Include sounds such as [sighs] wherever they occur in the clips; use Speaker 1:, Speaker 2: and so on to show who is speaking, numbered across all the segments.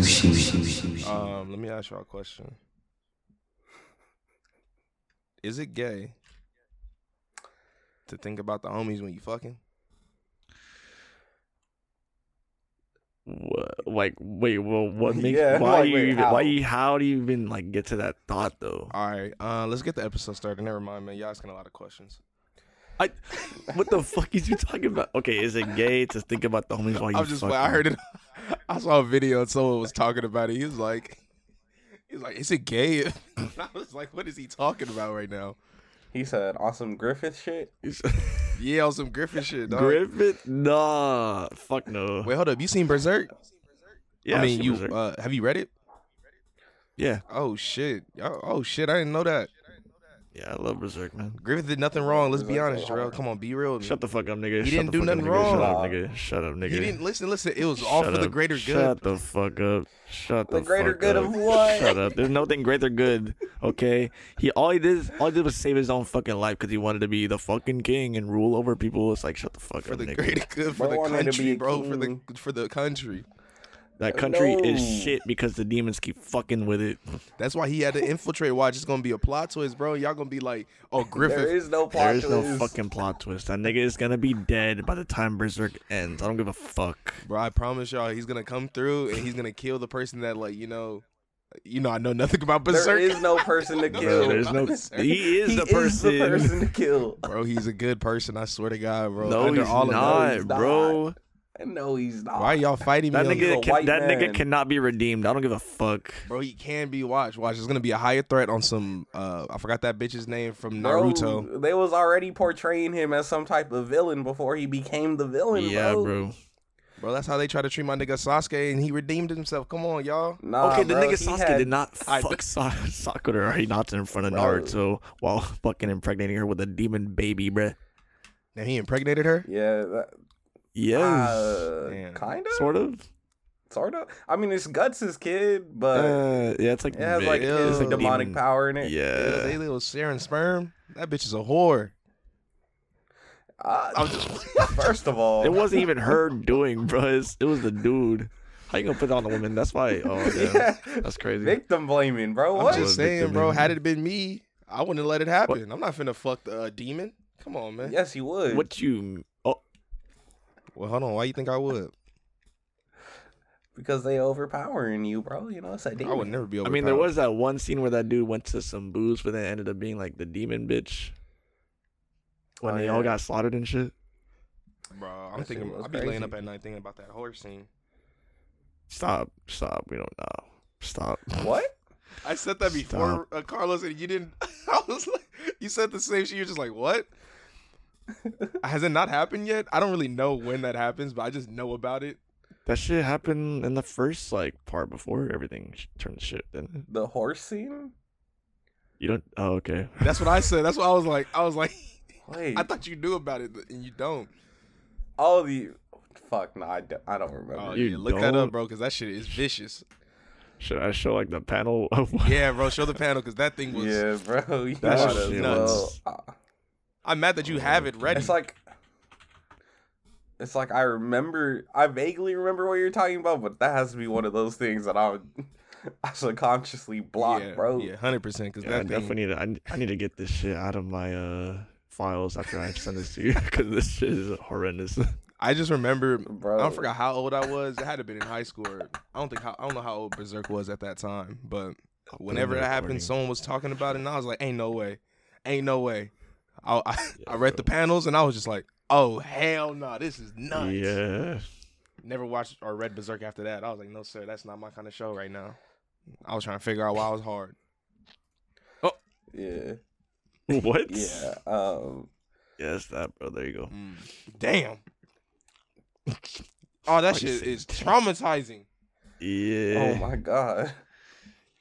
Speaker 1: sushi.
Speaker 2: Um, let me ask y'all a question. Is it gay to think about the homies when you fucking?
Speaker 3: What, like, wait, well, what makes
Speaker 4: Yeah,
Speaker 3: why
Speaker 4: like,
Speaker 3: you
Speaker 4: wait,
Speaker 3: even
Speaker 4: how?
Speaker 3: why you how do you even like get to that thought though?
Speaker 2: All right, uh, let's get the episode started. Never mind, man. Y'all asking a lot of questions.
Speaker 3: I what the fuck is you talking about? Okay, is it gay to think about the homies while you?
Speaker 2: I'm just.
Speaker 3: fucking?
Speaker 2: I heard it. [laughs] I saw a video and someone was talking about it. He was like, he was like, "Is it gay?" [laughs] And I was like, "What is he talking about right now?"
Speaker 4: He said awesome Griffith shit.
Speaker 2: Yeah, on some Griffin shit. Dog.
Speaker 3: [laughs] Griffith, nah, fuck no.
Speaker 2: Wait, hold up. You seen Berserk?
Speaker 3: yeah,
Speaker 2: I mean,
Speaker 3: she
Speaker 2: you
Speaker 3: was right.
Speaker 2: uh, have you read it?
Speaker 3: yeah,
Speaker 2: Oh shit. Oh, oh shit. I didn't know that.
Speaker 3: yeah, I love Berserk, man.
Speaker 2: Griffith did nothing wrong. Let's be
Speaker 4: Berserk
Speaker 2: honest,
Speaker 4: was hard.
Speaker 2: Jarrell. Come on, be real. with me.
Speaker 3: Shut the fuck up, nigga.
Speaker 2: He
Speaker 3: Shut
Speaker 2: didn't
Speaker 3: the
Speaker 2: do
Speaker 3: fuck up,
Speaker 2: nothing
Speaker 3: nigga. Shut
Speaker 4: wrong.
Speaker 3: up, nigga. Shut up, nigga.
Speaker 2: He didn't listen. Listen, it was all
Speaker 3: Shut
Speaker 2: for the
Speaker 3: up.
Speaker 2: greater good.
Speaker 3: Shut the fuck up. Shut the,
Speaker 4: The greater
Speaker 3: fuck
Speaker 4: good
Speaker 3: up.
Speaker 4: of what?
Speaker 3: Shut up. There's nothing greater good. Okay. He all he did all he did was save his own fucking life because he wanted to be the fucking king and rule over people. It's like shut the fuck
Speaker 2: For
Speaker 3: up,
Speaker 2: the
Speaker 3: nigga.
Speaker 2: greater good, for
Speaker 4: Bro
Speaker 2: the
Speaker 4: wanted to be mm.
Speaker 2: country,
Speaker 4: a
Speaker 2: bro. For the
Speaker 4: king.
Speaker 2: for the country.
Speaker 4: [laughs]
Speaker 3: that country is
Speaker 4: No.
Speaker 3: shit because the demons keep fucking with it.
Speaker 2: That's why he had to infiltrate. Watch, it's gonna be a plot twist, bro. Y'all gonna be like, oh
Speaker 4: [laughs] There
Speaker 2: Griffith.
Speaker 4: is no plot
Speaker 3: There is no
Speaker 4: twist.
Speaker 3: fucking plot twist. That nigga is gonna be dead by the time Berserk ends. I don't give a fuck.
Speaker 2: Bro, I promise y'all, he's gonna come through and he's gonna kill the person that like you know, you know. I know nothing about
Speaker 4: There
Speaker 2: Berserk,
Speaker 4: is no person to kill.
Speaker 3: There's [laughs] no. [laughs] He is
Speaker 4: He
Speaker 3: the person.
Speaker 4: person to kill.
Speaker 2: bro. He's a good person. I swear to God, bro.
Speaker 3: No,
Speaker 2: Under
Speaker 3: he's
Speaker 2: all
Speaker 3: not,
Speaker 2: Of those,
Speaker 3: bro.
Speaker 4: No, he's not.
Speaker 2: why y'all fighting me?
Speaker 3: That
Speaker 2: on this?
Speaker 4: He's a
Speaker 3: nigga, can,
Speaker 4: white
Speaker 3: that
Speaker 4: man.
Speaker 3: nigga cannot be redeemed. I don't give a fuck.
Speaker 2: Bro, he can be watched. Watch, there's gonna be a higher threat on some. uh I forgot that bitch's name from
Speaker 4: Bro,
Speaker 2: Naruto.
Speaker 4: They was already portraying him as some type of villain before he became the villain.
Speaker 3: Yeah,
Speaker 4: bro.
Speaker 3: bro.
Speaker 2: Bro, that's how they try to treat my nigga Sasuke, and he redeemed himself. Come on, y'all.
Speaker 4: Nah,
Speaker 3: okay, the
Speaker 4: Uh, bro,
Speaker 3: nigga
Speaker 4: he
Speaker 3: Sasuke
Speaker 4: had-
Speaker 3: did not
Speaker 2: I-
Speaker 3: fuck Sa- Sakura or Hinata in front of
Speaker 4: Bro.
Speaker 3: Naruto while [laughs] fucking impregnating her with a demon baby, bruh.
Speaker 2: Now he impregnated her.
Speaker 4: Yeah, that,
Speaker 3: Yes.
Speaker 4: uh,
Speaker 2: Damn.
Speaker 4: kind of,
Speaker 3: sort of.
Speaker 4: sort of. I mean, it's Guts' kid, but
Speaker 3: Uh, yeah, it's like
Speaker 4: it has like
Speaker 3: big.
Speaker 2: yeah,
Speaker 4: his
Speaker 3: It's like
Speaker 4: demonic
Speaker 3: demon-
Speaker 4: power in it.
Speaker 3: Yeah.
Speaker 2: They little sharing sperm. That bitch is a whore.
Speaker 3: [laughs]
Speaker 4: Uh, first of all,
Speaker 3: It wasn't even her doing, bruh. It's- It was the dude. How you gonna put that on the woman? That's why.
Speaker 4: [laughs]
Speaker 3: Oh, yeah.
Speaker 4: [laughs] Yeah.
Speaker 3: That's crazy.
Speaker 4: victim blaming, bro.
Speaker 2: I'm
Speaker 4: What?
Speaker 2: just
Speaker 3: Was it the
Speaker 2: saying, bro.
Speaker 3: demon?
Speaker 2: Had it been me, I wouldn't let it happen. I'm not finna fuck the uh, demon. Come on, man.
Speaker 4: yes, he would.
Speaker 3: What you? Oh,
Speaker 2: Well, hold on. Why you think I would?
Speaker 4: Because they overpowering you, bro. You know, it's a
Speaker 2: I would
Speaker 4: demon.
Speaker 2: never be.
Speaker 3: I mean, there
Speaker 2: overpowered.
Speaker 3: was that one scene where that dude went to some booze, but then ended up being like the demon bitch when
Speaker 4: Oh,
Speaker 3: they all
Speaker 4: yeah.
Speaker 3: got slaughtered and shit.
Speaker 2: Bro, I'm
Speaker 4: That shit
Speaker 2: thinking.
Speaker 4: was
Speaker 2: I'll be laying
Speaker 4: crazy.
Speaker 2: up at night thinking about that horror scene.
Speaker 3: Stop! Stop! We don't know. Stop.
Speaker 4: What?
Speaker 2: I said that before, uh, Carlos, and you didn't. [laughs] I was like, you said the same shit. You're just like, what? Has it not happened yet? I don't really know when that happens, but I just know about it.
Speaker 3: That shit happened in the first like part before everything sh- turned to shit. Didn't it?
Speaker 4: The horse scene?
Speaker 3: You don't. Oh, okay.
Speaker 2: That's what I said. That's what I was like. I was like, [laughs]
Speaker 4: Wait.
Speaker 2: I thought you knew about it, and you don't.
Speaker 4: all the fuck. No, I don't, I don't remember.
Speaker 2: Oh,
Speaker 3: You
Speaker 2: yeah, look that up,
Speaker 3: don't?
Speaker 2: bro, because that shit is vicious.
Speaker 3: Should I show like the panel? [laughs] Of what?
Speaker 2: Yeah, bro, show the panel, because that thing was.
Speaker 4: yeah, bro. [laughs] You
Speaker 3: That
Speaker 4: might
Speaker 3: shit
Speaker 4: as
Speaker 3: was
Speaker 4: well.
Speaker 3: nuts.
Speaker 4: Uh,
Speaker 2: I'm mad that you have it ready.
Speaker 4: It's like. It's like I remember, I vaguely remember what you're talking about, but that has to be one of those things that I would, [laughs] I should consciously block,
Speaker 2: yeah,
Speaker 4: bro.
Speaker 2: Yeah, hundred percent, because
Speaker 3: Yeah, I
Speaker 2: that thing.
Speaker 3: definitely need. To, I, I need to get this shit out of my uh files after I send this to you [laughs] because this shit is horrendous. [laughs]
Speaker 2: I just remember.
Speaker 4: Bro.
Speaker 2: I don't forget how old I was. It had to been in high school. Or, I don't think how, I don't know how old Berserk was at that time, but whenever that happened,
Speaker 3: so
Speaker 2: someone was talking about it, and I was like, "Ain't no way, ain't no way." I I, I read the panels, and I was just like, "Oh hell no, this is nuts."
Speaker 3: yeah. [laughs]
Speaker 2: Never watched or read Berserk after that. I was like, "No sir, that's not my kind of show right now." I was trying to figure out why I was hard.
Speaker 4: Yeah,
Speaker 3: What?
Speaker 4: yeah. Um,
Speaker 3: Yes, that bro. There you go.
Speaker 2: Mm. Damn. [laughs] Oh, that
Speaker 3: Why you
Speaker 2: shit
Speaker 3: say
Speaker 2: is
Speaker 3: damn?
Speaker 2: traumatizing.
Speaker 3: Yeah.
Speaker 4: Oh my god. [laughs]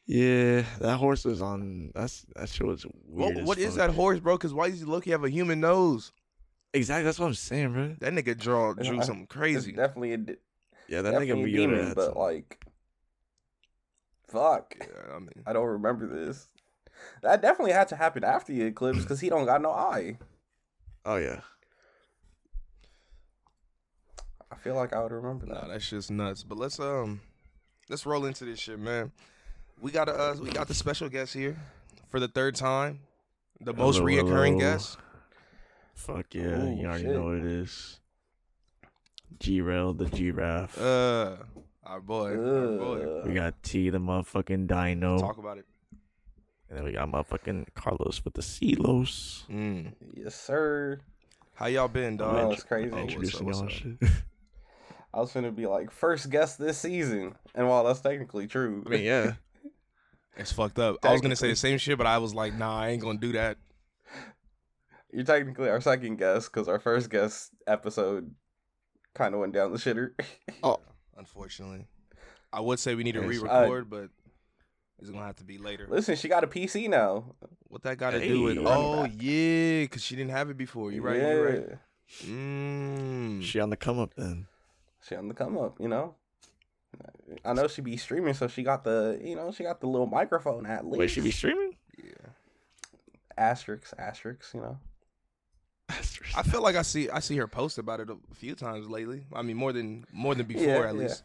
Speaker 3: Yeah. That horse was on. That's that shit was weird.
Speaker 2: What,
Speaker 3: as
Speaker 2: what is
Speaker 3: fuck.
Speaker 2: that horse, bro? Because why does he look? He have a human nose.
Speaker 3: Exactly. That's what I'm saying, bro.
Speaker 2: That nigga
Speaker 3: [laughs]
Speaker 2: draw drew
Speaker 4: I-
Speaker 2: something
Speaker 4: It's
Speaker 2: crazy.
Speaker 4: definitely a de-
Speaker 3: Yeah, that
Speaker 4: definitely
Speaker 3: nigga
Speaker 4: a
Speaker 3: be
Speaker 4: demon,
Speaker 3: Yoda.
Speaker 4: but
Speaker 3: But
Speaker 4: like, fuck.
Speaker 2: Yeah, I mean,
Speaker 4: I don't remember this. That definitely had to happen after the eclipse because he don't got no eye.
Speaker 3: oh yeah.
Speaker 4: I feel like I would remember
Speaker 2: nah,
Speaker 4: that.
Speaker 2: that shit's nuts. But let's um, let's roll into this shit, man. We got a uh, we got the special guest here for the third time, the most
Speaker 3: Hello,
Speaker 2: reoccurring
Speaker 3: hello.
Speaker 2: guest.
Speaker 3: Fuck yeah,
Speaker 2: Oh,
Speaker 4: Ooh,
Speaker 3: you already
Speaker 4: shit.
Speaker 3: know what it is. G Rail, the giraffe.
Speaker 2: Uh, our boy, our boy.
Speaker 3: we got T, the motherfucking Dino,
Speaker 2: Talk about it.
Speaker 3: and then we got motherfucking Carlos with the Celos.
Speaker 2: Mm.
Speaker 4: yes, sir.
Speaker 2: How y'all been,
Speaker 4: Oh,
Speaker 2: dog?
Speaker 4: it's crazy.
Speaker 2: Oh, what's up,
Speaker 3: Introducing
Speaker 2: what's
Speaker 3: y'all
Speaker 2: up?
Speaker 3: shit.
Speaker 4: I was gonna be like first guest this season, and while that's technically true,
Speaker 3: I mean,
Speaker 4: [laughs]
Speaker 3: yeah.
Speaker 2: It's fucked up. I was gonna say the same shit, but I was like, nah, I ain't gonna do that.
Speaker 4: you're technically our second guest because our first guest episode kind of went down the shitter.
Speaker 2: Unfortunately, I would say we need to
Speaker 3: Yes,
Speaker 2: re-record, but it's gonna have to be later.
Speaker 4: Listen, she got a PC now.
Speaker 2: What that got to do with?
Speaker 3: Hey.
Speaker 2: Oh yeah, because she didn't have it before. You right? You right?
Speaker 4: Yeah.
Speaker 2: Mm.
Speaker 3: She on the come up then.
Speaker 4: She on the come up, you know. I know she be streaming, so she got the you know she got the little microphone at least.
Speaker 3: Wait, she be streaming?
Speaker 2: Yeah.
Speaker 4: asterisk asterisk, you know.
Speaker 2: I feel like I see I see her post about it a few times lately. I mean, more than more than before
Speaker 4: Yeah,
Speaker 2: at
Speaker 4: yeah.
Speaker 2: least.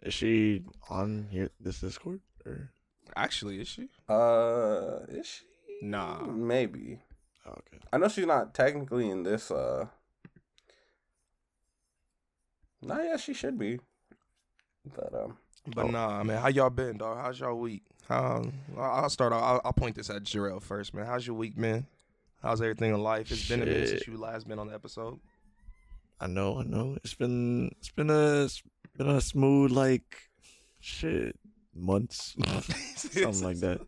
Speaker 3: Is she on here this Discord? Or
Speaker 2: Actually, is she?
Speaker 4: Uh, is she?
Speaker 2: Nah.
Speaker 4: Maybe.
Speaker 3: oh, okay.
Speaker 4: I know she's not technically in this. Uh. Nah, yeah, she should be. But um,
Speaker 2: But
Speaker 3: Oh.
Speaker 2: nah, man. How y'all been, dog? How's y'all week? How I- I'll start. Off, I'll, I'll point this at Jarrell first, man. How's your week, man? How's everything in life? It's been a minute since
Speaker 3: Shit.
Speaker 2: you last been on the episode. [laughs]
Speaker 3: I know, I know. It's been it's been a it's been a smooth like shit months, [laughs] something like that.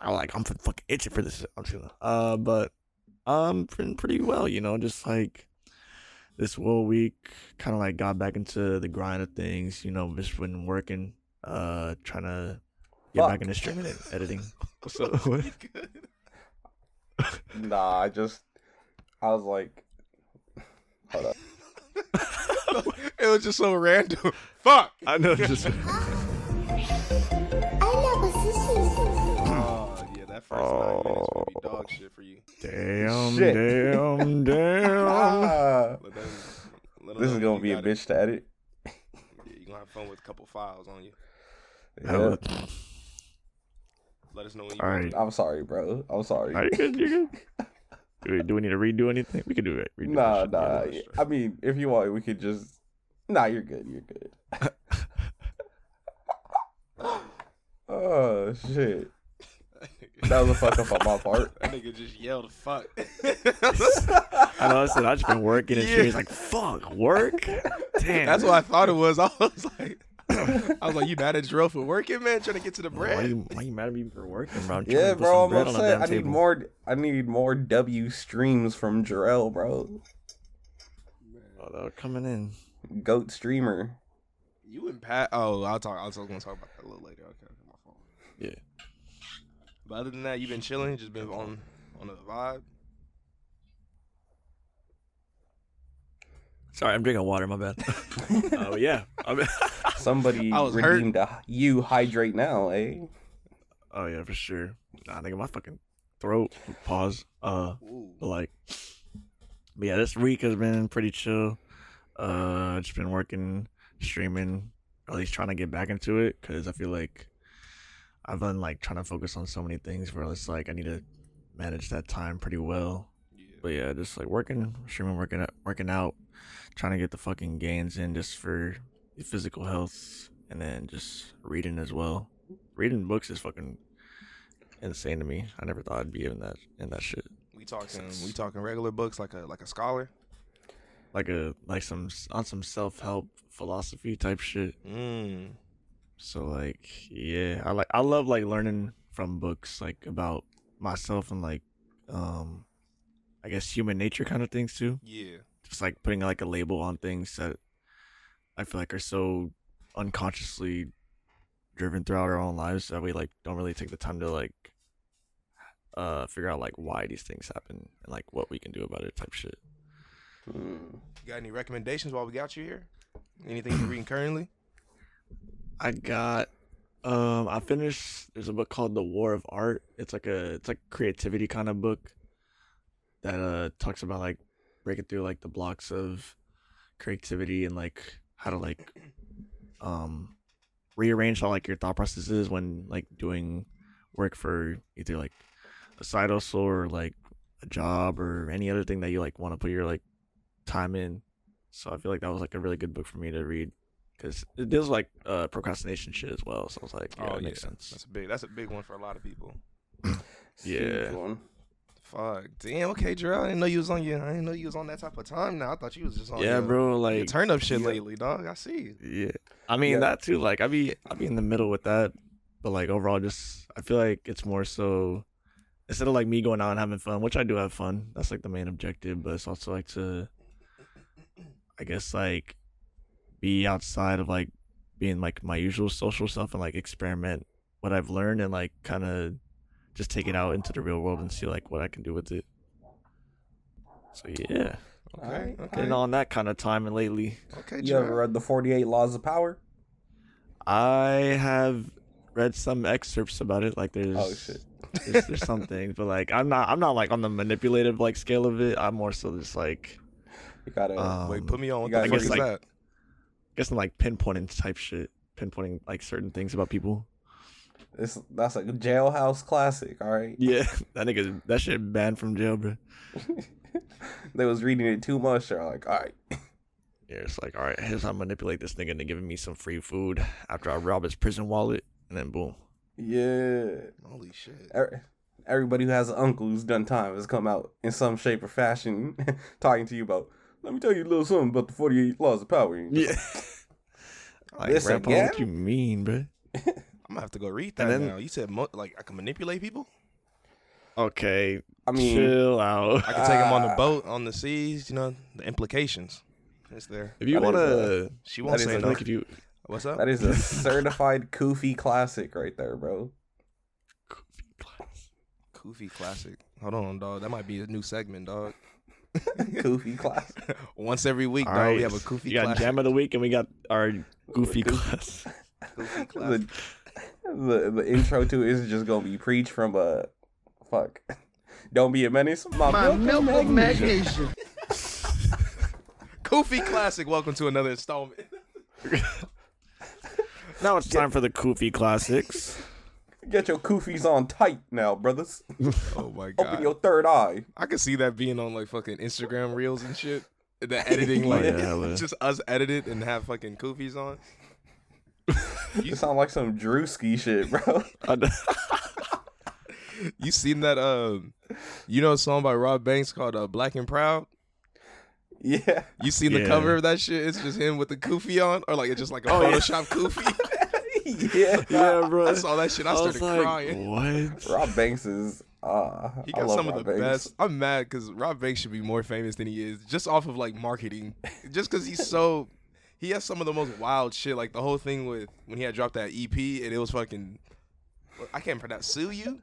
Speaker 3: I like [laughs] I'm fin- fucking itching for this. I'm just gonna, uh, but I'm feeling pretty well, you know. Just like this whole week, kind of like got back into the grind of things, you know. Just been working, uh, trying to get back
Speaker 4: Fuck.
Speaker 3: into streaming and
Speaker 2: [laughs]
Speaker 3: editing. What's up? [laughs] What?
Speaker 4: nah, I just, I was like, hold up.
Speaker 2: it was just so random. [laughs] Fuck.
Speaker 3: I
Speaker 2: [laughs]
Speaker 3: know. Just
Speaker 1: I love assistance.
Speaker 2: Oh yeah, that first nine
Speaker 3: Oh.
Speaker 2: minutes would be dog shit for you.
Speaker 3: damn,
Speaker 4: Shit.
Speaker 3: damn,
Speaker 2: [laughs]
Speaker 3: damn.
Speaker 4: Ah,
Speaker 2: Let them, let them
Speaker 4: this
Speaker 2: know
Speaker 4: is gonna
Speaker 2: Um, you
Speaker 4: be a
Speaker 2: got it.
Speaker 4: bitch to edit.
Speaker 2: Yeah, you gonna have fun with a couple files on you.
Speaker 4: Yeah.
Speaker 2: Let us know when you.
Speaker 3: All right.
Speaker 4: I'm sorry, bro. I'm sorry.
Speaker 3: Are you good? You good? Do we, do we need to redo anything? We could do it. Redo that
Speaker 4: Nah,
Speaker 3: shit, yeah,
Speaker 4: nah.
Speaker 3: that was straight.
Speaker 4: I mean, if you want, we could just. Nah, you're good. You're
Speaker 3: [laughs]
Speaker 4: good. oh shit! That was a fuck
Speaker 3: [laughs]
Speaker 4: up on my part.
Speaker 2: That nigga just yelled "fuck." [laughs]
Speaker 3: I know. I said I just been working and
Speaker 2: Yeah.
Speaker 3: shit. He's like, "Fuck work." Damn.
Speaker 2: That's what I thought it was. I was
Speaker 3: [laughs]
Speaker 2: like, I was like, you mad at Jarrell for working, man? Trying to get to the
Speaker 3: Why
Speaker 2: bread.
Speaker 3: you, why you mad at me for working, bro? I'm trying
Speaker 4: Yeah,
Speaker 3: to put
Speaker 4: bro.
Speaker 3: some
Speaker 4: I'm
Speaker 3: bread on the
Speaker 4: upset.
Speaker 3: damn
Speaker 4: I need
Speaker 3: table.
Speaker 4: more. I need more W streams from Jarrell, bro.
Speaker 3: Oh, they're coming in. [laughs]
Speaker 4: Goat streamer.
Speaker 2: You and Pat. Oh, I'll talk. I was gonna talk about that a little later. Okay, my fault.
Speaker 3: Yeah.
Speaker 2: But other than that, you've been chilling. Just been on on the vibe.
Speaker 3: Sorry, I'm drinking water. My
Speaker 4: [laughs]
Speaker 3: bad. Oh yeah. Oh, I'm-
Speaker 4: Somebody
Speaker 2: I was hurt.
Speaker 4: redeemed a you hydrate now, eh?
Speaker 3: oh [laughs] yeah, for sure. Nah, nigga, my fucking throat. Pause. Uh.
Speaker 2: Ooh.
Speaker 3: But like, but yeah, this week has been pretty chill. Uh, just been working, streaming, or at least trying to get back into it because I feel like I've been like trying to focus on so many things where it's like I need to manage that time pretty well. But yeah, just like working, streaming, working, out- working out, trying to get the fucking gains in just for the physical health, and then just reading as well. Reading books is fucking insane to me. I never thought I'd be in that in that shit.
Speaker 2: We talking. We talking regular books like a like a scholar.
Speaker 3: like a like some on some self help philosophy type shit.
Speaker 2: Mm.
Speaker 3: So like yeah, I like I love like learning from books like about myself and like um I guess human nature kind of things too.
Speaker 2: Yeah.
Speaker 3: Just like putting like a label on things that I feel like are so unconsciously driven throughout our own lives that we like don't really take the time to like uh figure out like why these things happen and like what we can do about it type shit.
Speaker 4: Hmm.
Speaker 2: You got any recommendations while we got you here? Anything you're reading
Speaker 3: [coughs]
Speaker 2: currently?
Speaker 3: I got um I finished there's a book called The War of Art. It's like a it's like a creativity kind of book that uh talks about like breaking through like the blocks of creativity and like how to like um rearrange how like your thought processes when like doing work for either like a side hustle or like a job or any other thing that you like want to put your like time in. So I feel like that was like a really good book for me to read because it deals with, like uh procrastination shit as well. So I was like, yeah,
Speaker 2: Oh,
Speaker 3: it makes
Speaker 2: yeah.
Speaker 3: sense.
Speaker 2: That's a big. That's a big one for a lot of people.
Speaker 4: It's a huge
Speaker 3: Yeah.
Speaker 4: one.
Speaker 2: Fuck. Damn. Okay, Jarrell. I didn't know you was on your. I didn't know you was on that type of time. Now I thought you was just on.
Speaker 3: yeah,
Speaker 2: your,
Speaker 3: bro. Like
Speaker 2: your turn up shit
Speaker 4: yeah.
Speaker 2: lately, dog. I see.
Speaker 3: Yeah. I mean
Speaker 4: Yeah.
Speaker 3: that too, like I be I be in the middle with that. But like overall just I feel like it's more so instead of like me going out and having fun, which I do have fun. That's like the main objective, but it's also like to I guess like be outside of like being like my usual social stuff and like experiment what I've learned and like kinda just take it out into the real world and see like what I can do with it. So yeah.
Speaker 2: Okay.
Speaker 4: Alright.
Speaker 2: Okay.
Speaker 3: Been on that kind of timing lately.
Speaker 2: Okay,
Speaker 4: You ever
Speaker 2: Jarrell.
Speaker 4: read the Forty Eight Laws of Power?
Speaker 3: I have read some excerpts about it. Like there's
Speaker 4: Oh shit.
Speaker 3: there's, [laughs] there's some things, but like I'm not I'm not like on the manipulative like scale of it. I'm more so just like
Speaker 4: You gotta.
Speaker 3: um,
Speaker 2: Wait, put me on. What
Speaker 4: you
Speaker 2: the
Speaker 4: guys-
Speaker 2: fuck
Speaker 4: I
Speaker 2: is
Speaker 4: guess,
Speaker 2: that?
Speaker 3: like- guessing like pinpointing type shit, pinpointing like certain things about people.
Speaker 4: It's that's like a jailhouse classic. All right.
Speaker 3: Yeah, [laughs] that nigga that shit banned from jail, bro.
Speaker 4: they was reading it too much. They're like, all right.
Speaker 3: Yeah, it's like all right, here's how I manipulate this nigga into giving me some free food after I rob his prison wallet, and then boom.
Speaker 4: Yeah.
Speaker 2: Holy shit.
Speaker 4: Every- Everybody who has an uncle who's done time has come out in some shape or fashion [laughs] talking to you about, let me tell you a little something about the 48 laws of power. And
Speaker 3: [laughs]
Speaker 4: you're
Speaker 3: Yeah. Like,
Speaker 4: This
Speaker 3: grandpa,
Speaker 4: again?
Speaker 3: what you mean, bro?
Speaker 2: I'm gonna have to go read that
Speaker 3: then-
Speaker 2: now. You said mo- like I can manipulate people.
Speaker 3: Okay,
Speaker 4: I mean-
Speaker 3: chill out.
Speaker 2: I can take them on the
Speaker 4: Ah.
Speaker 2: boat, on the seas. You know the implications. It's there.
Speaker 3: If you
Speaker 4: That is,
Speaker 3: wanna,
Speaker 4: uh,
Speaker 2: She
Speaker 3: I
Speaker 2: won't say
Speaker 3: feel
Speaker 2: no.
Speaker 3: like if you
Speaker 2: What's
Speaker 4: like,
Speaker 2: up?
Speaker 4: that is a certified koofy classic right there, bro.
Speaker 2: Koofy classic. Hold on, dog. That might be a new segment, dog.
Speaker 4: Koofy classic.
Speaker 2: Once every week, dog. We have a Koofy
Speaker 3: You got
Speaker 2: classic.
Speaker 3: jam of the week, and we got our goofy
Speaker 4: Goofy.
Speaker 3: class.
Speaker 2: Koofy classic.
Speaker 4: the, the, the intro to it is just going to be preached from a. Fuck. [laughs] Don't be a menace. My, milk, of magnesia.
Speaker 2: Koofy classic. Welcome to another
Speaker 4: [laughs]
Speaker 2: installment.
Speaker 3: Now it's time for the goofy classics.
Speaker 4: Get your koofies on tight now, brothers.
Speaker 2: Oh my
Speaker 4: Open
Speaker 2: god.
Speaker 4: your third eye. [laughs]
Speaker 2: I could see that being on like fucking Instagram reels and shit.
Speaker 4: [laughs]
Speaker 2: The
Speaker 4: Oh,
Speaker 2: editing, like, [laughs]
Speaker 3: yeah, hella.
Speaker 2: just us edited and have fucking koofies on.
Speaker 4: You sound like some Drewski shit, bro. [laughs]
Speaker 3: I know-
Speaker 2: You seen that? Um, you know, a song by Rob Banks called uh, "Black and Proud."
Speaker 4: yeah.
Speaker 2: You seen the
Speaker 3: Yeah.
Speaker 2: cover of that shit? It's just him with the koofy on, or like it's just like a
Speaker 3: Oh, yeah.
Speaker 2: Photoshop
Speaker 4: [laughs]
Speaker 2: koofy.
Speaker 4: yeah.
Speaker 2: [laughs]
Speaker 3: yeah, bro.
Speaker 2: I saw that shit. I,
Speaker 3: was
Speaker 2: started
Speaker 3: like,
Speaker 2: crying.
Speaker 3: What?
Speaker 4: Rob Banks is uh
Speaker 2: He
Speaker 4: I
Speaker 2: got
Speaker 4: love
Speaker 2: some of the
Speaker 4: Rob Banks.
Speaker 2: best. I'm mad because Rob Banks should be more famous than he is, just off of like marketing, just because he's so. He has some of the most wild shit, like the whole thing with when he had dropped that EP and it was fucking. I can't pronounce sue you,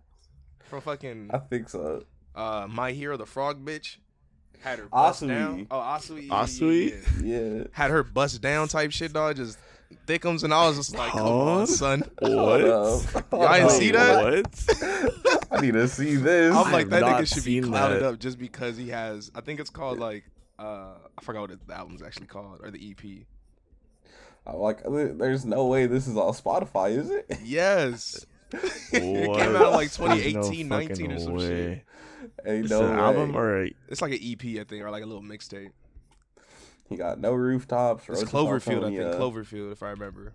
Speaker 2: from fucking
Speaker 4: I think so.
Speaker 2: uh my hero the frog bitch had her bust
Speaker 4: Asui.
Speaker 2: down. Oh Asui. yeah,
Speaker 3: Asui?
Speaker 2: yeah, yeah.
Speaker 4: Yeah.
Speaker 2: had her bust down type shit, dog. Just thickums and I was just like, come
Speaker 3: Huh?
Speaker 2: on,
Speaker 3: [laughs]
Speaker 2: son.
Speaker 3: What?
Speaker 4: [laughs] I
Speaker 2: didn't see that?
Speaker 3: What?
Speaker 4: I need to see this.
Speaker 2: I'm like,
Speaker 3: have
Speaker 2: that
Speaker 3: not
Speaker 2: nigga should be
Speaker 3: seen
Speaker 2: clouded
Speaker 3: that.
Speaker 2: up just because he has. I think it's called like uh I forgot what it- the album's actually called or the E EP.
Speaker 4: I'm like, there- there's no way this is on Spotify, is it? [laughs]
Speaker 2: Yes. it
Speaker 3: What?
Speaker 2: came out in like
Speaker 3: There's no
Speaker 2: 2018, 19 or
Speaker 3: fucking
Speaker 2: some shit.
Speaker 3: way.
Speaker 4: Ain't
Speaker 3: It's
Speaker 4: no
Speaker 3: an
Speaker 4: way.
Speaker 3: album or a,
Speaker 2: It's like an EP, I think, or like a little mixtape.
Speaker 4: He got no
Speaker 2: It's
Speaker 4: rooftops. Roaches
Speaker 2: Cloverfield, I think.
Speaker 4: Balconia.
Speaker 2: Cloverfield, if I remember.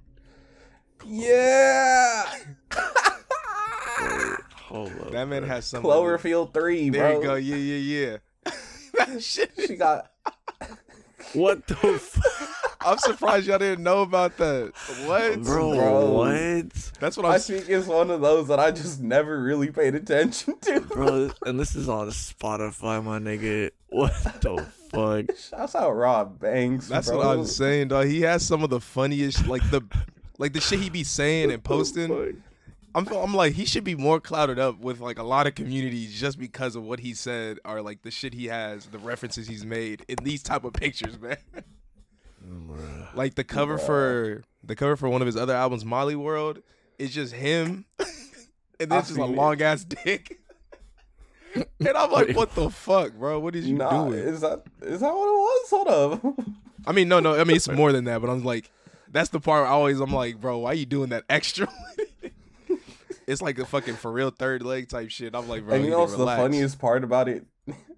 Speaker 4: Yeah. [laughs]
Speaker 3: hold up.
Speaker 2: That man
Speaker 3: bro.
Speaker 2: has some. of the-
Speaker 4: Cloverfield three,
Speaker 2: There
Speaker 4: bro.
Speaker 2: you go. Yeah, yeah, yeah. [laughs] that shit.
Speaker 4: She got.
Speaker 3: What the fuck,
Speaker 2: I'm surprised y'all didn't know about that. What?
Speaker 3: bro?
Speaker 4: bro.
Speaker 3: What?
Speaker 2: That's [laughs] what I'm
Speaker 4: I think it's one of those that I just never really paid attention to.
Speaker 3: Bro, and this is on Spotify, my nigga. What the fuck?
Speaker 4: Shouts out Rob Banks.
Speaker 2: That's
Speaker 4: bro.
Speaker 2: what I'm saying, dog. He has some of the funniest, like the, like the shit he be saying
Speaker 4: [laughs] Oh
Speaker 2: and posting. I'm, I'm like, he should be more clouded up with like a lot of communities just because of what he said or like the shit he has, the references he's made in these type of pictures, [laughs] man.
Speaker 3: Bruh.
Speaker 2: Like the cover for the cover for one of his other albums, Molly World, is just him, [laughs] and then
Speaker 4: I've
Speaker 2: it's just a
Speaker 4: seen it.
Speaker 2: long ass [laughs] dick. and I'm like, what the fuck, bro? What is you
Speaker 4: Nah,
Speaker 2: doing?
Speaker 4: is that is that what it was? Hold up. [laughs]
Speaker 2: [laughs] I mean, no, no. I mean, it's more than that, but I'm like, That's the part I always I'm like, bro, why you doing that extra? [laughs] it's like a fucking for real third leg type shit. I'm like, bro,
Speaker 4: and you know
Speaker 2: need
Speaker 4: what's
Speaker 2: to
Speaker 4: the
Speaker 2: relax.
Speaker 4: funniest part about it?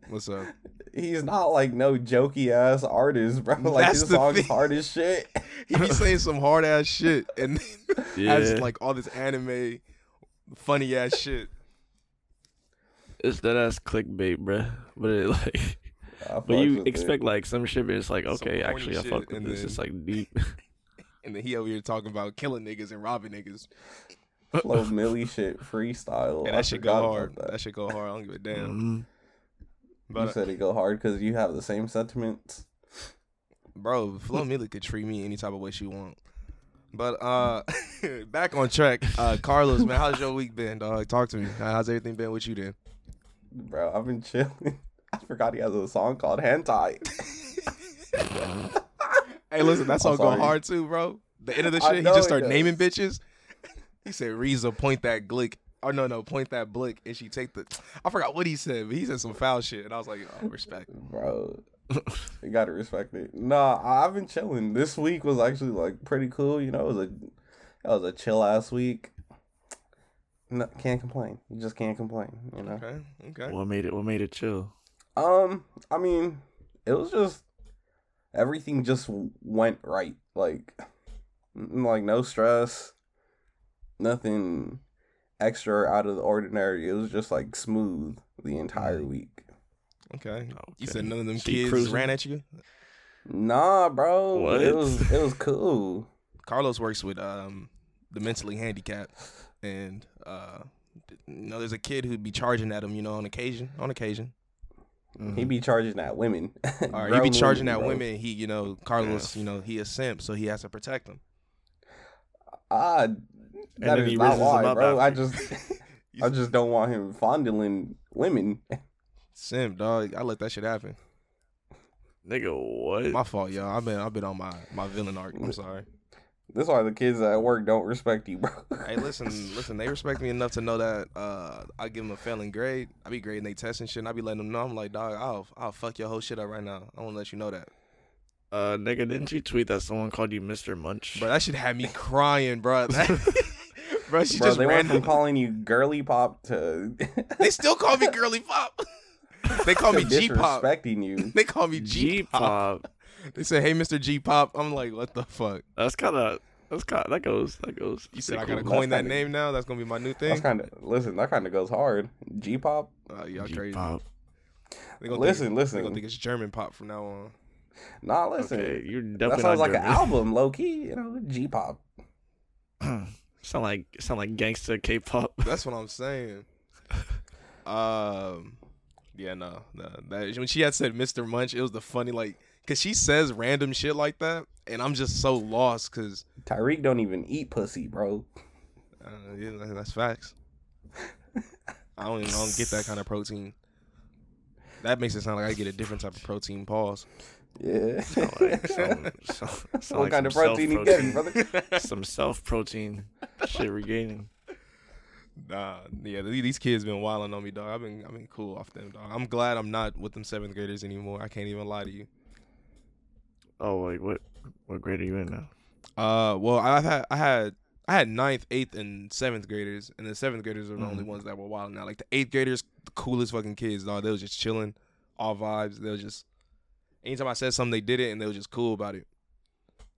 Speaker 2: What's up?
Speaker 4: He's not like no jokey ass artist, bro. [laughs] Like
Speaker 2: That's
Speaker 4: his
Speaker 2: the
Speaker 4: song's
Speaker 2: thing.
Speaker 4: hard as shit.
Speaker 2: [laughs] [laughs] He be saying some hard ass shit, and then [laughs] has
Speaker 3: Yeah.
Speaker 2: like all this anime funny ass shit.
Speaker 3: It's that ass clickbait, bruh. But it [laughs] like,
Speaker 4: I fucks
Speaker 3: but you
Speaker 4: with it.
Speaker 3: expect like some shit, but it's like,
Speaker 2: horny
Speaker 3: okay, actually, I
Speaker 2: shit,
Speaker 3: fuck with
Speaker 2: and
Speaker 3: this.
Speaker 2: then-
Speaker 3: It's like deep.
Speaker 2: [laughs] And then he over here talking about killing niggas and robbing niggas.
Speaker 3: [laughs]
Speaker 4: Flo Milli shit freestyle.
Speaker 2: And
Speaker 4: Oh, I
Speaker 2: that shit go
Speaker 4: forgot about
Speaker 2: hard.
Speaker 4: That. Mm-hmm.
Speaker 2: That shit go hard. I don't give a damn.
Speaker 3: Mhm.
Speaker 4: you
Speaker 2: But uh,
Speaker 4: said it go hard because you have the same sentiments.
Speaker 2: bro, Flo Milli could treat me any type of way she want. But uh [laughs] back on track. Uh Carlos, man, how's your week been, dog? Talk to me. How- How's everything been with you then?
Speaker 4: Bro, I've been [laughs] chilling. I forgot he has a song called Hentai.
Speaker 2: Hey, listen, [laughs] that
Speaker 4: I'm
Speaker 2: song go
Speaker 4: sorry.
Speaker 2: hard too, bro. The end of the
Speaker 4: I
Speaker 2: shit, he
Speaker 4: know
Speaker 2: just
Speaker 4: it
Speaker 2: start
Speaker 4: does.
Speaker 2: naming bitches. He said, "Reza, point that glick." Oh no, no, point that blick, and she take the. I forgot what he said, but he said some foul shit, and I was like, oh, "Respect."
Speaker 4: Bro, you gotta respect it. Nah, I- I've been chilling. This week was actually like pretty cool. You know, it was a that was a chill ass week. No, can't complain. You just can't complain. You know.
Speaker 2: Okay, okay.
Speaker 3: What made it? What made it chill?
Speaker 4: Um, I mean, it was just everything just w- went right. Like, n- like no stress, nothing extra or out of the ordinary. It was just like smooth the entire week.
Speaker 2: Okay. You
Speaker 3: Okay.
Speaker 2: said none of them
Speaker 3: So you
Speaker 2: kids
Speaker 3: cruising? [laughs]
Speaker 2: ran at you.
Speaker 4: Nah, bro. It
Speaker 3: What?
Speaker 4: was it was cool.
Speaker 2: Carlos works with um the mentally handicapped, and uh, you know, there's a kid who'd be charging at him, you know, on occasion, on occasion.
Speaker 4: He
Speaker 2: Mm-hmm.
Speaker 4: be charging at women. [laughs]
Speaker 2: All right,
Speaker 4: Grown
Speaker 2: he be charging at
Speaker 4: bro.
Speaker 2: women. He, you know, Carlos,
Speaker 3: Yeah.
Speaker 2: you know, he a simp, so he has to protect them.
Speaker 4: Ah, that
Speaker 3: then
Speaker 4: is
Speaker 3: he
Speaker 4: not
Speaker 3: raises them
Speaker 4: why,
Speaker 3: up
Speaker 4: bro. I
Speaker 3: after.
Speaker 4: just,
Speaker 3: [laughs]
Speaker 4: I just don't want him fondling women. [laughs]
Speaker 2: Simp, dog. I let that shit happen.
Speaker 3: Nigga, what?
Speaker 2: My fault, y'all. I've been I've been on my my villain arc. I'm sorry.
Speaker 4: That's why the kids at work don't respect you, bro. [laughs]
Speaker 2: Hey, listen, listen. They respect me enough to know that uh, I give them a failing grade. I be grading they tests and shit. And I be letting them know. I'm like, dog, I'll I'll fuck your whole shit up right now. I want to let you know that,
Speaker 3: Uh, nigga, didn't you tweet that someone called you Mr. Munch?
Speaker 2: bro. That shit had me crying, bro.
Speaker 4: [laughs]
Speaker 2: That- [laughs] bro, she
Speaker 4: Bro,
Speaker 2: just
Speaker 4: they went
Speaker 2: random.
Speaker 4: from calling you girly
Speaker 3: [laughs]
Speaker 4: pop to
Speaker 2: they still call me girly pop. [laughs] they call
Speaker 4: [laughs] to
Speaker 2: me G pop.
Speaker 3: [laughs]
Speaker 4: disrespecting you.
Speaker 2: They call me G pop.
Speaker 3: G-pop.
Speaker 2: They say, hey, Mister G pop. I'm like, what the fuck?
Speaker 3: That's kind of. That's kind. That goes. That goes.
Speaker 2: You said I
Speaker 3: Pretty
Speaker 2: gotta
Speaker 3: cool.
Speaker 2: coin that
Speaker 4: kinda-
Speaker 2: name now. That's gonna be my new
Speaker 4: That's
Speaker 2: thing.
Speaker 4: kind of listen. That kind of goes hard. G pop.
Speaker 2: Uh, y'all crazy.
Speaker 3: G-pop.
Speaker 2: They gonna
Speaker 4: Listen,
Speaker 2: think, They
Speaker 4: listen.
Speaker 2: gonna think it's German pop from now on.
Speaker 4: Nah, listen.
Speaker 3: Okay, you're definitely
Speaker 4: that
Speaker 3: not
Speaker 4: sounds like an
Speaker 3: German. [laughs]
Speaker 4: album, low key. You know, G pop.
Speaker 3: sound like sound like gangsta
Speaker 4: [laughs]
Speaker 3: K-pop.
Speaker 2: That's what I'm saying. Um, yeah, no, no. That, when she had said Mr. Munch, it was the funny like, cause she says random shit like that, and I'm just so lost, cause
Speaker 4: Tyreek don't even eat pussy, bro. [laughs]
Speaker 2: uh, yeah, that- that's facts. I don't, even, I don't get that kind of protein. That makes it sound like I get a different type of protein. Pause.
Speaker 4: Yeah. [laughs]
Speaker 3: Sound like, sound, sound, sound
Speaker 4: what
Speaker 3: like
Speaker 4: kind of
Speaker 3: some
Speaker 4: protein he
Speaker 3: self-protein-
Speaker 4: getting,
Speaker 3: [laughs]
Speaker 4: brother?
Speaker 3: Some self protein shit regaining.
Speaker 2: Nah, yeah, th- these kids been wilding on me, dog. I've been, I've been cool off them, dog. I'm glad I'm not with them seventh graders anymore. I can't even lie to you.
Speaker 3: Oh wait, what what grade are you in now?
Speaker 2: Uh, well, I had I had I had ninth, eighth, and seventh graders, and the seventh graders were the only
Speaker 3: Mhm.
Speaker 2: ones that were wild. Now, like the eighth graders, the coolest fucking kids, dog. They was just chilling, all vibes. They was just anytime I said something, they did it, and they was just cool about it.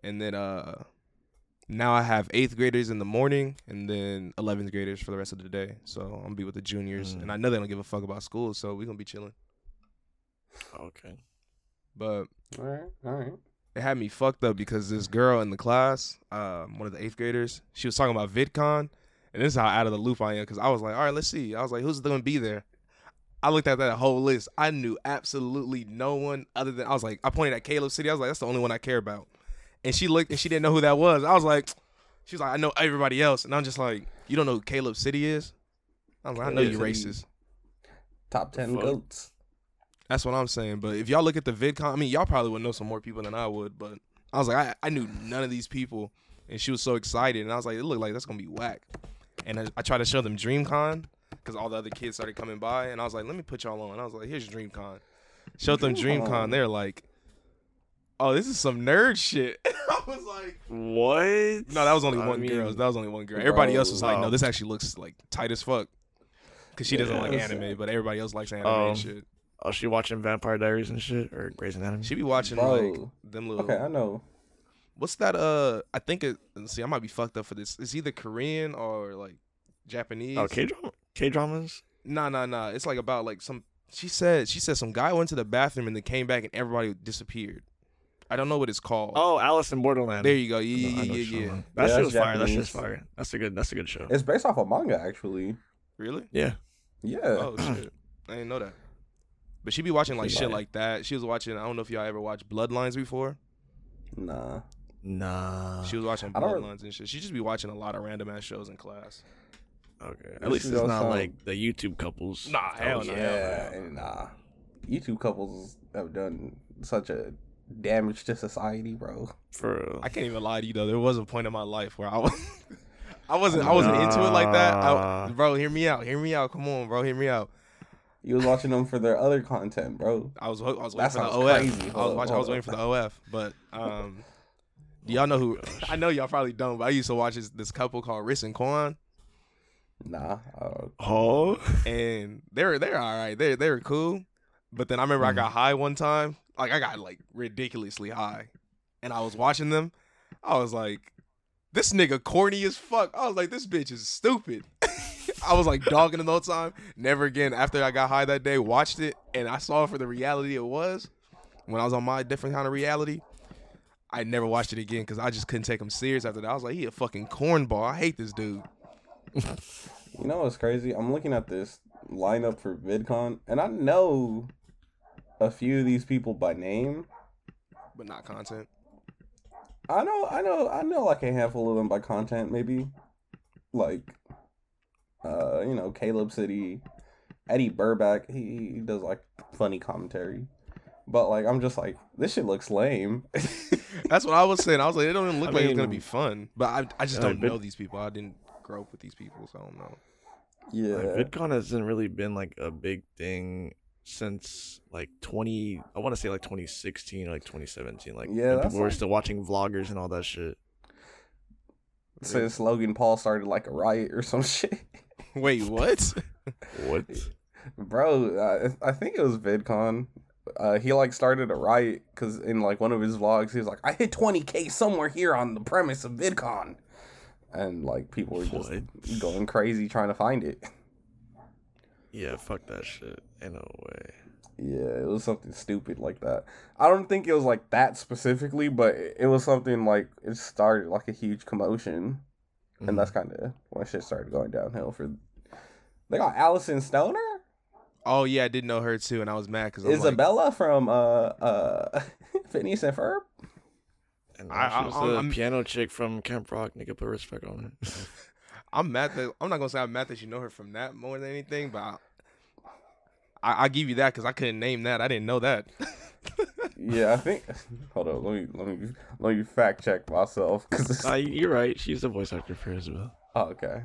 Speaker 2: And then uh, now I have eighth graders in the morning, and then eleventh graders for the rest of the day. So I'm gonna be with the juniors,
Speaker 3: Mm.
Speaker 2: and I know they don't give a fuck about school, so we gonna be chilling.
Speaker 3: Okay.
Speaker 2: But
Speaker 4: All right, all right.
Speaker 2: it had me fucked up because this girl in the class, um, one of the eighth graders, she was talking about VidCon, and this is how out of the loop I am because I was like, all right, let's see. I was like, who's going to be there? I looked at that whole list. I knew absolutely no one other than I was like, I pointed at Caleb City. I was like, that's the only one I care about. And she looked and she didn't know who that was. I was like, she was like, I know everybody else, and I'm just like, you don't know who Caleb City is? I was like, I know you
Speaker 4: Caleb City.
Speaker 2: racist.
Speaker 4: Top ten
Speaker 3: Fuck.
Speaker 4: goats.
Speaker 2: That's what I'm saying. But if y'all look at the VidCon, I mean, y'all probably would know some more people than I would. But I was like, I, I knew none of these people, and she was so excited, and I was like, it looked like that's gonna be whack. And I, I tried to show them DreamCon because all the other kids started coming by, and I was like, let me put y'all on. I was like, here's DreamCon. Showed them
Speaker 4: Dream
Speaker 2: DreamCon.
Speaker 4: on.
Speaker 2: They're like, oh, this is some nerd shit. [laughs] I was like,
Speaker 3: What?
Speaker 2: no, that was only
Speaker 3: I
Speaker 2: one
Speaker 3: mean,
Speaker 2: girl. That was only one girl. Everybody
Speaker 4: Bro,
Speaker 2: else was like, no,
Speaker 3: wow.
Speaker 2: this actually looks like tight as fuck. Cause she doesn't
Speaker 3: Yeah,
Speaker 2: like
Speaker 4: that's-
Speaker 2: anime, but everybody else likes anime
Speaker 3: Um,
Speaker 2: and shit.
Speaker 3: Oh, she watching Vampire Diaries and shit or Grey's Anatomy.
Speaker 2: She be watching
Speaker 4: Bro.
Speaker 2: like them little.
Speaker 4: Okay, I know.
Speaker 2: What's that? Uh, I think it. See, I might be fucked up for this. It's either Korean or like Japanese.
Speaker 3: oh, K drama, K dramas.
Speaker 2: Nah, nah, nah. It's like about like some. She said she said some guy went to the bathroom and then came back and everybody disappeared. I don't know what it's called.
Speaker 3: Oh, Alice in Borderland.
Speaker 2: there you go. Yeah,
Speaker 3: No, I know
Speaker 2: yeah,
Speaker 3: what you're
Speaker 2: yeah, yeah.
Speaker 3: talking about. That
Speaker 4: Yeah,
Speaker 3: shit
Speaker 4: that's
Speaker 3: was fire. That shit's
Speaker 4: Japanese.
Speaker 3: fire. That's a good. That's a good show.
Speaker 4: It's based off a manga, actually.
Speaker 2: Really?
Speaker 3: yeah.
Speaker 4: Yeah.
Speaker 2: Oh
Speaker 3: [clears throat]
Speaker 2: shit! I didn't know that. But she be watching like
Speaker 3: Yeah.
Speaker 2: shit like that. She was watching. I don't know if y'all ever watched Bloodlines before.
Speaker 4: Nah.
Speaker 3: Nah.
Speaker 2: She was watching
Speaker 4: I don't-
Speaker 2: Bloodlines and shit. She just be watching a lot of random ass shows in class.
Speaker 3: Okay. At
Speaker 4: This
Speaker 3: least
Speaker 4: is
Speaker 3: it's not
Speaker 4: also-
Speaker 3: like the YouTube couples.
Speaker 2: Nah, hell
Speaker 3: was-
Speaker 2: no.
Speaker 4: yeah, nah. YouTube couples have done such a damage to society, bro.
Speaker 3: For real.
Speaker 2: I can't even lie to you though. There was a point in my life where I was, [laughs] I wasn't, I wasn't into it like that. I,
Speaker 3: Nah.
Speaker 2: bro, hear me out. Hear me out. Come on, bro. Hear me out.
Speaker 4: You was watching them for their other content, bro.
Speaker 2: I was I was waiting
Speaker 4: That
Speaker 2: for the
Speaker 4: sounds
Speaker 2: OF.
Speaker 4: crazy.
Speaker 2: I
Speaker 4: Hold
Speaker 2: was
Speaker 4: up,
Speaker 2: watching, I was
Speaker 4: hold
Speaker 2: waiting
Speaker 4: up.
Speaker 2: for the OF, but um, do y'all know who? [laughs] I know y'all probably don't, but I used to watch this, this couple called Riss and Quan,
Speaker 4: Nah. Uh,
Speaker 3: Oh.
Speaker 2: and they were they're all right. They they were cool, but then I remember I got high one time. Like I got like ridiculously high, and I was watching them. I was like, this nigga corny as fuck. I was like, this bitch is stupid. [laughs] I was like dogging the whole time. Never again. After I got high that day, watched it, and I saw for the reality it was. When I was on my different kind of reality, I never watched it again because I just couldn't take him serious after that. I was like, he a fucking cornball. I hate this dude.
Speaker 4: you know what's crazy? I'm looking at this lineup for VidCon, and I know a few of these people by name.
Speaker 2: But not content.
Speaker 4: I know, I know, I know, like a handful of them by content, maybe, like, uh, you know, Caleb City, Eddie Burback. He, he does like funny commentary, but like, I'm just like, this shit looks lame. [laughs]
Speaker 2: That's what I was saying. I was like, it don't even look
Speaker 3: I
Speaker 2: like it's gonna
Speaker 3: mean-
Speaker 2: be fun. But I, I just
Speaker 3: Yeah,
Speaker 2: don't
Speaker 3: but-
Speaker 2: know these people. I didn't grow up with these people, so I don't know.
Speaker 4: yeah,
Speaker 3: Like, VidCon hasn't really been like a big thing since like 20 I want to say like 2016 or like 2017 like
Speaker 4: Yeah,
Speaker 3: when
Speaker 4: that's
Speaker 3: people were
Speaker 4: like-
Speaker 3: still watching vloggers and all that shit.
Speaker 4: since Logan Paul started like a riot or some [laughs] shit,
Speaker 2: [laughs] Wait, what?
Speaker 3: What?
Speaker 4: bro. I, I think it was VidCon. Uh, he like started a riot because in like one of his vlogs, he was like, I hit 20k somewhere here on the premise of VidCon. And like people were just
Speaker 3: What?
Speaker 4: going crazy trying to find it.
Speaker 3: Yeah, fuck that shit. Ain't no way.
Speaker 4: Yeah, it was something stupid like that. I don't think it was like that specifically, but it it was something like it started like a huge commotion, and that's kind of when shit started going downhill. For they got Allison Stoner,
Speaker 2: oh yeah, I did know her too, and I was mad because I was like,
Speaker 4: Isabella from uh uh [laughs] Phineas and Ferb.
Speaker 3: And
Speaker 2: I-
Speaker 3: I,
Speaker 2: I-
Speaker 3: was
Speaker 2: I'm-
Speaker 3: the
Speaker 2: I'm-
Speaker 3: piano chick from Camp Rock. Nigga, put respect on her.
Speaker 2: I'm mad that I'm not gonna say I'm mad that you know her from that more than anything, but I, I, I give you that because I couldn't name that. I didn't know that. [laughs]
Speaker 4: Yeah, I think. [laughs] Hold on, let me let me let me fact check myself
Speaker 3: [laughs]
Speaker 4: because
Speaker 3: Nah, you- you're right. She's the voice actor for Isabel.
Speaker 4: oh, okay.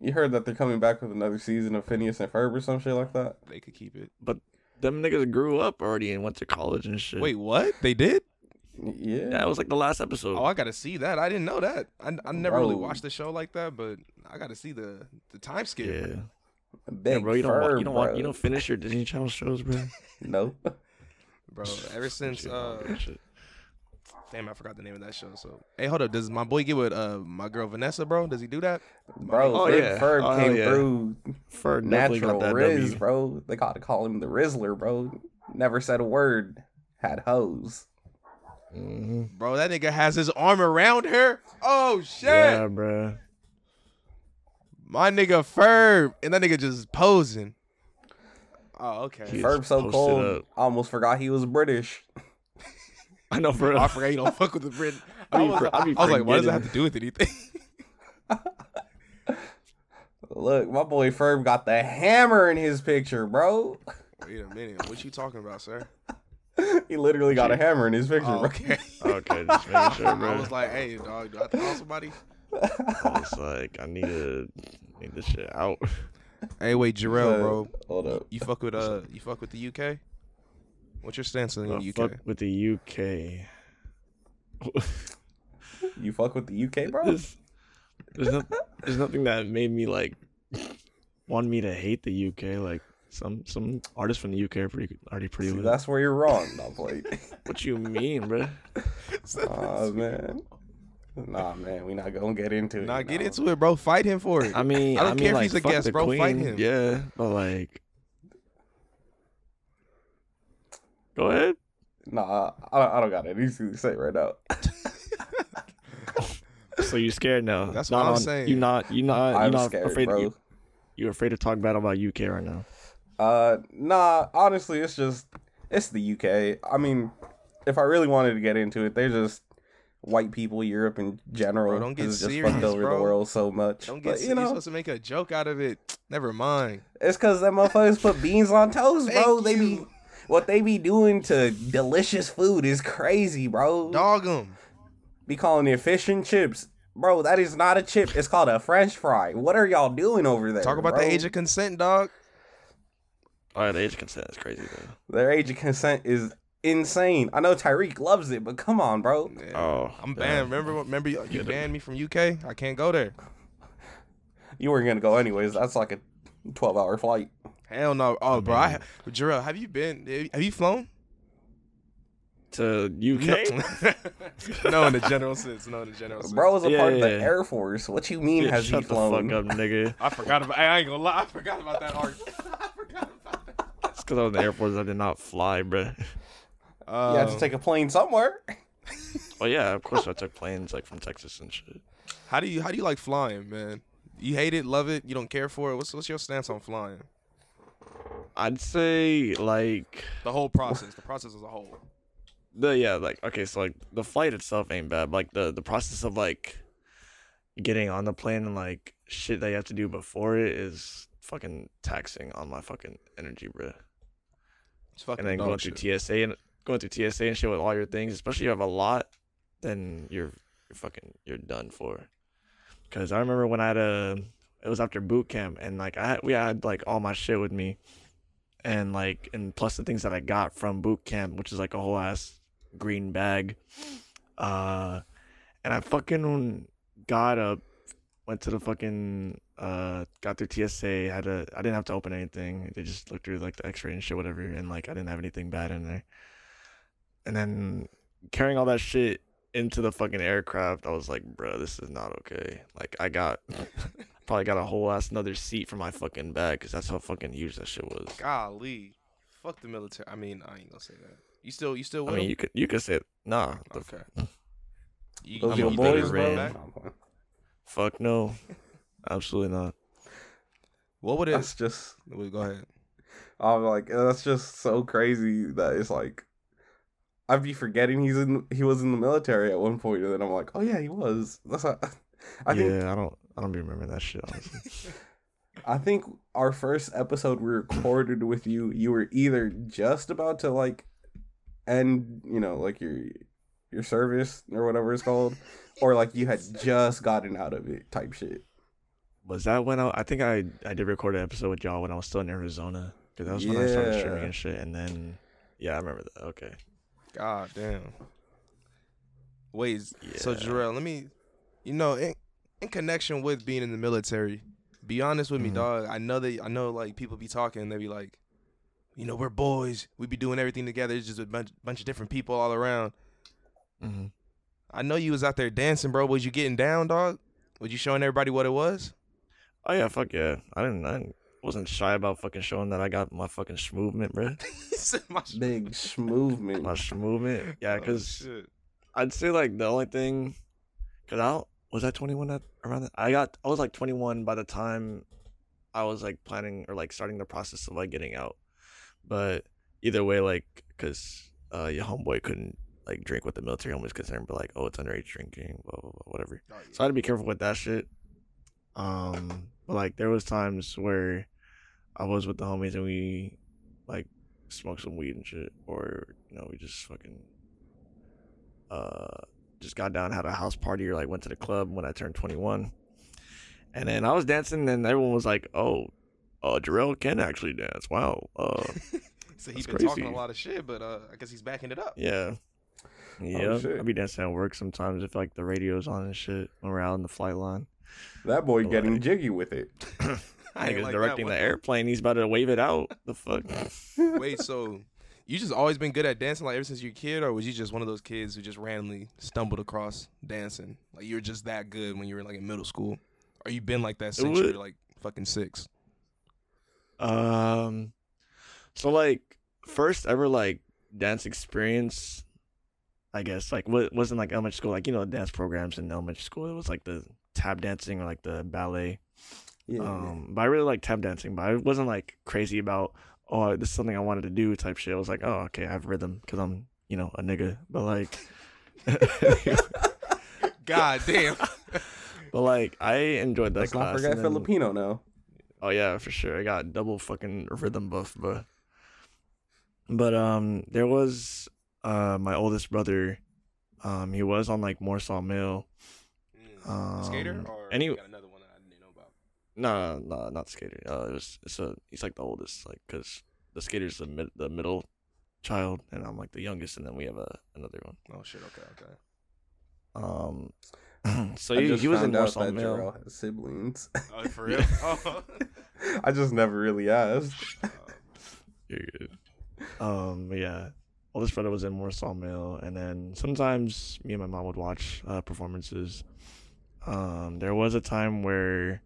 Speaker 4: You heard that they're coming back with another season of Phineas and Ferb or some shit like that.
Speaker 2: they could keep it.
Speaker 3: But them niggas grew up already and went to college and shit.
Speaker 2: Wait, what? They did?
Speaker 4: Yeah,
Speaker 3: that was like the last episode.
Speaker 2: Oh, I gotta see that. I didn't know that. I, I never really
Speaker 4: Bro.
Speaker 2: watched the show like that, but I gotta see the the time skip.
Speaker 3: yeah.
Speaker 4: Big
Speaker 3: yeah, bro. You don't. wa-
Speaker 4: Ferb,
Speaker 3: you don't. wa- You
Speaker 4: bro.
Speaker 3: don't finish your Disney Channel shows,
Speaker 4: [laughs]
Speaker 3: bro.
Speaker 4: No.
Speaker 2: [laughs] Bro, ever since
Speaker 3: Shit, I don't
Speaker 2: uh
Speaker 3: give a shit.
Speaker 2: damn, I forgot the name of that show. So hey, hold up, does my boy get with uh my girl Vanessa, bro? Does he do that?
Speaker 4: [laughs] Bro,
Speaker 3: Oh,
Speaker 4: Big
Speaker 3: yeah.
Speaker 4: Ferb
Speaker 3: Oh,
Speaker 4: came
Speaker 3: yeah.
Speaker 4: through
Speaker 3: for definitely got
Speaker 4: natural
Speaker 3: that
Speaker 4: Riz,
Speaker 3: W.
Speaker 4: bro. They gotta call him the Rizzler, bro. Never said a word. Had hoes.
Speaker 3: Mhm.
Speaker 2: Bro, that nigga has his arm around her. Oh shit,
Speaker 3: Yeah, bro.
Speaker 2: my nigga Ferb, and that nigga just posing. Oh okay.
Speaker 3: He- He's
Speaker 4: Ferb so
Speaker 3: posted
Speaker 4: cold,
Speaker 3: up.
Speaker 4: I almost forgot he was British.
Speaker 3: I know, bro.
Speaker 2: I forgot you don't fuck with the Brit. I,
Speaker 3: [laughs] I be
Speaker 2: was,
Speaker 3: for- I be
Speaker 2: I was like, why does that
Speaker 3: forgetting.
Speaker 2: have to do with anything? [laughs]
Speaker 4: Look, my boy Ferb got the hammer in his picture, bro. [laughs]
Speaker 2: Wait a minute, what you talking about, sir?
Speaker 4: he literally got a hammer in his picture,
Speaker 2: Oh,
Speaker 4: bro.
Speaker 2: okay.
Speaker 3: okay, just making sure, bro.
Speaker 2: [laughs] I
Speaker 3: [laughs]
Speaker 2: was like, hey, dog, do I have to call somebody?
Speaker 3: I was like, I need to need this shit out.
Speaker 2: Hey, wait, Jarrell,
Speaker 4: Uh,
Speaker 2: bro.
Speaker 4: Hold up.
Speaker 2: You fuck with uh, you fuck with the UK. What's your stance in
Speaker 3: Uh,
Speaker 2: the UK?
Speaker 3: Fuck with the UK.
Speaker 4: You fuck with the UK, bro?
Speaker 3: there's, there's, not, there's nothing that made me like want me to hate the UK. Like some some artists from the UK are pretty already pretty.
Speaker 4: See,
Speaker 3: lit.
Speaker 4: that's where you're wrong, not Blake.
Speaker 2: [laughs]
Speaker 3: what you mean, bro?
Speaker 4: Aw, man. Nah, man, we not gonna get into it.
Speaker 2: Nah, get
Speaker 4: no.
Speaker 2: into it, bro. Fight him for it.
Speaker 3: I mean,
Speaker 2: [laughs] I don't care
Speaker 3: mean,
Speaker 2: if
Speaker 3: like,
Speaker 2: he's a
Speaker 3: fuck
Speaker 2: guest,
Speaker 3: the
Speaker 2: bro. Fight
Speaker 3: Queen,
Speaker 2: him.
Speaker 3: Yeah, but like, go ahead.
Speaker 4: Nah, I don't, I don't got anything to say right now.
Speaker 2: Uh,
Speaker 3: So you scared now?
Speaker 2: That's
Speaker 3: Not
Speaker 2: what I'm
Speaker 3: on-
Speaker 2: saying.
Speaker 3: You not? You not? You
Speaker 4: I'm
Speaker 3: not
Speaker 4: scared,
Speaker 3: afraid?
Speaker 4: bro.
Speaker 3: You, you're afraid to talk bad about UK right now?
Speaker 4: Uh, nah, honestly, it's just it's the UK. I mean, if I really wanted to get into it, they're just white people, Europe in general.
Speaker 2: Bro, don't get
Speaker 4: has
Speaker 2: serious,
Speaker 4: just fucked over
Speaker 2: bro.
Speaker 4: the world so much.
Speaker 2: Don't
Speaker 4: but,
Speaker 2: get
Speaker 4: you
Speaker 2: you are
Speaker 4: know,
Speaker 2: supposed to make a joke out of it. [sniffs] Never mind.
Speaker 4: it's because that motherfuckers put beans on toast, bro.
Speaker 2: Thank
Speaker 4: They be
Speaker 2: you.
Speaker 4: what they be doing to delicious food is crazy, bro.
Speaker 2: Dog him.
Speaker 4: Be calling it fish and chips. Bro, that is not a chip. It's called a French fry. What are y'all doing over there?
Speaker 2: Talk about
Speaker 4: bro?
Speaker 2: the age of consent, dog.
Speaker 3: Oh, the age consent is crazy though.
Speaker 4: their age of consent is insane. I know Tyreek loves it, but come on, bro.
Speaker 2: Yeah.
Speaker 3: Oh,
Speaker 2: I'm
Speaker 3: yeah.
Speaker 2: banned. Remember, remember you, you
Speaker 3: the-
Speaker 2: banned me from UK. I can't go there.
Speaker 4: You weren't gonna go anyways. That's like a twelve hour flight.
Speaker 2: Hell no. Oh, bro. I, Jarrell, have you been? Have you flown?
Speaker 3: To UK? [laughs]
Speaker 2: No. no, in the general sense. No, in the general sense.
Speaker 4: Bro was a
Speaker 3: Yeah,
Speaker 4: part of
Speaker 3: yeah,
Speaker 4: the
Speaker 3: yeah.
Speaker 4: Air Force. What you mean
Speaker 3: Yeah,
Speaker 4: has
Speaker 3: shut
Speaker 4: he flown?
Speaker 3: the fuck up,
Speaker 4: [laughs]
Speaker 3: nigga.
Speaker 2: I forgot about. I ain't gonna lie. I forgot about that arc. I forgot about that.
Speaker 3: It's because I was in the Air Force. I did not fly, bro. [laughs]
Speaker 4: You had to
Speaker 2: Um,
Speaker 4: take a plane somewhere.
Speaker 3: Well, yeah, of course I took planes like from Texas and shit.
Speaker 2: How do you how do you like flying, man? You hate it, love it, you don't care for it. What's what's your stance on flying?
Speaker 3: I'd say like
Speaker 2: The whole process, the process as a whole.
Speaker 3: the yeah like okay, so like the flight itself ain't bad. but, like the the process of like getting on the plane and like shit that you have to do before it is fucking taxing on my fucking energy, bro.
Speaker 2: It's fucking
Speaker 3: And then
Speaker 2: dog
Speaker 3: going
Speaker 2: shit.
Speaker 3: through TSA and going through TSA and shit with all your things, especially if you have a lot, then you're you're fucking you're done for. Cause I remember when I had a it was after boot camp and like I had, we had like all my shit with me, and like and plus the things that I got from boot camp, which is like a whole ass green bag, uh, and I fucking got up, went to the fucking uh got through TSA, had a I didn't have to open anything. They just looked through like the X-ray and shit, whatever, and like I didn't have anything bad in there. And then carrying all that shit into the fucking aircraft, I was like, bruh, this is not okay. Like I got [laughs] probably got a whole ass another seat for my fucking bag because that's how fucking huge that shit was.
Speaker 2: Golly. Fuck the military. I mean, I ain't gonna say that. You still you still
Speaker 3: I
Speaker 2: with
Speaker 3: mean,
Speaker 2: them?
Speaker 3: you could you could say nah, the f-
Speaker 2: Okay. You,
Speaker 4: Those
Speaker 3: I'm
Speaker 4: your
Speaker 3: a
Speaker 2: better
Speaker 4: boys,
Speaker 2: run
Speaker 4: bro.
Speaker 2: back?
Speaker 3: fuck no, absolutely not.
Speaker 2: What would it
Speaker 4: That's just.
Speaker 2: Wait, go ahead.
Speaker 4: I'm like, that's just so crazy that it's like. I'd be forgetting he's in. He was in the military at one point, and then I'm like, oh yeah, he was. That's. Not, [laughs] I
Speaker 3: yeah,
Speaker 4: think
Speaker 3: I don't I don't be remembering that shit. Honestly.
Speaker 4: I think our first episode we recorded with you, you were either just about to like end, you know, like your your service or whatever it's called, or like you had just gotten out of it type shit.
Speaker 3: [laughs] was that when I, I think I I did record an episode with y'all when I was still in Arizona because that was when I started streaming
Speaker 4: Yeah.
Speaker 3: and shit. And then yeah, I remember that. Okay,
Speaker 2: God damn. Wait, s- so
Speaker 3: Yeah.
Speaker 2: Jarrell, let me, you know, in, in connection with being in the military, be honest with me,
Speaker 3: Mhm.
Speaker 2: dog. I know that I know like people be talking, they be like, you know, we're boys, we be doing everything together. It's just a bunch, bunch of different people all around.
Speaker 3: hmm
Speaker 2: I know you was out there dancing, bro. Was you getting down, dog? Was you showing everybody what it was?
Speaker 3: oh yeah, fuck yeah. I didn't I didn't- wasn't shy about fucking showing that I got my fucking sh movement, bro.
Speaker 2: [laughs] He said, "My sh-
Speaker 4: Big sh
Speaker 3: [laughs]
Speaker 4: movement.
Speaker 3: My sh movement, yeah.
Speaker 2: oh,
Speaker 3: Because
Speaker 2: shit.
Speaker 3: I'd say like the only thing, cause I don't, was I twenty one at around that I got I was like twenty one by the time I was like planning or like starting the process of like getting out. But either way, like, cause uh, your homeboy couldn't like drink what the military homeboy's concerned, but like, oh, it's underage drinking, blah blah blah, whatever.
Speaker 2: Oh, yeah.
Speaker 3: So I had to be careful with that shit. Um, but like there was times where I was with the homies and we like smoked some weed and shit, or you know we just fucking uh just got down, had a house party, or like went to the club when I turned twenty one. And then I was dancing, and everyone was like, "Oh, uh, Jarrell can actually dance. Wow, uh,
Speaker 2: [laughs] so he's
Speaker 3: that's
Speaker 2: been talking a
Speaker 3: crazy.
Speaker 2: lot of shit, but uh, I guess he's backing it up.
Speaker 3: yeah." Yeah,
Speaker 4: shit.
Speaker 3: I be dancing at work sometimes if like the radio's on and shit when we're out on the flight line.
Speaker 4: That boy
Speaker 3: Like-
Speaker 4: getting jiggy with it.
Speaker 3: I
Speaker 2: like that,
Speaker 3: directing
Speaker 2: what
Speaker 3: the
Speaker 2: the-
Speaker 3: airplane. He's about to wave it out. The fuck.
Speaker 2: [laughs] Wait, so you just always been good at dancing like ever since you were a kid, or was you just one of those kids who just randomly stumbled across dancing? Like you were just that good when you were like in middle school, or you been like that since you
Speaker 3: would-
Speaker 2: were like fucking six?
Speaker 3: Um, so like first ever like dance experience, I guess like what wasn't like elementary school like you know dance programs in elementary school. It was like the tap dancing or like the ballet.
Speaker 4: Yeah.
Speaker 3: Um, but I really like tap dancing, but I wasn't like crazy about oh this is something I wanted to do type shit. I was like oh okay I have rhythm because I'm you know a nigga, but like. [laughs]
Speaker 2: God damn.
Speaker 3: but like I enjoyed that
Speaker 4: Let's
Speaker 3: class.
Speaker 4: not forget
Speaker 3: and then-
Speaker 4: Filipino now.
Speaker 3: Oh yeah, for sure. I got double fucking rhythm buff, but but um, there was uh my oldest brother, um, he was on like Warsaw Mill. Um,
Speaker 2: Skater or
Speaker 3: any-
Speaker 2: you got another one I didn't know about.
Speaker 3: No, no, not skater. Uh, it was it's a he's like the oldest, like because the skater's the mid, the middle child, and I'm like the youngest, and then we have a another one.
Speaker 2: Oh shit. Okay. Okay.
Speaker 3: Um, [clears throat] so
Speaker 4: I
Speaker 3: he,
Speaker 4: just
Speaker 3: he was in
Speaker 4: found out
Speaker 3: Warsaw
Speaker 4: that
Speaker 3: Mill.
Speaker 4: Jarrell has siblings.
Speaker 2: Oh,
Speaker 4: [laughs]
Speaker 2: for
Speaker 3: [laughs]
Speaker 2: real. Oh.
Speaker 4: I just never really asked.
Speaker 3: You're good. Um, but yeah. Oldest brother was in Warsaw Mill, and then sometimes me and my mom would watch uh, performances. Um, there was a time where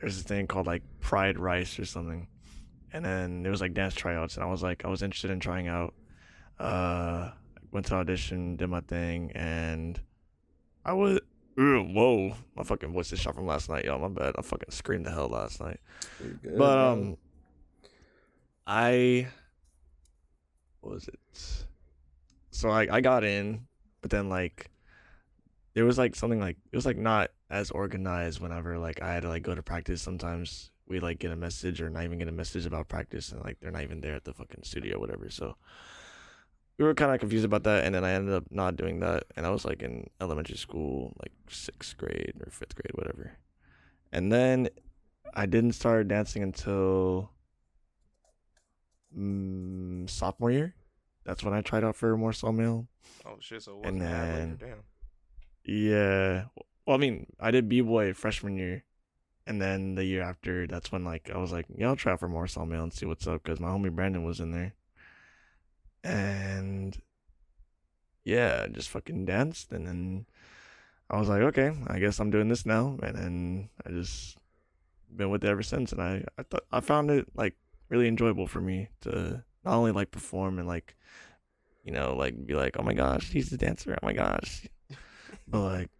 Speaker 3: there's this thing called like Pride Rice or something, and then there was like dance tryouts, and I was like, I was interested in trying out. Uh, went to audition, did my thing, and I was. Ew, whoa, my fucking voice is shot from last night, y'all. My bad. I fucking screamed the hell last night
Speaker 4: You're good,
Speaker 3: but
Speaker 4: bro.
Speaker 3: um, I what was it? So I I got in, but then like there was like something like it was like not as organized. Whenever like I had to like go to practice, sometimes we like get a message or not even get a message about practice, and like they're not even there at the fucking studio, or whatever. So we were kind of confused about that, and then I ended up not doing that, and I was like in elementary school, like sixth grade or fifth grade, whatever. And then I didn't start dancing until mm, sophomore year. That's when I tried out for more sawmill.
Speaker 2: oh shit. So it wasn't
Speaker 3: And
Speaker 2: bad later,
Speaker 3: then-
Speaker 2: Damn.
Speaker 3: Yeah. Well, I mean, I did b boy freshman year, and then the year after, that's when like I was like, yeah, I'll try out for more sawmill and see what's up because my homie Brandon was in there, and yeah, just fucking danced, and then I was like, okay, I guess I'm doing this now, and then I just been with it ever since and I, I thought I found it like really enjoyable for me to not only like perform and like you know like be like oh my gosh he's the dancer oh my gosh but like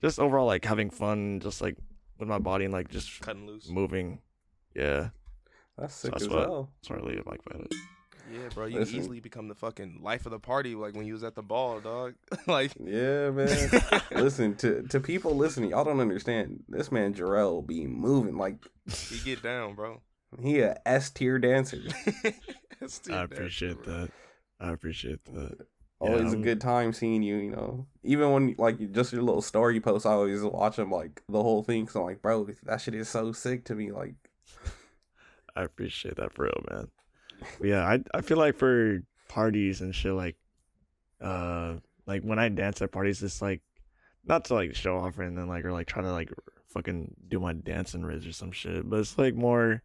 Speaker 3: just overall like having fun just like with my body and like just
Speaker 2: Cutting loose.
Speaker 3: moving yeah
Speaker 4: that's sick
Speaker 3: that's
Speaker 4: as
Speaker 3: what-
Speaker 4: hell.
Speaker 3: sorry leave like about it
Speaker 2: Yeah, bro. You
Speaker 4: Listen.
Speaker 2: easily become the fucking life of the party. Like when you was at the ball, dog. [laughs] like. [laughs]
Speaker 4: Yeah, man. Listen to to people listening. Y'all don't understand. This man Jarrell be moving like
Speaker 2: You get down, bro. [laughs]
Speaker 4: he a S
Speaker 3: [laughs]
Speaker 4: tier dancer.
Speaker 2: That's too
Speaker 3: I
Speaker 2: bad,
Speaker 3: appreciate
Speaker 2: bro.
Speaker 3: that I appreciate that
Speaker 4: Always a
Speaker 3: Yeah.
Speaker 4: good time seeing you. You know, even when like just your little story post, I always watch him like the whole thing. So I'm like, bro, that shit is so sick to me. Like,
Speaker 3: I appreciate that for real, man. But yeah, I I feel like for parties and shit like uh like when I dance at parties it's like not to like show off or anything like or like try to like fucking do my dancing riz or some shit, but it's like more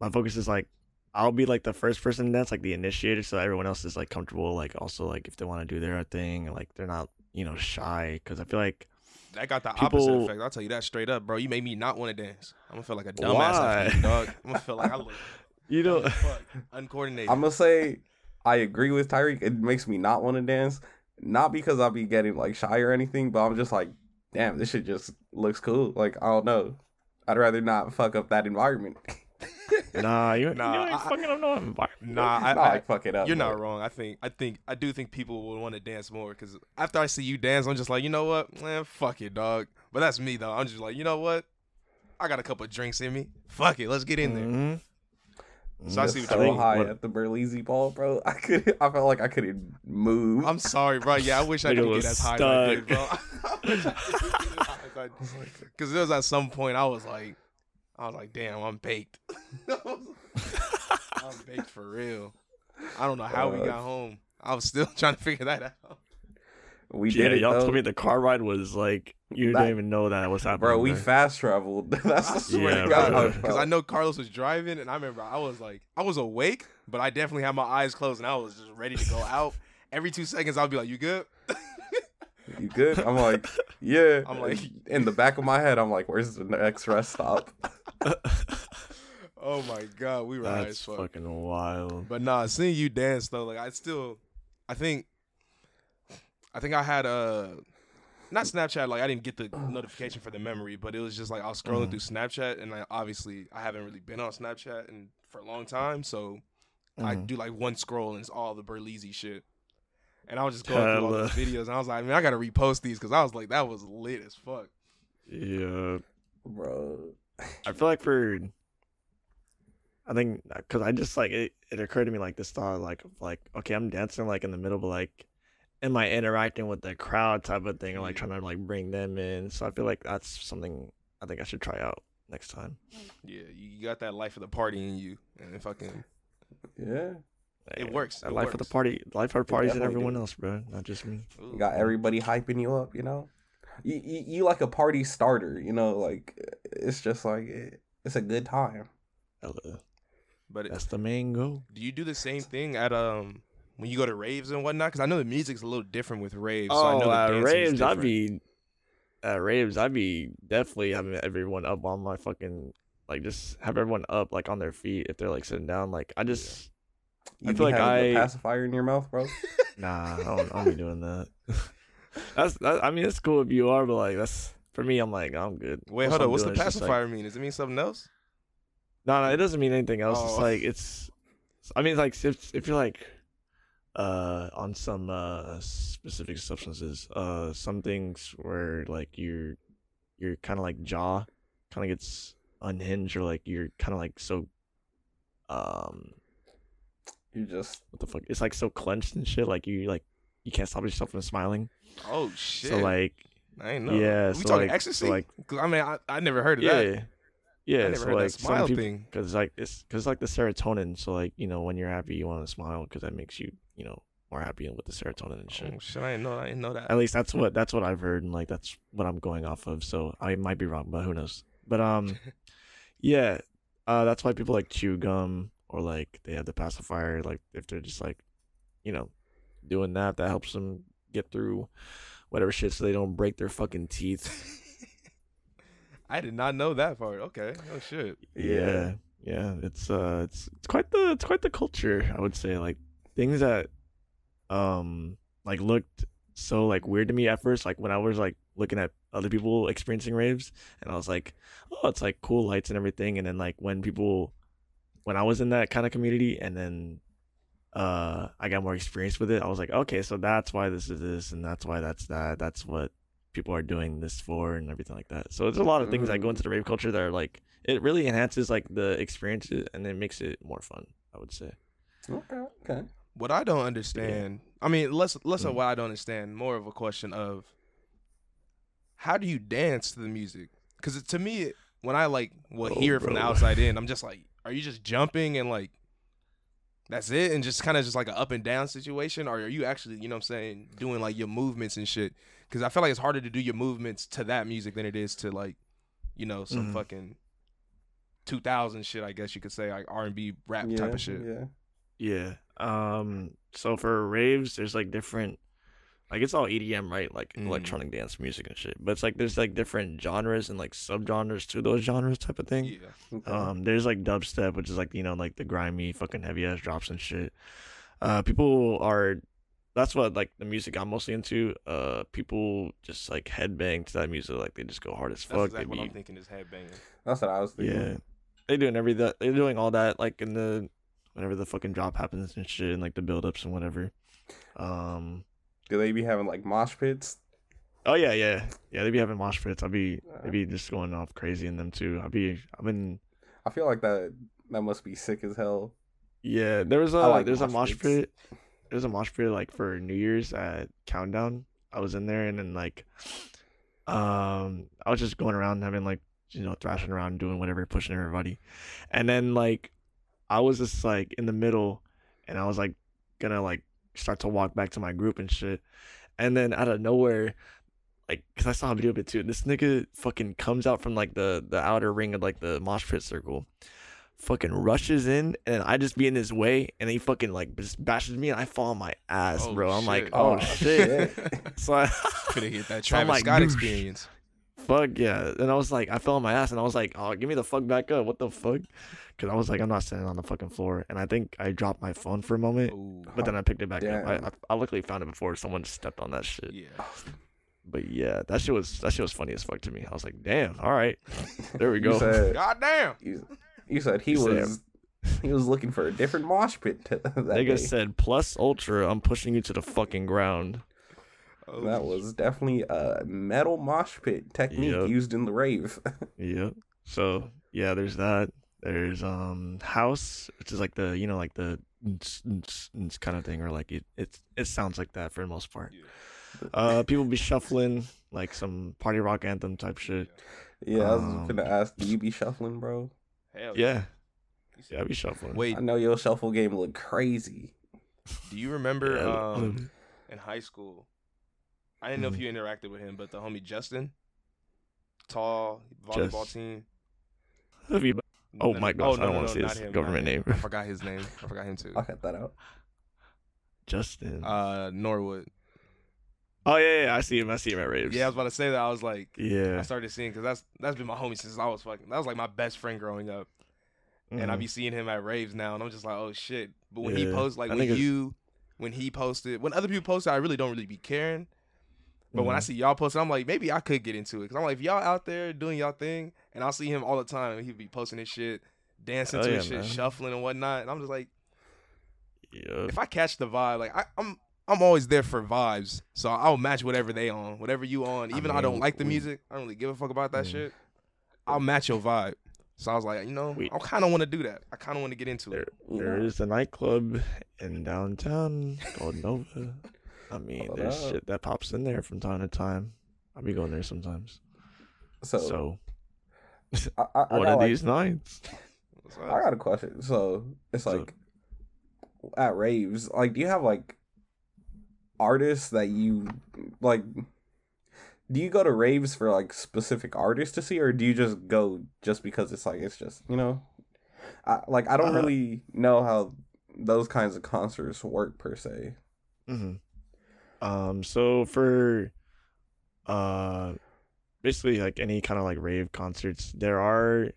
Speaker 3: my focus is like I'll be like the first person to dance, like the initiator, so everyone else is like comfortable, like also like if they want to do their thing, and, like they're not, you know, shy. Cause I feel like
Speaker 2: That got the
Speaker 3: People-
Speaker 2: opposite effect. I'll tell you that straight up, bro. You made me not want to dance. I'm gonna feel like a dumbass after you,
Speaker 3: Why?
Speaker 2: dog. I'm gonna feel like I
Speaker 3: [laughs]
Speaker 2: look
Speaker 3: you know,
Speaker 2: fuck, uncoordinated.
Speaker 4: I'm gonna say I agree with Tyreek. It makes me not want to dance, not because I'll be getting like shy or anything, but I'm just like, damn, this shit just looks cool. Like, I don't know. I'd rather not fuck up that environment.
Speaker 3: [laughs]
Speaker 4: [laughs]
Speaker 3: nah, you, nah,
Speaker 2: [laughs] Nah,
Speaker 3: you ain't
Speaker 2: I-
Speaker 3: fucking up no environment.
Speaker 2: nah, I,
Speaker 4: not
Speaker 2: I-
Speaker 4: like fuck it up.
Speaker 2: you're not
Speaker 4: but-
Speaker 2: wrong. I think I think I do think people would want to dance more because after I see you dance, I'm just like, you know what, man, fuck it, dog. But that's me though. I'm just like, you know what, I got a couple of drinks in me. Fuck it, let's get in there.
Speaker 3: Mhm.
Speaker 2: So I
Speaker 4: Just
Speaker 2: see what
Speaker 4: so
Speaker 2: you mean.
Speaker 4: high
Speaker 3: What-
Speaker 4: at the Berlizzi ball, bro. [laughs] I could. I felt like I couldn't move.
Speaker 2: I'm sorry, bro. Yeah, I wish I
Speaker 3: Nigga
Speaker 2: could
Speaker 3: was
Speaker 2: get as high as I did,
Speaker 3: stuck.
Speaker 2: bro. [laughs] I wish I could get as high as I Because there was at some point I was like, I was like, damn, I'm baked. [laughs] I'm baked for real. I don't know how we
Speaker 4: Fuck.
Speaker 3: Uh,
Speaker 2: got home. I was still [laughs] trying to figure that out. [laughs]
Speaker 4: We
Speaker 3: yeah,
Speaker 4: did it,
Speaker 3: y'all
Speaker 4: though.
Speaker 3: told me the car ride was like you
Speaker 4: That-
Speaker 3: didn't even know that was happening.
Speaker 4: bro. We
Speaker 3: there.
Speaker 4: fast traveled. [laughs] That's the swear
Speaker 3: Yeah,
Speaker 4: to God.
Speaker 3: bro.
Speaker 4: how it
Speaker 2: Because I
Speaker 4: felt.
Speaker 2: know Carlos was driving, and I remember I was like, I was awake, but I definitely had my eyes closed, and I was just ready to go out. Every two seconds, I'll be like, "You good?"
Speaker 4: [laughs] You good?
Speaker 2: [laughs]
Speaker 4: I'm like, yeah.
Speaker 2: I'm like-
Speaker 4: in the back of my head, I'm like, where's the next rest stop?
Speaker 2: oh my god, we were high as
Speaker 3: That's
Speaker 2: fuck.
Speaker 3: fucking wild.
Speaker 2: But nah, seeing you dance though, like I still, I think, I think I had a, not Snapchat. Like I didn't get the notification for the memory, but it was just like I was scrolling
Speaker 3: Mhm.
Speaker 2: through Snapchat, and I obviously I haven't really been on Snapchat and for a long time, so I
Speaker 3: Mhm.
Speaker 2: do like one scroll and it's all the Berlizzi shit. And I was just going through all the
Speaker 3: Hella.
Speaker 2: videos, and I was like, man, I gotta repost these because I was like, that was lit as fuck.
Speaker 4: Mm-hmm.
Speaker 3: Yeah.
Speaker 4: Bro.
Speaker 3: I feel like for, I think because I just like it, it occurred to me like this thought like of, like okay I'm dancing like in the middle but like am I interacting with the crowd type of thing or like
Speaker 2: Yeah.
Speaker 3: trying to like bring them in so I feel like that's something I think I should try out next time.
Speaker 2: Yeah, you you got that life of the party in you, and it fucking
Speaker 4: Yeah.
Speaker 2: It
Speaker 3: Yeah,
Speaker 2: works,
Speaker 3: that
Speaker 2: it
Speaker 3: life of the
Speaker 2: works.
Speaker 3: party, life of the parties and
Speaker 4: definitely
Speaker 3: everyone
Speaker 4: do.
Speaker 3: else, bro, not just me.
Speaker 2: ooh.
Speaker 4: You got everybody hyping you up, you know? You, you, you like a party starter, you know? Like, it's just like, it, it's a good time.
Speaker 3: Hella.
Speaker 2: But it,
Speaker 3: That's the main goal.
Speaker 2: do you do the same thing at um when you go to raves and whatnot? Because I know the music's a little different with raves. so I know the dancing is
Speaker 3: raves, Oh, I'd
Speaker 2: different.
Speaker 3: be at raves, I'd be definitely having everyone up on my fucking like just have everyone up like on their feet if they're like sitting down. Like I just
Speaker 4: You
Speaker 3: I
Speaker 4: be
Speaker 3: feel like
Speaker 4: having
Speaker 3: I-
Speaker 4: a pacifier in your mouth, bro.
Speaker 3: nah,
Speaker 2: [laughs]
Speaker 3: I don't, I don't be doing that. [laughs] that's that, I mean it's cool if you are, but like that's for me. I'm like I'm good.
Speaker 2: Wait,
Speaker 3: Once
Speaker 2: hold
Speaker 3: I'm
Speaker 2: on. What's the
Speaker 3: doing it, it's just, like-
Speaker 2: pacifier mean? Does it mean something else?
Speaker 3: No, no, it doesn't mean anything else. It's
Speaker 2: Oh.
Speaker 3: like it's. I mean, like if if you're like, uh, on some uh specific substances, uh, some things where like your your kind of like jaw kind of gets unhinged or like you're kind of like so, um,
Speaker 4: You just,
Speaker 3: what the fuck? It's like so clenched and shit. Like you like you can't stop yourself from smiling.
Speaker 2: Oh shit!
Speaker 3: So like
Speaker 2: I ain't know.
Speaker 3: yeah,
Speaker 2: we
Speaker 3: so,
Speaker 2: talking
Speaker 3: like- so,
Speaker 2: ecstasy?
Speaker 3: like-
Speaker 2: 'Cause, I mean, I, I never heard of
Speaker 3: yeah,
Speaker 2: that. I
Speaker 3: yeah.
Speaker 2: never
Speaker 3: so
Speaker 2: heard
Speaker 3: like
Speaker 2: that
Speaker 3: some
Speaker 2: smile
Speaker 3: people-
Speaker 2: thing.
Speaker 3: because it's like it's because like the serotonin. So like you know when you're happy, you want to smile because that makes you you know more happy with the serotonin and shit.
Speaker 2: Oh, shit, I didn't know. I didn't know that. [laughs]
Speaker 3: At least that's what that's what I've heard and like that's what I'm going off of. So I might be wrong, but who knows? But um, yeah, uh, that's why people like chew gum or like they have the pacifier. Like if they're just like, you know, doing that, that helps them get through whatever shit so they don't break their fucking teeth.
Speaker 2: I did not know that part. Okay. Oh shit.
Speaker 3: yeah yeah it's uh it's it's quite the it's quite the culture i would say like things that um like looked so like weird to me at first like when i was like looking at other people experiencing raves and i was like oh it's like cool lights and everything and then like when people when i was in that kind of community and then uh i got more experience with it i was like okay so that's why this is this and that's why that's that that's what people are doing this for and everything like that so there's a lot of things that go into the rave culture that are like it really enhances like the experience and it makes it more fun i would say
Speaker 4: okay, okay.
Speaker 2: What I don't understand. I mean, less less of
Speaker 3: Mhm.
Speaker 2: what I don't understand. More of a question of how do you dance to the music? Because to me, it- when I like will
Speaker 3: Oh,
Speaker 2: hear it from the
Speaker 3: bro.
Speaker 2: outside in, I'm just like, are you just jumping and like that's it, and just kind of just like an up and down situation, or are you actually, you know, what I'm saying, doing like your movements and shit? Because I feel like it's harder to do your movements to that music than it is to like, you know, some
Speaker 3: Mhm.
Speaker 2: fucking. 2000 shit, I guess you could say, like R&B rap
Speaker 4: yeah,
Speaker 2: type of shit.
Speaker 4: Yeah.
Speaker 3: yeah um so for raves there's like different like it's all edm right like
Speaker 2: Mhm.
Speaker 3: electronic dance music and shit but it's like there's like different genres and like subgenres to those genres type of thing
Speaker 2: Yeah.
Speaker 4: Okay.
Speaker 2: uh-huh.
Speaker 3: Um, there's like dubstep, which is like you know like the grimy fucking heavy ass drops and shit. Uh, people are that's what like the music I'm mostly into. Uh, people just like headbang to that music, like they just go hard as
Speaker 2: That's
Speaker 3: fuck.
Speaker 2: exactly what
Speaker 3: they
Speaker 2: I'm
Speaker 3: be-
Speaker 2: thinking is headbanging.
Speaker 4: That's what I was thinking.
Speaker 3: yeah, they doing every that they're doing all that like in the whenever the fucking drop happens and shit, and like the build ups and whatever. Um,
Speaker 4: Do they be having like mosh pits?
Speaker 3: Oh yeah, yeah, yeah. They be having mosh pits. I'll be, they be just going off crazy in them too. I'll be, I've been
Speaker 4: I feel like that that must be sick as hell.
Speaker 3: Yeah, there was a
Speaker 4: I like
Speaker 3: there's a mosh
Speaker 4: mosh pits.
Speaker 3: pit. There's a mosh pit like for New Year's at Countdown. I was in there and then like, um, I was just going around having like you know thrashing around doing whatever, pushing everybody, and then like, I was just like in the middle, and I was like gonna like start to walk back to my group and shit. And then out of nowhere, like, cause I saw a video of it too. This nigga fucking comes out from like the the outer ring of like the mosh pit circle, fucking rushes in, and I just be in his way, and he fucking like just bashes me, and I fall on my ass,
Speaker 2: Oh,
Speaker 3: bro. I'm like,
Speaker 2: shit.
Speaker 3: oh,
Speaker 4: Oh,
Speaker 3: shit. [laughs] So
Speaker 2: [laughs]
Speaker 3: I,
Speaker 2: Could have hit that
Speaker 3: So I'm
Speaker 2: Travis
Speaker 3: like,
Speaker 2: Scott
Speaker 3: "Douche."
Speaker 2: experience.
Speaker 3: [laughs] fuck yeah. And I was like, I fell on my ass, and I was like, oh, give me the fuck back up. What the fuck? Cause I was like, I'm not standing on the fucking floor, and I think I dropped my phone for a moment.
Speaker 2: Ooh,
Speaker 3: But then I picked it back up.
Speaker 4: Damn.
Speaker 3: I, I, I luckily found it before someone stepped on that shit.
Speaker 2: yeah.
Speaker 3: But yeah, that shit was that shit was funny as fuck to me. I was like, damn,
Speaker 2: [laughs]
Speaker 3: all right, there we
Speaker 4: You
Speaker 3: go. [laughs]
Speaker 4: said,
Speaker 2: God damn.
Speaker 4: you, you said he
Speaker 3: You said-
Speaker 4: was he was looking for a different mosh pit [laughs] t- that day.
Speaker 3: Nigga said plus ultra, I'm pushing you to the fucking ground.
Speaker 2: Oh,
Speaker 4: That was definitely a metal mosh pit technique
Speaker 3: Yep.
Speaker 4: used in the rave.
Speaker 3: Yep. So yeah, there's that. There's um house, which is like the you know like the ns- ns- ns kind of thing, or like it it it sounds like that for the most part.
Speaker 2: Yeah.
Speaker 3: Uh, people be shuffling like some party rock anthem type shit.
Speaker 4: yeah, I was
Speaker 3: Um,
Speaker 4: gonna ask, do you be shuffling, bro?
Speaker 2: Hell
Speaker 3: Yeah, yeah, I be shuffling.
Speaker 2: Wait,
Speaker 4: I know your shuffle game look crazy.
Speaker 2: do you remember
Speaker 3: Yeah, I
Speaker 2: um,
Speaker 3: live-
Speaker 2: in high school? I didn't know if
Speaker 3: Mhm.
Speaker 2: you interacted with him, but the homie Justin, tall volleyball
Speaker 3: Just-
Speaker 2: team.
Speaker 3: Have you-
Speaker 2: No,
Speaker 3: Oh
Speaker 2: no,
Speaker 3: my
Speaker 2: no.
Speaker 3: gosh,
Speaker 2: no,
Speaker 3: I don't
Speaker 2: no,
Speaker 3: want
Speaker 2: no,
Speaker 3: to see
Speaker 2: not
Speaker 3: his
Speaker 2: him, not
Speaker 3: government
Speaker 2: him.
Speaker 3: name. [laughs]
Speaker 2: I forgot his name. I forgot him too.
Speaker 4: I'll cut that out.
Speaker 3: Justin.
Speaker 2: Uh, Norwood.
Speaker 3: oh yeah, yeah, I see him. I see him at raves.
Speaker 2: Yeah, I was about to say that. I was like, I
Speaker 3: yeah.
Speaker 2: started seeing because that's that's been my homie since I was fucking. That was like my best friend growing up, and I be seeing him at raves now, and I'm just like, oh shit. But when he
Speaker 3: Mm-hmm. Yeah.
Speaker 2: posts, like
Speaker 3: I
Speaker 2: when
Speaker 3: think it's-
Speaker 2: you, when he posted, when other people posted, I really don't really be caring. But
Speaker 3: Mm-hmm.
Speaker 2: when I see y'all posting, I'm like, maybe I could get into it because I'm like, if y'all out there doing y'all thing, and I'll see him all the time, and he'd be posting his shit, dancing
Speaker 3: Oh,
Speaker 2: to
Speaker 3: yeah,
Speaker 2: his shit,
Speaker 3: man.
Speaker 2: shuffling and whatnot, and I'm just like,
Speaker 3: Mm. yeah.
Speaker 2: if I catch the vibe, like I, I'm. I'm always there for vibes, so I'll match whatever they on, whatever you on. Even I, don't
Speaker 3: mean,
Speaker 2: like the
Speaker 3: we-
Speaker 2: music, I don't really give a fuck about that
Speaker 3: Yeah.
Speaker 2: shit. I'll match your vibe. So I was like, you know,
Speaker 3: We-
Speaker 2: I kind of want to do that. I kind of want to get into
Speaker 3: There,
Speaker 2: it.
Speaker 4: Yeah.
Speaker 3: there is a nightclub in downtown called Nova.
Speaker 2: [laughs]
Speaker 3: I mean,
Speaker 4: Hold
Speaker 3: there's
Speaker 4: up.
Speaker 3: shit that pops in there from time to time. I be going there sometimes.
Speaker 4: So,
Speaker 3: so
Speaker 4: I, I, I
Speaker 3: one
Speaker 4: got,
Speaker 3: of
Speaker 4: like,
Speaker 3: these nights,
Speaker 2: What's
Speaker 4: I
Speaker 2: up?
Speaker 4: got a question. So it's
Speaker 3: So-
Speaker 4: like at raves, like, do you have like artists that you like? Do you go to raves for like specific artists to see, or do you just go just because it's like it's just you know, I like I don't
Speaker 3: Uh,
Speaker 4: really know how those kinds of concerts work per se.
Speaker 3: hmm
Speaker 4: Mm-hmm.
Speaker 3: Um, so for uh basically like any kind of like rave concerts, there are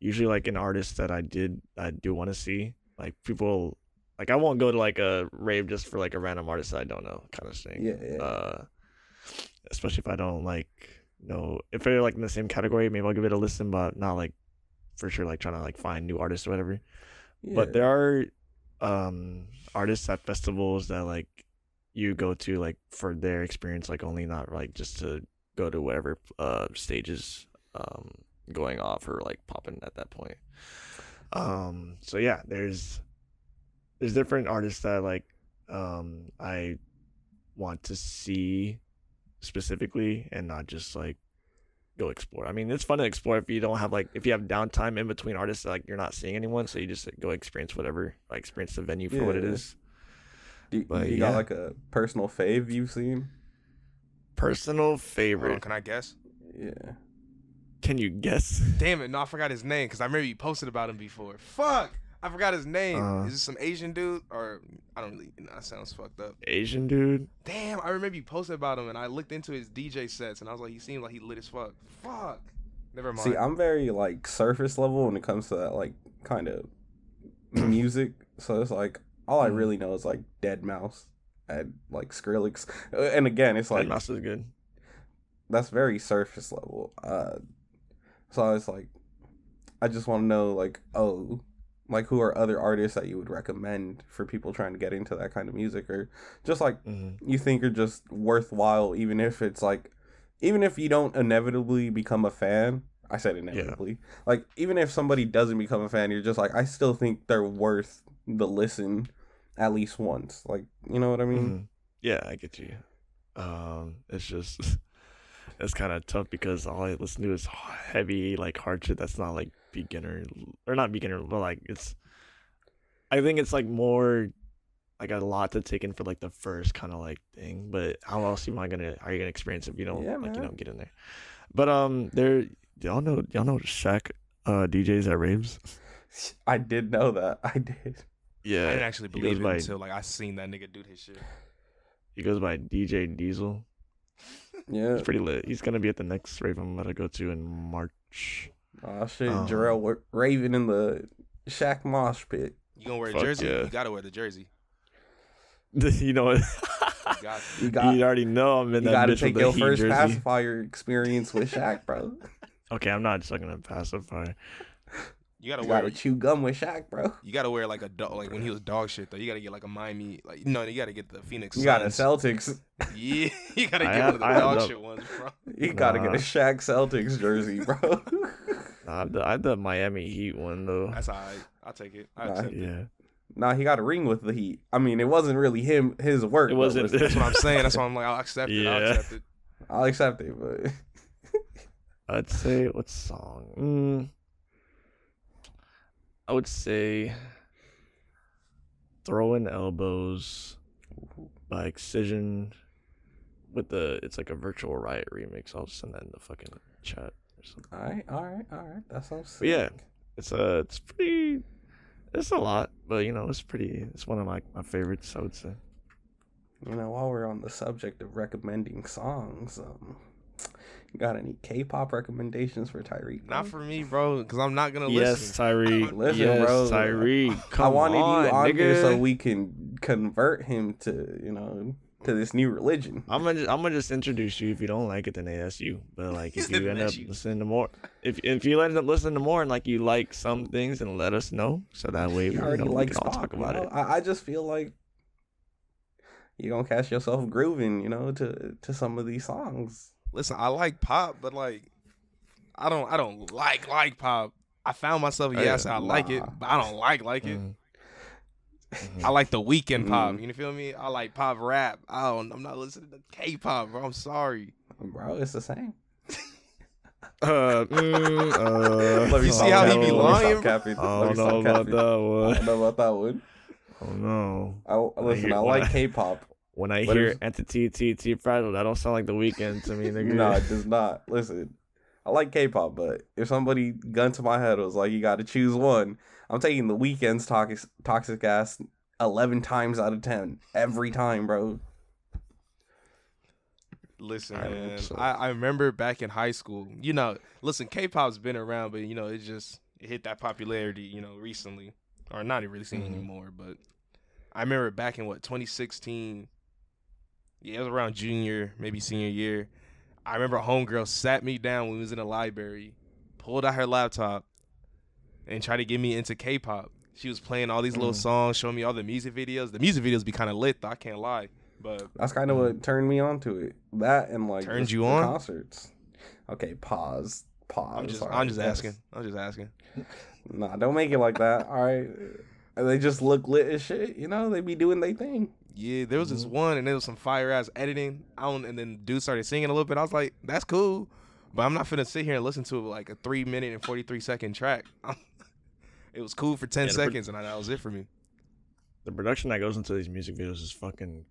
Speaker 3: usually like an artist that I did I do want to see. Like people like I won't go to like a rave just for like a random artist that I don't know kind of thing.
Speaker 4: Yeah, yeah.
Speaker 3: Uh especially if I don't like know if they're like in the same category, maybe I'll give it a listen, but not like for sure like trying to like find new artists or whatever but
Speaker 4: Yeah.
Speaker 3: there are um artists at festivals that like you go to like for their experience like only not like just to go to whatever uh stages um going off or like popping at that point um so yeah there's there's different artists that like um i want to see specifically and not just like go explore. I mean, it's fun to explore if you don't have like if you have downtime in between artists, like you're not seeing anyone, so you just like, go experience whatever, like experience the venue for what it
Speaker 4: Yeah.
Speaker 3: is.
Speaker 4: do you,
Speaker 3: but
Speaker 4: you
Speaker 3: yeah.
Speaker 4: got like a personal fave you've seen?
Speaker 3: Personal
Speaker 2: Hold on,
Speaker 3: favorite.
Speaker 2: can I guess?
Speaker 4: Yeah.
Speaker 3: Can you guess?
Speaker 2: Damn it! No, I forgot his name because I remember you posted about him before. Fuck! I forgot his name.
Speaker 3: Uh.
Speaker 2: Is this some Asian dude or I don't really? That sounds fucked up.
Speaker 3: Asian dude.
Speaker 2: Damn! I remember you posted about him, and I looked into his DJ sets, and I was like, he seemed like he lit as fuck. Fuck! Never mind.
Speaker 4: See, I'm very like surface level when it comes to that like
Speaker 3: [clears throat]
Speaker 4: kind of music. So it's like all I
Speaker 3: Mhm.
Speaker 4: really know is like Dead Mouse and like Skrillex. Uh, And again, it's like
Speaker 3: Like, mouse is good.
Speaker 4: that's very surface level. Uh so I was like I just want to know like oh like who are other artists that you would recommend for people trying to get into that kind of music or just like
Speaker 3: hmm
Speaker 4: you think are just worthwhile, even if it's like, even if you don't inevitably become a fan. I said inevitably. Like, even if somebody doesn't become a fan, you're just like, I still think they're worth the listen at least once. Like, you know what I mean?
Speaker 3: Mhm. Yeah, I get you. Um, it's just [laughs] it's kind of tough because all I listen to is h- heavy, like hard shit. That's not like beginner or not beginner, but like it's. I think it's like more. like a lot to take in for like the first kind of like thing. But how else am I gonna are you gonna experience if you don't
Speaker 4: Yeah,
Speaker 3: like you
Speaker 4: man.
Speaker 3: don't get in there? But um, there y'all know y'all know Shaq uh DJs at raves. Mm-hmm.
Speaker 4: [laughs] I did know that. I did.
Speaker 3: Yeah,
Speaker 2: I didn't actually
Speaker 3: he goes
Speaker 2: believe it
Speaker 3: by-
Speaker 2: until like I seen that nigga do his shit.
Speaker 3: He goes by DJ Diesel.
Speaker 4: Yeah.
Speaker 3: He's pretty lit. He's gonna be at the next rave I'm gonna go to in March. [laughs]
Speaker 4: Oh shit,
Speaker 3: Um,
Speaker 4: Jarrell wa- Raven in the Shaq Mosh pit.
Speaker 2: You gonna wear a
Speaker 3: Fuck
Speaker 2: jersey?
Speaker 3: yeah.
Speaker 2: You gotta wear the jersey.
Speaker 3: you know, what?
Speaker 2: You
Speaker 4: [laughs]
Speaker 2: got
Speaker 4: You
Speaker 3: you
Speaker 4: got
Speaker 3: already know I'm
Speaker 4: you
Speaker 3: in that
Speaker 4: got to
Speaker 3: bitch with
Speaker 4: take
Speaker 3: the
Speaker 4: your
Speaker 3: Heat
Speaker 4: first
Speaker 3: jersey.
Speaker 4: pacifier
Speaker 3: [laughs]
Speaker 4: experience with Shaq, bro.
Speaker 3: Okay, I'm not just gonna pacify.
Speaker 2: you gotta
Speaker 4: You
Speaker 2: wear
Speaker 4: got to chew gum with Shaq, bro.
Speaker 2: you gotta wear like a dog like when he was dog shit though. You gotta get like a Miami like no you gotta get the Phoenix.
Speaker 4: You got to
Speaker 2: Suns.
Speaker 4: Celtics.
Speaker 2: [laughs] Yeah, [laughs] you gotta
Speaker 3: I
Speaker 2: get
Speaker 3: had-
Speaker 2: one of the
Speaker 3: I had
Speaker 2: dog
Speaker 3: the-
Speaker 2: shit ones,
Speaker 3: [laughs]
Speaker 2: bro.
Speaker 4: You got to get
Speaker 3: Nah.
Speaker 4: a Shaq Celtics jersey, bro. [laughs]
Speaker 3: Nah, I the, I the Miami Heat one though.
Speaker 2: That's all right. I'll take it. I
Speaker 4: Nah,
Speaker 2: accept it.
Speaker 3: [laughs] yeah,
Speaker 4: nah, he got a ring with the Heat. I mean, it wasn't really him his work.
Speaker 3: it
Speaker 4: but
Speaker 3: wasn't. [laughs]
Speaker 4: listen,
Speaker 2: That's what I'm saying. That's why I'm like, I'll accept it. I'll
Speaker 3: Yeah.
Speaker 2: accept it.
Speaker 4: I'll accept it, but [laughs]
Speaker 3: I'd say what song? Mm, I would say "Throwing Elbows" by Excision with the it's like a virtual riot remix. I'll send that in the fucking chat or something.
Speaker 4: all right, all right, all right. That sounds
Speaker 3: But
Speaker 4: sick.
Speaker 3: yeah, it's uh it's pretty it's a lot, but you know, it's pretty it's one of my, my favorites, I would say.
Speaker 4: You know, while we're on the subject of recommending songs, um, you got any K-pop recommendations for Tyreek?
Speaker 2: Not
Speaker 4: bro?
Speaker 2: for me, bro, because I'm not gonna
Speaker 3: Yes,
Speaker 2: listen.
Speaker 3: Tyree.
Speaker 4: Listen,
Speaker 3: yes,
Speaker 4: bro.
Speaker 3: Tyree. Come
Speaker 4: I wanted
Speaker 3: on,
Speaker 4: you on
Speaker 3: nigga.
Speaker 4: here so we can convert him to, you know, to this new religion.
Speaker 3: I'm gonna just, I'm gonna just introduce you. If you don't like it, then that's you. But like, if you end up
Speaker 2: That's you.
Speaker 3: listening to more, if if you end up listening to more and like you like some things, and let us know so that way we,
Speaker 4: He
Speaker 3: you
Speaker 4: already
Speaker 3: know, we
Speaker 4: likes
Speaker 3: can all
Speaker 4: pop.
Speaker 3: talk about it.
Speaker 4: I, I just feel like you're gonna catch yourself grooving, you know, to to some of these songs.
Speaker 2: Listen, I like pop, but like, I don't, I don't like like pop. I found myself.
Speaker 3: Oh,
Speaker 2: Yes,
Speaker 4: yeah.
Speaker 2: I like it,
Speaker 4: Nah.
Speaker 2: but I don't like like it.
Speaker 3: Mm. Mhm.
Speaker 2: I like the weekend pop.
Speaker 4: Mm.
Speaker 2: You feel me? I like pop rap. I don't. I'm not listening to K-pop, bro. I'm sorry.
Speaker 4: Bro, it's the same.
Speaker 3: Uh, mm, uh,
Speaker 4: [laughs] [laughs] Let me
Speaker 2: You
Speaker 4: stop
Speaker 2: see how he
Speaker 4: capping.
Speaker 2: be
Speaker 4: Let me
Speaker 2: lying,
Speaker 4: stop capping.
Speaker 3: I
Speaker 4: Let me
Speaker 3: don't know
Speaker 4: stop
Speaker 3: about
Speaker 4: capping.
Speaker 3: that
Speaker 4: I
Speaker 3: one.
Speaker 4: don't know about that one.
Speaker 3: I don't know.
Speaker 4: I, listen,
Speaker 3: hear-
Speaker 4: I
Speaker 3: when [laughs] I-
Speaker 4: like K-pop.
Speaker 3: [laughs] When I
Speaker 4: What
Speaker 3: hear
Speaker 4: is-
Speaker 3: entity T T Fragile, that don't sound like the weekend
Speaker 4: [laughs]
Speaker 3: to me, nigga.
Speaker 4: No, it does not. Listen, I like K-pop, but if somebody gun to my head was like, "You got to choose one," I'm taking the weekend's toxic toxic ass eleven times out of ten every time, bro.
Speaker 2: Listen,
Speaker 3: I hope
Speaker 2: man.
Speaker 3: so.
Speaker 2: I, I remember back in high school. You know, listen, K-pop's been around, but you know, it just it hit that popularity. You know, recently or not even recently
Speaker 3: Mhm.
Speaker 2: anymore. But I remember back in what 2016. Yeah, it was around junior, maybe senior year. I remember a homegirl sat me down when we was in the library, pulled out her laptop, and tried to get me into K-pop. She was playing all these little
Speaker 3: Mm.
Speaker 2: songs, showing me all the music videos. The music videos be kind of lit, though. I can't lie, but
Speaker 4: That's kind of what turned me on to it. That and like
Speaker 2: Turned
Speaker 4: just
Speaker 2: Mm. you
Speaker 4: the
Speaker 2: on?
Speaker 4: concerts. Okay, pause. Pause.
Speaker 2: I'm just,
Speaker 4: All
Speaker 2: I'm
Speaker 4: right,
Speaker 2: just
Speaker 4: yes.
Speaker 2: asking. I'm just asking.
Speaker 4: Nah, don't make it
Speaker 2: [laughs]
Speaker 4: like that. All right. And They just look lit as shit, you know. They be doing their thing.
Speaker 2: Yeah, there was this
Speaker 4: Mm-hmm.
Speaker 2: one, and there was some fire ass editing. I don't, and then dude started singing a little bit. I was like, "That's cool," but I'm not finna sit here and listen to like a three minute and forty three second track. [laughs] it was cool for ten
Speaker 3: Yeah, the pro-
Speaker 2: seconds, and that was it for me.
Speaker 3: The production that goes into these music videos is fucking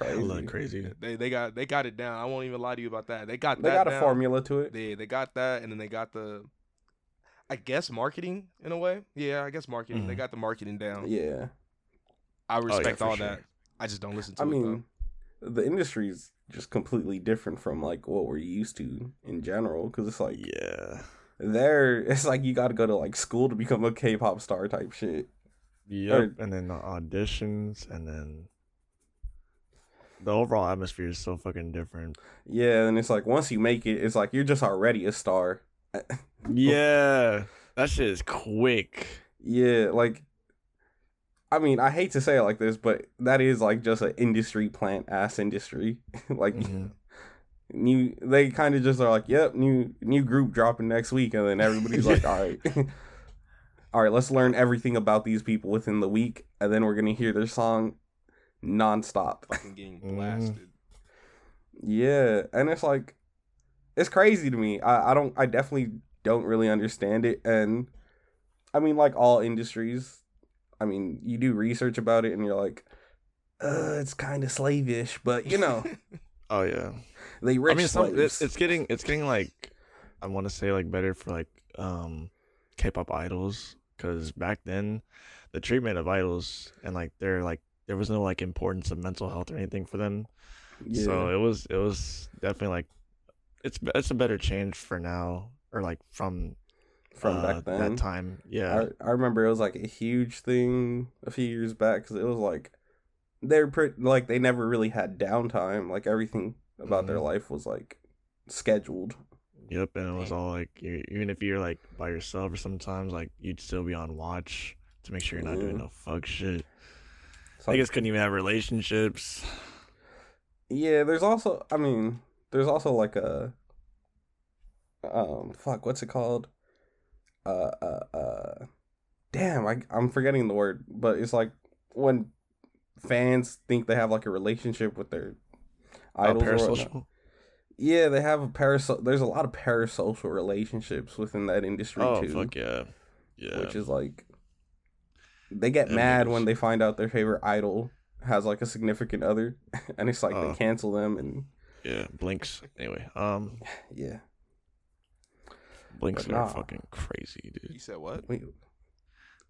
Speaker 3: hella
Speaker 4: Crazy.
Speaker 3: crazy.
Speaker 2: They they got they got it down. I won't even lie to you about that. They got
Speaker 4: They
Speaker 2: that
Speaker 4: got a
Speaker 2: down.
Speaker 4: formula to it.
Speaker 2: They they got that, and then they got the, I guess marketing in a way. Yeah, I guess marketing. They
Speaker 3: Mhm.
Speaker 2: got the marketing down.
Speaker 4: Mm-hmm. Yeah.
Speaker 2: I
Speaker 3: Oh, yeah,
Speaker 2: respect
Speaker 3: for
Speaker 2: all
Speaker 3: sure.
Speaker 2: that. I just don't listen to
Speaker 4: I
Speaker 2: it. though.
Speaker 4: mean, the industry is just completely different from like what we're used to in general. Because it's like
Speaker 3: Yeah.
Speaker 4: there, [laughs] it's like you got to go to like school to become a K-pop star type shit.
Speaker 3: Yep. And then the auditions, and then the overall atmosphere is so fucking different.
Speaker 4: Yeah, and it's like once you make it, it's like you're just already a star.
Speaker 3: Yeah, that shit is quick.
Speaker 4: Yeah, like, I mean, I hate to say it like this, but that is like just an industry plant ass industry. [laughs] like,
Speaker 3: Mhm.
Speaker 4: new, they kind of just are like, yep, new new group dropping next week, and then everybody's like, all [laughs] right, all right, let's learn everything about these people within the week, and then we're gonna hear their song nonstop.
Speaker 2: fucking
Speaker 4: [laughs]
Speaker 2: getting
Speaker 3: Mhm.
Speaker 2: blasted.
Speaker 4: Yeah, and it's like it's crazy to me. I, I don't I definitely don't really understand it and I mean like all industries, I mean, you do research about it and you're like uh, it's kind of slavish, but you know,
Speaker 3: Oh yeah.
Speaker 4: they
Speaker 3: I
Speaker 4: rich
Speaker 3: mean, some,
Speaker 4: slaves.
Speaker 3: it, it's getting it's getting like I want to say like better for like um K-pop idols because back then the treatment of idols and like they're like there was no like importance of mental health or anything for them.
Speaker 4: yeah.
Speaker 3: So it was it was definitely like it's it's a better change for now or like from
Speaker 4: from
Speaker 3: uh,
Speaker 4: back then.
Speaker 3: that time. Yeah.
Speaker 4: I, I remember it was like a huge thing a few years back because it was like they're pretty like they never really had downtime. Like everything about their
Speaker 3: Mhm.
Speaker 4: life was like scheduled.
Speaker 3: Yep, and it was all like you even if you're like by yourself or sometimes like you'd still be on watch to make sure you're not doing
Speaker 4: Yeah.
Speaker 3: no fuck shit.
Speaker 4: So,
Speaker 3: I guess couldn't even have relationships.
Speaker 4: yeah, there's also I mean there's also like a um fuck what's it called uh uh uh damn I I'm forgetting the word but it's like when fans think they have like a relationship with their
Speaker 3: Uh,
Speaker 4: idols or whatnot.
Speaker 3: parasocial?
Speaker 4: Yeah, they have a paraso- There's a lot of parasocial relationships within that industry
Speaker 3: Oh
Speaker 4: too,
Speaker 3: fuck yeah, yeah.
Speaker 4: which is like they get
Speaker 3: That
Speaker 4: mad
Speaker 3: niggas-
Speaker 4: when they find out their favorite idol has like a significant other, [laughs] and it's like
Speaker 3: Oh.
Speaker 4: they cancel them and
Speaker 3: yeah, blinks. Anyway, um,
Speaker 4: yeah.
Speaker 3: blinks
Speaker 4: But
Speaker 3: are
Speaker 4: nah.
Speaker 3: fucking crazy,
Speaker 2: [laughs] You
Speaker 3: dude.
Speaker 2: said what?
Speaker 4: We,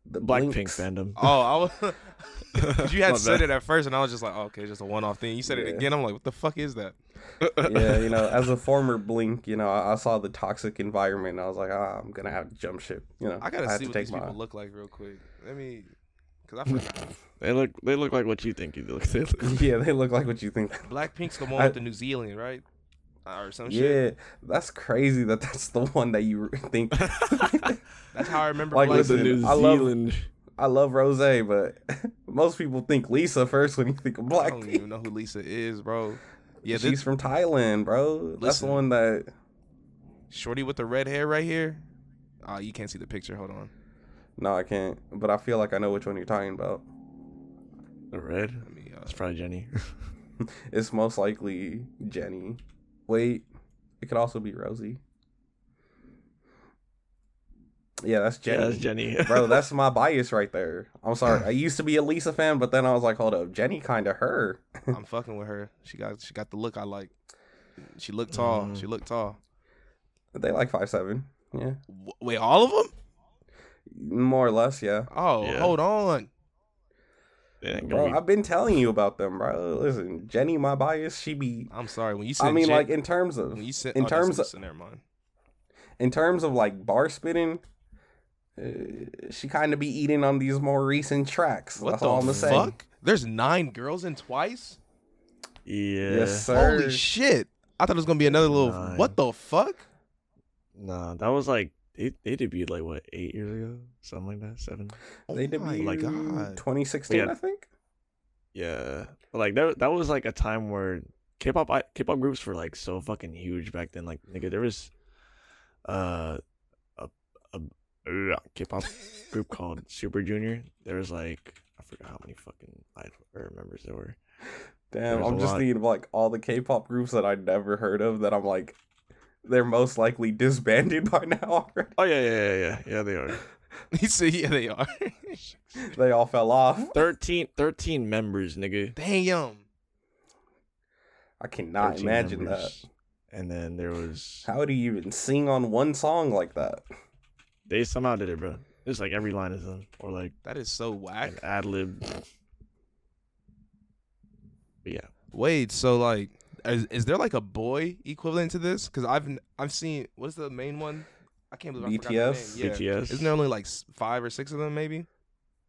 Speaker 4: the
Speaker 3: Blackpink
Speaker 4: Blinks-
Speaker 3: fandom.
Speaker 2: Oh, I was, [laughs]
Speaker 4: [laughs]
Speaker 2: 'cause you
Speaker 3: My
Speaker 2: had said
Speaker 3: bad.
Speaker 2: it at first, and I was just like, oh, okay, just a one-off thing. You said
Speaker 4: Yeah.
Speaker 2: it again. I'm like, what the fuck is that?
Speaker 4: [laughs] yeah, you
Speaker 2: [laughs]
Speaker 4: know, as a former Blink, you know, I, I saw the toxic environment, and I was like, ah, I'm gonna have to jump ship. You know,
Speaker 2: I gotta
Speaker 4: have
Speaker 2: see
Speaker 4: to
Speaker 2: what
Speaker 4: take
Speaker 2: these
Speaker 4: my-
Speaker 2: people look like real quick. Let me, cause I
Speaker 4: [laughs]
Speaker 2: forgot.
Speaker 3: They look they look like what you think you look. [laughs] They look.
Speaker 4: Yeah, they look like what you think.
Speaker 2: Blackpink's the one
Speaker 4: I-
Speaker 2: with the New Zealand, right? Or some
Speaker 4: yeah,
Speaker 2: Oh, shit.
Speaker 4: that's crazy that that's the one that you [laughs] think
Speaker 2: That's how I remember.
Speaker 4: Like,
Speaker 2: Black
Speaker 3: With
Speaker 4: listen,
Speaker 3: the New
Speaker 4: I love-
Speaker 3: Zealand.
Speaker 4: I love Rose, but [laughs] most people think Lisa first when you think of
Speaker 2: I
Speaker 4: Black. [laughs]
Speaker 2: don't even know who Lisa is, bro. Yeah,
Speaker 4: She's
Speaker 2: Oh, this
Speaker 4: from Thailand, bro. That's the
Speaker 2: Listen.
Speaker 4: one that.
Speaker 2: shorty with the red hair right here. Oh, you can't see the picture. Hold on.
Speaker 4: No, I can't. But I feel like I know which one you're talking about.
Speaker 3: The red.
Speaker 2: Let me. Uh,
Speaker 3: That's probably Jenny. [laughs]
Speaker 4: It's most likely Jenny. Wait, it could also be Rosie. Yeah, that's Jenny.
Speaker 3: Yeah, that's Jenny.
Speaker 4: bro, that's my bias right there. I'm sorry. I used to be a Lisa fan, but then I was like, hold up, Jenny kind of her. [laughs]
Speaker 2: I'm fucking with her. She got she got the look I like. She looked tall.
Speaker 3: Mm.
Speaker 2: She looked tall.
Speaker 4: They like five seven. Yeah,
Speaker 2: W- wait, all of them?
Speaker 4: more or less. Yeah.
Speaker 2: Oh,
Speaker 3: Yeah.
Speaker 2: hold on.
Speaker 3: [laughs] They ain't gonna
Speaker 4: Bro,
Speaker 3: be-
Speaker 4: I've been telling you about them, bro. Listen, Jenny, my bias, she be.
Speaker 2: I'm sorry. When you said
Speaker 4: I mean,
Speaker 2: Jen-
Speaker 4: like in terms of
Speaker 2: when you said
Speaker 4: in
Speaker 2: oh, that's
Speaker 4: terms of
Speaker 2: Lisa, never mind.
Speaker 4: in terms of like bar spitting, uh, she kind of be eating on these more recent tracks.
Speaker 2: What
Speaker 4: That's all I'm
Speaker 2: the
Speaker 4: gonna say.
Speaker 2: fuck? There's nine girls in twice.
Speaker 3: yeah.
Speaker 4: Yes, sir.
Speaker 2: Holy shit! I thought it was gonna be another little.
Speaker 3: Nine.
Speaker 2: What the fuck?
Speaker 3: Nah, that was like they they debuted like what eight years ago, something like that, seven.
Speaker 4: they
Speaker 2: oh my
Speaker 4: debuted like
Speaker 2: god.
Speaker 4: 2016,
Speaker 3: Yeah.
Speaker 4: I think.
Speaker 3: Yeah, but like that that was like a time where K-pop I- K-pop groups were like so fucking huge back then. Like nigga, there was uh a a ugh, K-pop group called Super Junior. There was like I forgot how many fucking idol or members there were.
Speaker 4: Damn,
Speaker 3: There's
Speaker 4: I'm
Speaker 3: a
Speaker 4: just
Speaker 3: lot.
Speaker 4: thinking of like all the K-pop groups that I never heard of that I'm like, they're most likely disbanded [laughs] by now already.
Speaker 3: Oh yeah, yeah, yeah, yeah, yeah. They are
Speaker 2: [laughs] He said, "Yeah, they are."
Speaker 4: They all fell off.
Speaker 3: 13, 13 members, nigga.
Speaker 2: Damn.
Speaker 4: I cannot
Speaker 3: 13
Speaker 4: imagine
Speaker 3: members. And then there was
Speaker 4: that. How do you even sing on one song like that?
Speaker 3: they somehow did it, bro. It's like every line is them or like
Speaker 2: That is so whack.
Speaker 3: an ad lib. But yeah.
Speaker 2: Wait, so like, is, is there like a boy equivalent to this? Because I've n- I've seen what's the main one? I can't believe I
Speaker 4: BTS?
Speaker 2: forgot the name. Yeah.
Speaker 3: BTS.
Speaker 2: Isn't there only like s- five or six of them maybe?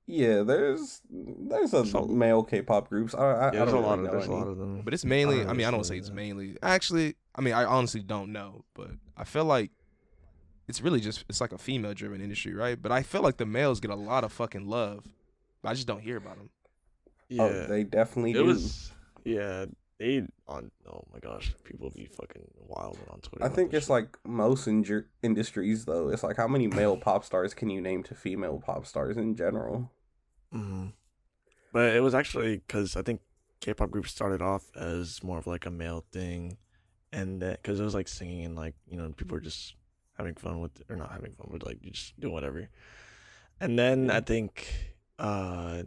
Speaker 4: Yeah, there's there's a
Speaker 3: So-
Speaker 4: male K-pop groups. I, I, I
Speaker 3: Yeah, there's
Speaker 4: don't
Speaker 3: a lot of
Speaker 4: really know
Speaker 3: there's a
Speaker 4: any.
Speaker 3: lot of them.
Speaker 2: But it's mainly.
Speaker 3: don't
Speaker 2: I, mean, I don't say
Speaker 3: understand
Speaker 2: it's
Speaker 3: that.
Speaker 2: mainly. Actually, I mean, I honestly don't know, but I feel like it's really just it's like a female-driven industry, right? But I feel like the males get a lot of fucking love. But I just don't hear about them.
Speaker 3: yeah,
Speaker 4: Oh, they definitely
Speaker 3: it
Speaker 4: do.
Speaker 3: was yeah. They on oh my gosh, people be fucking wild on Twitter.
Speaker 4: I
Speaker 3: about
Speaker 4: think
Speaker 3: this
Speaker 4: it's
Speaker 3: shit.
Speaker 4: like most inju- industries though. It's like how many male pop stars can you name to female pop stars in general?
Speaker 3: Mhm. But it was actually because I think K-pop groups started off as more of like a male thing, and then because it was like singing and like you know people were just having fun with or not having fun with like just doing whatever, and then I think uh,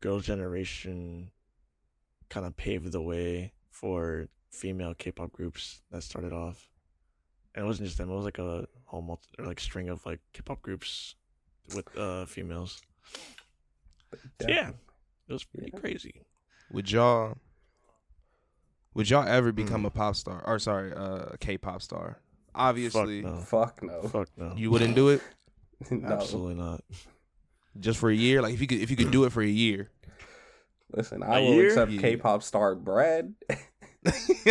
Speaker 3: Girls Generation kind of paved the way for female K-pop groups that started off. And it wasn't just them; it was like a whole multi, or like string of like K-pop groups with uh females. So, yeah, it was pretty
Speaker 4: Yeah.
Speaker 3: crazy.
Speaker 2: Would y'all would y'all ever become a pop star? Or sorry, uh, a K-pop star? Obviously,
Speaker 3: Fuck no.
Speaker 4: Fuck no.
Speaker 3: Fuck no.
Speaker 2: you wouldn't do it
Speaker 4: [laughs] no.
Speaker 3: Absolutely not.
Speaker 2: just for a year. Like if you could, if you could do it for a [laughs] year.
Speaker 4: Listen, I
Speaker 3: A
Speaker 4: will
Speaker 3: year?
Speaker 4: accept
Speaker 2: Yeah.
Speaker 4: K-pop star Brad. [laughs]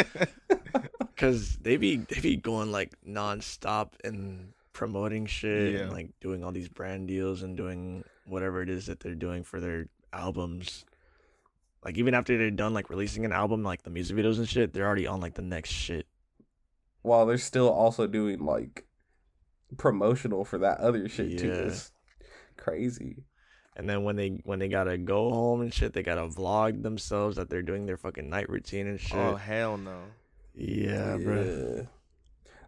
Speaker 3: Cause they be they be going like nonstop and promoting shit
Speaker 2: Yeah.
Speaker 3: and like doing all these brand deals and doing whatever it is that they're doing for their albums. Like even after they're done like releasing an album, like the music videos and shit, they're already on like the next shit.
Speaker 4: While they're still also doing like promotional for that other shit too.
Speaker 3: Yeah.
Speaker 4: It's crazy.
Speaker 3: And then when they when they gotta go home and shit, they gotta vlog themselves that they're doing their fucking night routine and shit.
Speaker 2: Oh hell no!
Speaker 3: yeah, bro.
Speaker 4: Yeah.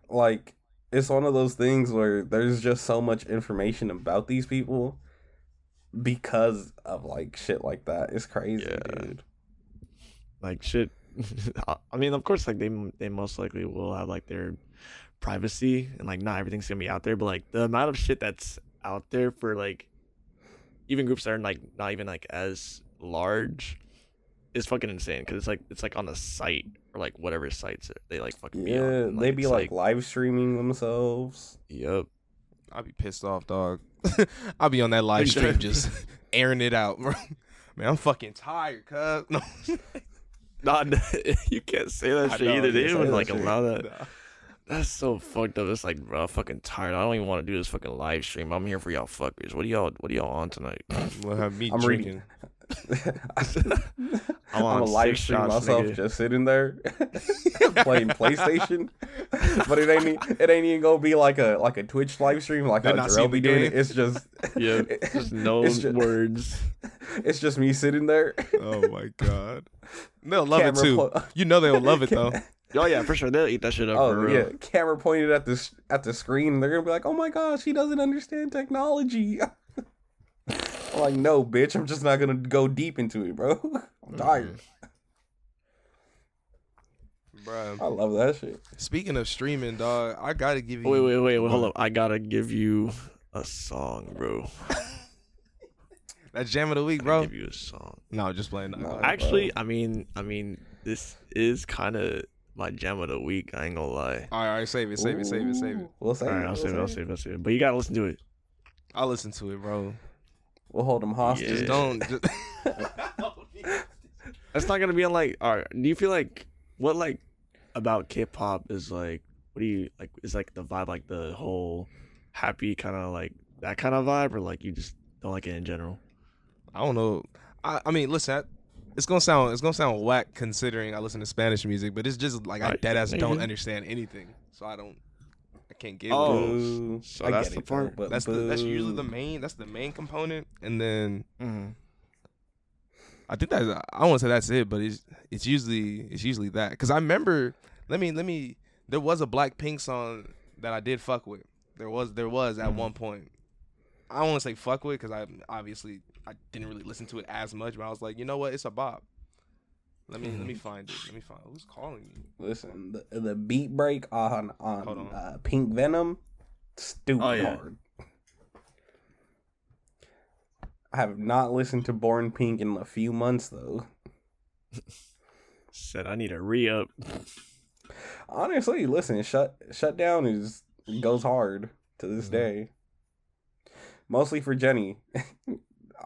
Speaker 4: Like it's one of those things where there's just so much information about these people because of like shit like that. It's crazy,
Speaker 3: Yeah.
Speaker 4: dude.
Speaker 3: Like shit. [laughs] I- I mean, of course, like they they most likely will have like their privacy and like not everything's gonna be out there, but like the amount of shit that's out there for like even groups that are like not even like as large is fucking insane because it's like it's like on a site or like whatever sites that they like fucking be on.
Speaker 4: Yeah,
Speaker 3: and,
Speaker 4: they be
Speaker 3: it's,
Speaker 4: like, live streaming themselves. [laughs]
Speaker 3: yep.
Speaker 2: I'd be pissed off, dog. [laughs] I'll be on that live stream just [laughs] airing it out, bro. [laughs] Man, I'm fucking tired, cuz. [laughs] No,
Speaker 3: Not [laughs] you can't say that
Speaker 2: I
Speaker 3: shit
Speaker 2: know,
Speaker 3: either.
Speaker 2: you
Speaker 3: They
Speaker 2: can't
Speaker 3: didn't
Speaker 4: say
Speaker 3: like
Speaker 4: that shit.
Speaker 3: allow that.
Speaker 2: Nah.
Speaker 3: That's so fucked up. It's like, bro, I'm fucking tired. I don't even want to do this fucking live stream. I'm here for y'all fuckers. What are y'all? What are y'all on tonight?
Speaker 2: We'll have me
Speaker 4: I'm reading.
Speaker 2: drinking.
Speaker 4: I'm
Speaker 3: on
Speaker 4: a live
Speaker 3: six
Speaker 4: stream
Speaker 3: shots,
Speaker 4: myself,
Speaker 3: nigga.
Speaker 4: just sitting there [laughs] playing PlayStation. but it ain't e- it ain't even gonna be like a like a Twitch live stream like
Speaker 2: Then
Speaker 4: how
Speaker 2: I see
Speaker 4: Jarrell
Speaker 2: the
Speaker 4: be doing it.
Speaker 2: game.
Speaker 4: It's just
Speaker 2: [laughs]
Speaker 4: [laughs]
Speaker 3: Yeah, just no
Speaker 4: It's ju-
Speaker 3: words.
Speaker 4: it's just me sitting there.
Speaker 2: Oh [laughs] my god. They'll love
Speaker 4: Camera
Speaker 2: it too.
Speaker 4: pl-
Speaker 2: you know they'll love
Speaker 4: [laughs]
Speaker 2: it though.
Speaker 3: Oh yeah, for sure they'll eat that shit up for
Speaker 4: Oh
Speaker 3: real.
Speaker 4: yeah, camera pointed at this at the screen. And they're gonna be like, "Oh my gosh, he doesn't understand technology." [laughs] I'm like, no, bitch, I'm just not gonna go deep into it, bro. [laughs]
Speaker 2: Mm-hmm.
Speaker 4: I'm tired.
Speaker 2: Bruh.
Speaker 4: I love that shit.
Speaker 2: Speaking of streaming, dog, I gotta give you
Speaker 3: Wait, wait, wait, wait, hold up. I gotta give you a song, bro.
Speaker 2: that jam of the week,
Speaker 3: Bro,
Speaker 2: bro.
Speaker 3: give you a song.
Speaker 2: No, just playing. No,
Speaker 4: Nah.
Speaker 3: Actually, I mean, I mean, this is kind of my jam of the week. I ain't gonna lie.
Speaker 2: All right, all right, save it, save it, save it, save it.
Speaker 4: Ooh, We'll save
Speaker 3: All
Speaker 4: it.
Speaker 3: right, I'll
Speaker 4: we'll
Speaker 3: save it. I'll save it. I'll save it. But you gotta listen to it.
Speaker 2: I listen to it, bro.
Speaker 4: We'll hold them hostage.
Speaker 2: Just
Speaker 3: Yeah.
Speaker 2: don't. Just...
Speaker 3: That's not gonna be on like. All right. Do you feel like what like about K-pop is like? What do you like? Is like the vibe like the whole happy kind of like that kind of vibe, or like you just don't like it in general?
Speaker 2: I don't know. I, I mean, listen, I, it's gonna sound it's gonna sound whack considering I listen to Spanish music, but it's just like I
Speaker 3: Right.
Speaker 2: dead ass don't
Speaker 3: Mhm.
Speaker 2: understand anything, so I don't. I can't get.
Speaker 3: Oh,
Speaker 2: with it.
Speaker 4: Boo.
Speaker 3: so that's the
Speaker 4: though,
Speaker 3: part-
Speaker 4: but
Speaker 2: That's the, that's usually the
Speaker 4: boo.
Speaker 2: main that's the main component, and then
Speaker 3: Mm-hmm.
Speaker 2: I think that's I won't say that's it, but it's it's usually it's usually that because I remember let me let me there was a Blackpink song that I did fuck with. There was there was at
Speaker 4: Mm-hmm.
Speaker 3: Mhm.
Speaker 2: one point. I don't want to say fuck with because I obviously I didn't really listen to it as much, but I was like, you know what, it's a bop. Let me let
Speaker 4: Mm-hmm.
Speaker 2: me find it. Let me find who's calling me.
Speaker 4: Listen, Um, the, the beat break on on,
Speaker 2: Hold on.
Speaker 4: Uh, Pink Venom, stupid
Speaker 3: Oh, yeah.
Speaker 4: hard. I have not listened to Born Pink in a few months though.
Speaker 3: Said I need a re up.
Speaker 4: Honestly, listen, shut shut down is goes hard to this
Speaker 3: Mm-hmm.
Speaker 2: Mhm.
Speaker 4: day. Mostly for Jenny. [laughs]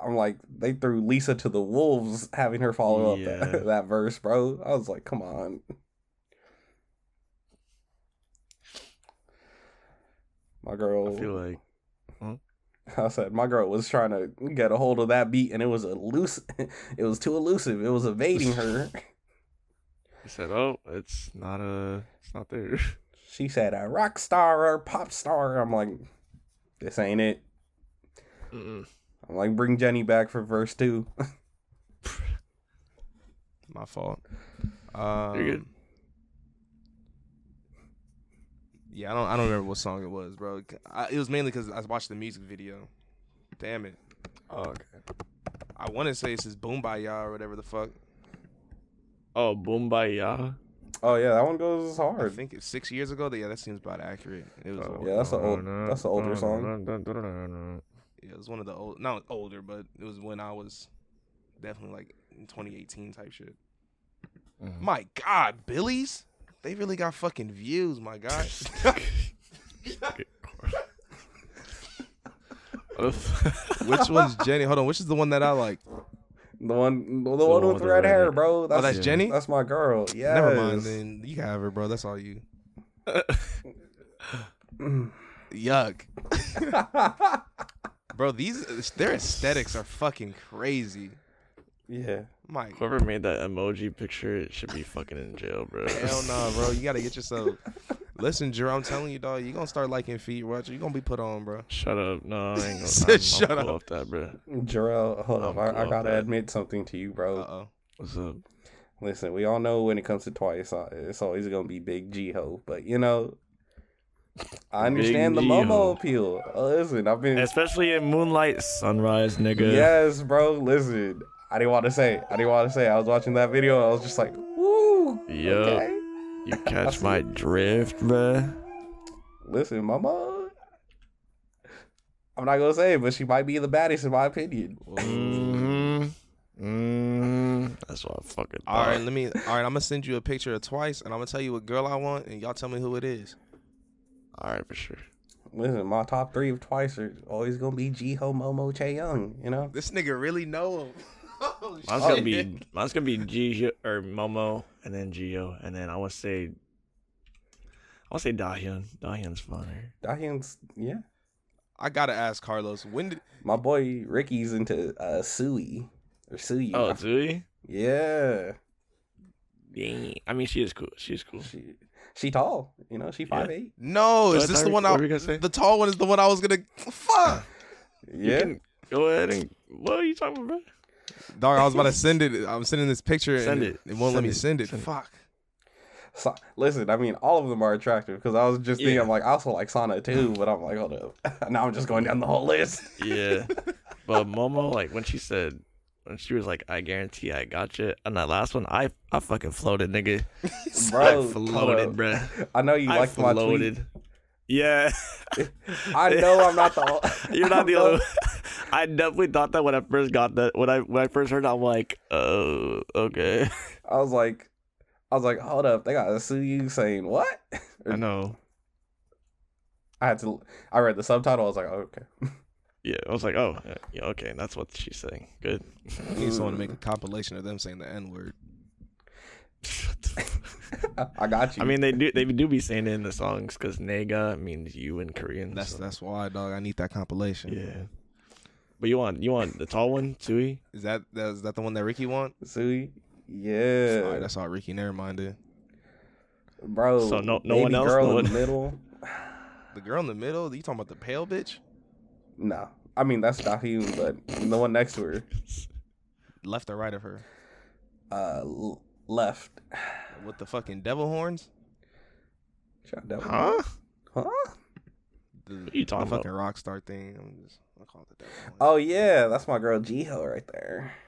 Speaker 4: I'm like they threw Lisa to the wolves having her follow up
Speaker 3: Yeah.
Speaker 4: [laughs] that, that verse, bro. I was like, come on. My girl
Speaker 3: I feel like
Speaker 4: [laughs] I said my girl was trying to get a hold of that beat and it was elusive [laughs] it was too elusive. It was evading her.
Speaker 3: I said, oh, it's not a, it's not there.
Speaker 4: she said a rock star or pop star. I'm like, this ain't it.
Speaker 3: Mm-mm.
Speaker 4: I'm like, bring Jenny back for verse two. [laughs]
Speaker 2: My fault. Um,
Speaker 3: good.
Speaker 2: Yeah, I don't I don't remember what song it was, bro. I, it was mainly because I watched the music video. Damn it.
Speaker 3: Oh, okay.
Speaker 2: I want to say it's this Boom by Ya or whatever the fuck.
Speaker 3: Oh, Boombayah.
Speaker 4: Oh yeah, that one goes
Speaker 2: I
Speaker 4: hard.
Speaker 2: think it's six years ago. Yeah, that seems about accurate. It
Speaker 3: Oh,
Speaker 2: was old.
Speaker 4: yeah, that's an old- that's an older song.
Speaker 2: Yeah, it was one of the old, not older, but it was when I was definitely like in 2018 type shit.
Speaker 3: Mhm.
Speaker 2: My God, Billy's, they really got fucking views. My God, which one's Jenny? Hold on, which is the one that I like?
Speaker 4: The one, the, one with red hair, bro. That's,
Speaker 2: that's Jenny?
Speaker 4: That's my girl. Yeah.
Speaker 2: Never mind. Then you can have her, bro. That's all you. Yuck, bro. These their aesthetics are fucking crazy.
Speaker 4: yeah.
Speaker 2: My
Speaker 3: Whoever made that emoji picture, it should be fucking in jail, [laughs] bro.
Speaker 2: Hell no, [laughs] bro. You gotta get yourself. Listen, Jer, I'm telling you, dog. You gonna start liking feet, Roger. You gonna be put on, bro.
Speaker 3: Shut up. No, I ain't [laughs] gonna
Speaker 2: Said
Speaker 3: I'm, I'm
Speaker 2: shut
Speaker 3: cool
Speaker 2: up.
Speaker 3: off that, bro.
Speaker 4: Jarrell, hold up.
Speaker 3: I'm
Speaker 4: I, I
Speaker 3: cool
Speaker 4: gotta
Speaker 3: with that.
Speaker 4: admit something to you,
Speaker 2: Uh
Speaker 4: bro.
Speaker 2: oh.
Speaker 3: What's up?
Speaker 4: Listen, we all know when it comes to twice, uh, it's always gonna be big G ho. But you know, I
Speaker 3: Big
Speaker 4: understand the
Speaker 3: G-ho.
Speaker 4: Momo appeal. Uh, listen, I've been
Speaker 3: Especially in Moonlight Sunrise, nigga.
Speaker 4: yes, bro. Listen, I didn't want to say. it. I didn't want to say. it. I was watching that video. I was just like, woo.
Speaker 3: Yup.
Speaker 4: Okay.
Speaker 3: You catch my drift, bruh.
Speaker 4: Listen, Momo. I'm not gonna say, it, but she might be the baddest in my opinion.
Speaker 3: Mm-hmm. Mm-hmm. That's what I fucking thought.
Speaker 2: All right, let me. All right, I'm gonna send you a picture of twice, and I'm gonna tell you what girl I want, and y'all tell me who it is.
Speaker 3: All right, for sure.
Speaker 4: Listen, my top three of twice are always gonna be G ho, Momo, Che Young. You know.
Speaker 2: This nigga really know him. [laughs] Oh,
Speaker 3: Mine's gonna [laughs] be mine's gonna be Gio or Momo, and then Gio, and then I want to say, I want to say Dahyun. Dahyun's funner.
Speaker 4: Dahyun's yeah.
Speaker 2: I gotta ask Carlos. When did?
Speaker 4: My boy Ricky's into uh Sui or Sui.
Speaker 3: Oh, Zui.
Speaker 4: yeah.
Speaker 3: Yeah. I mean, she is cool. She's cool.
Speaker 4: She she tall. You know, she
Speaker 3: Yeah.
Speaker 4: five eight.
Speaker 2: No,
Speaker 3: I
Speaker 2: is this
Speaker 3: thought
Speaker 2: the
Speaker 3: you-
Speaker 2: one?
Speaker 3: what
Speaker 2: I,
Speaker 3: were you gonna say?
Speaker 2: the tall one is the one I was gonna.
Speaker 3: [laughs]
Speaker 2: Fuck,
Speaker 4: Yeah.
Speaker 3: Go ahead and what are you talking about?
Speaker 2: dog. I was about to send it. I'm sending this picture.
Speaker 3: Send
Speaker 2: and
Speaker 3: it.
Speaker 2: It won't let
Speaker 3: Send
Speaker 2: me
Speaker 3: it.
Speaker 2: send it.
Speaker 3: Send it.
Speaker 2: Fuck.
Speaker 4: So, listen, I mean, all of them are attractive because I was just thinking,
Speaker 3: Yeah.
Speaker 4: I'm like, I also like Sana too, but I'm like, hold up. [laughs] now I'm just going down the whole list.
Speaker 3: [laughs] Yeah. but Momo, like when she said, when she was like, "I guarantee I got you," on that last one, I I fucking floated, nigga.
Speaker 4: Bro,
Speaker 3: I
Speaker 4: hold
Speaker 3: floated,
Speaker 4: up.
Speaker 3: Oh, bro.
Speaker 4: I know you
Speaker 3: I
Speaker 4: liked my tweet.
Speaker 3: floated. Yeah. [laughs]
Speaker 4: I know I'm not the o-
Speaker 3: You're not the
Speaker 4: I know-
Speaker 3: only. [laughs] I definitely thought that when I first got that. When I when I first heard, it, I'm like, oh, okay.
Speaker 4: [laughs] I was like, I was like, hold up, they got a Sui saying what? [laughs] I
Speaker 3: know.
Speaker 4: I had to. I read the subtitle. I was like, oh, okay. [laughs]
Speaker 3: Yeah, I was like, oh, yeah, okay, that's what she's saying. Good. [laughs]
Speaker 2: I need someone to make a compilation of them saying the N word.
Speaker 4: I got you.
Speaker 3: I mean, they do they do be saying it in the songs because nega means you in Korean.
Speaker 2: That's
Speaker 3: so-
Speaker 2: that's why, dog. I need that compilation.
Speaker 3: yeah. But you want you want the tall one, Tui?
Speaker 2: Is that that is that the one that Ricky want?
Speaker 4: Sui,
Speaker 2: All
Speaker 4: yeah,
Speaker 2: right, that's all Ricky. Never mind it.
Speaker 4: bro.
Speaker 3: So no- no one
Speaker 4: baby
Speaker 3: else?
Speaker 4: Girl
Speaker 3: No
Speaker 4: in
Speaker 3: one-
Speaker 4: the middle.
Speaker 2: The girl in the middle. You talking about the pale bitch?
Speaker 4: No, I mean that's Dahyun, but the one next to her,
Speaker 2: Left or right of her?
Speaker 4: uh, l- left.
Speaker 2: With the fucking devil horns?
Speaker 4: Shut down.
Speaker 3: Huh?
Speaker 4: Huh?
Speaker 2: The,
Speaker 3: What are you talking
Speaker 2: the
Speaker 3: about?
Speaker 2: fucking rock star thing. I'm just I call it the devil horns.
Speaker 4: Oh yeah, that's my girl Jiho right there. [laughs]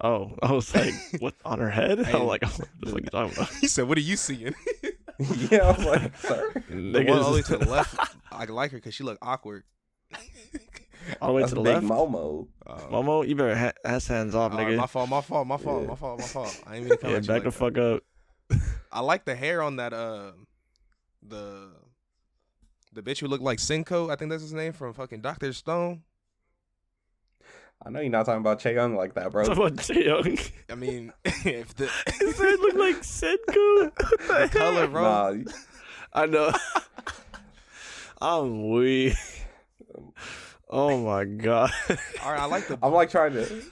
Speaker 3: Oh, I was like, what on her head? [laughs]
Speaker 2: Hey,
Speaker 3: I'm like, what the fuck you talking about?
Speaker 2: [laughs]
Speaker 4: [laughs]
Speaker 2: He said, "What are you
Speaker 3: [laughs]
Speaker 2: seeing?"
Speaker 4: yeah, I was like, sir.
Speaker 2: the one
Speaker 3: Niggas-
Speaker 2: all the way to the left. I like her because she looked
Speaker 3: [laughs]
Speaker 2: awkward.
Speaker 3: all the way
Speaker 4: [laughs] That's
Speaker 3: to the
Speaker 4: Big
Speaker 3: left.
Speaker 4: Momo.
Speaker 2: Uh,
Speaker 3: Momo, you better ha- ass hands off,
Speaker 2: all right,
Speaker 3: nigga.
Speaker 2: Oh, my fault. My fault. My fault.
Speaker 4: Yeah.
Speaker 2: My fault. My fault. I ain't mean to come
Speaker 3: yeah,
Speaker 2: at you
Speaker 3: back
Speaker 2: like
Speaker 3: the
Speaker 2: that.
Speaker 3: fuck up.
Speaker 2: I like the hair on that. Uh, the the bitch who looked like Cinco. I think that's his name from fucking Doctor Stone.
Speaker 4: I know you're not talking about Cheon like
Speaker 3: [laughs]
Speaker 4: that, bro.
Speaker 3: Talk about Taeyong.
Speaker 2: I mean, [laughs] if the
Speaker 3: His head looked like Senku. What the
Speaker 2: the
Speaker 3: heck?
Speaker 2: color, bro.
Speaker 4: Nah,
Speaker 3: I know. I'm weak. Oh my god.
Speaker 2: All right, I like
Speaker 4: [laughs]
Speaker 2: the
Speaker 4: I'm like trying to.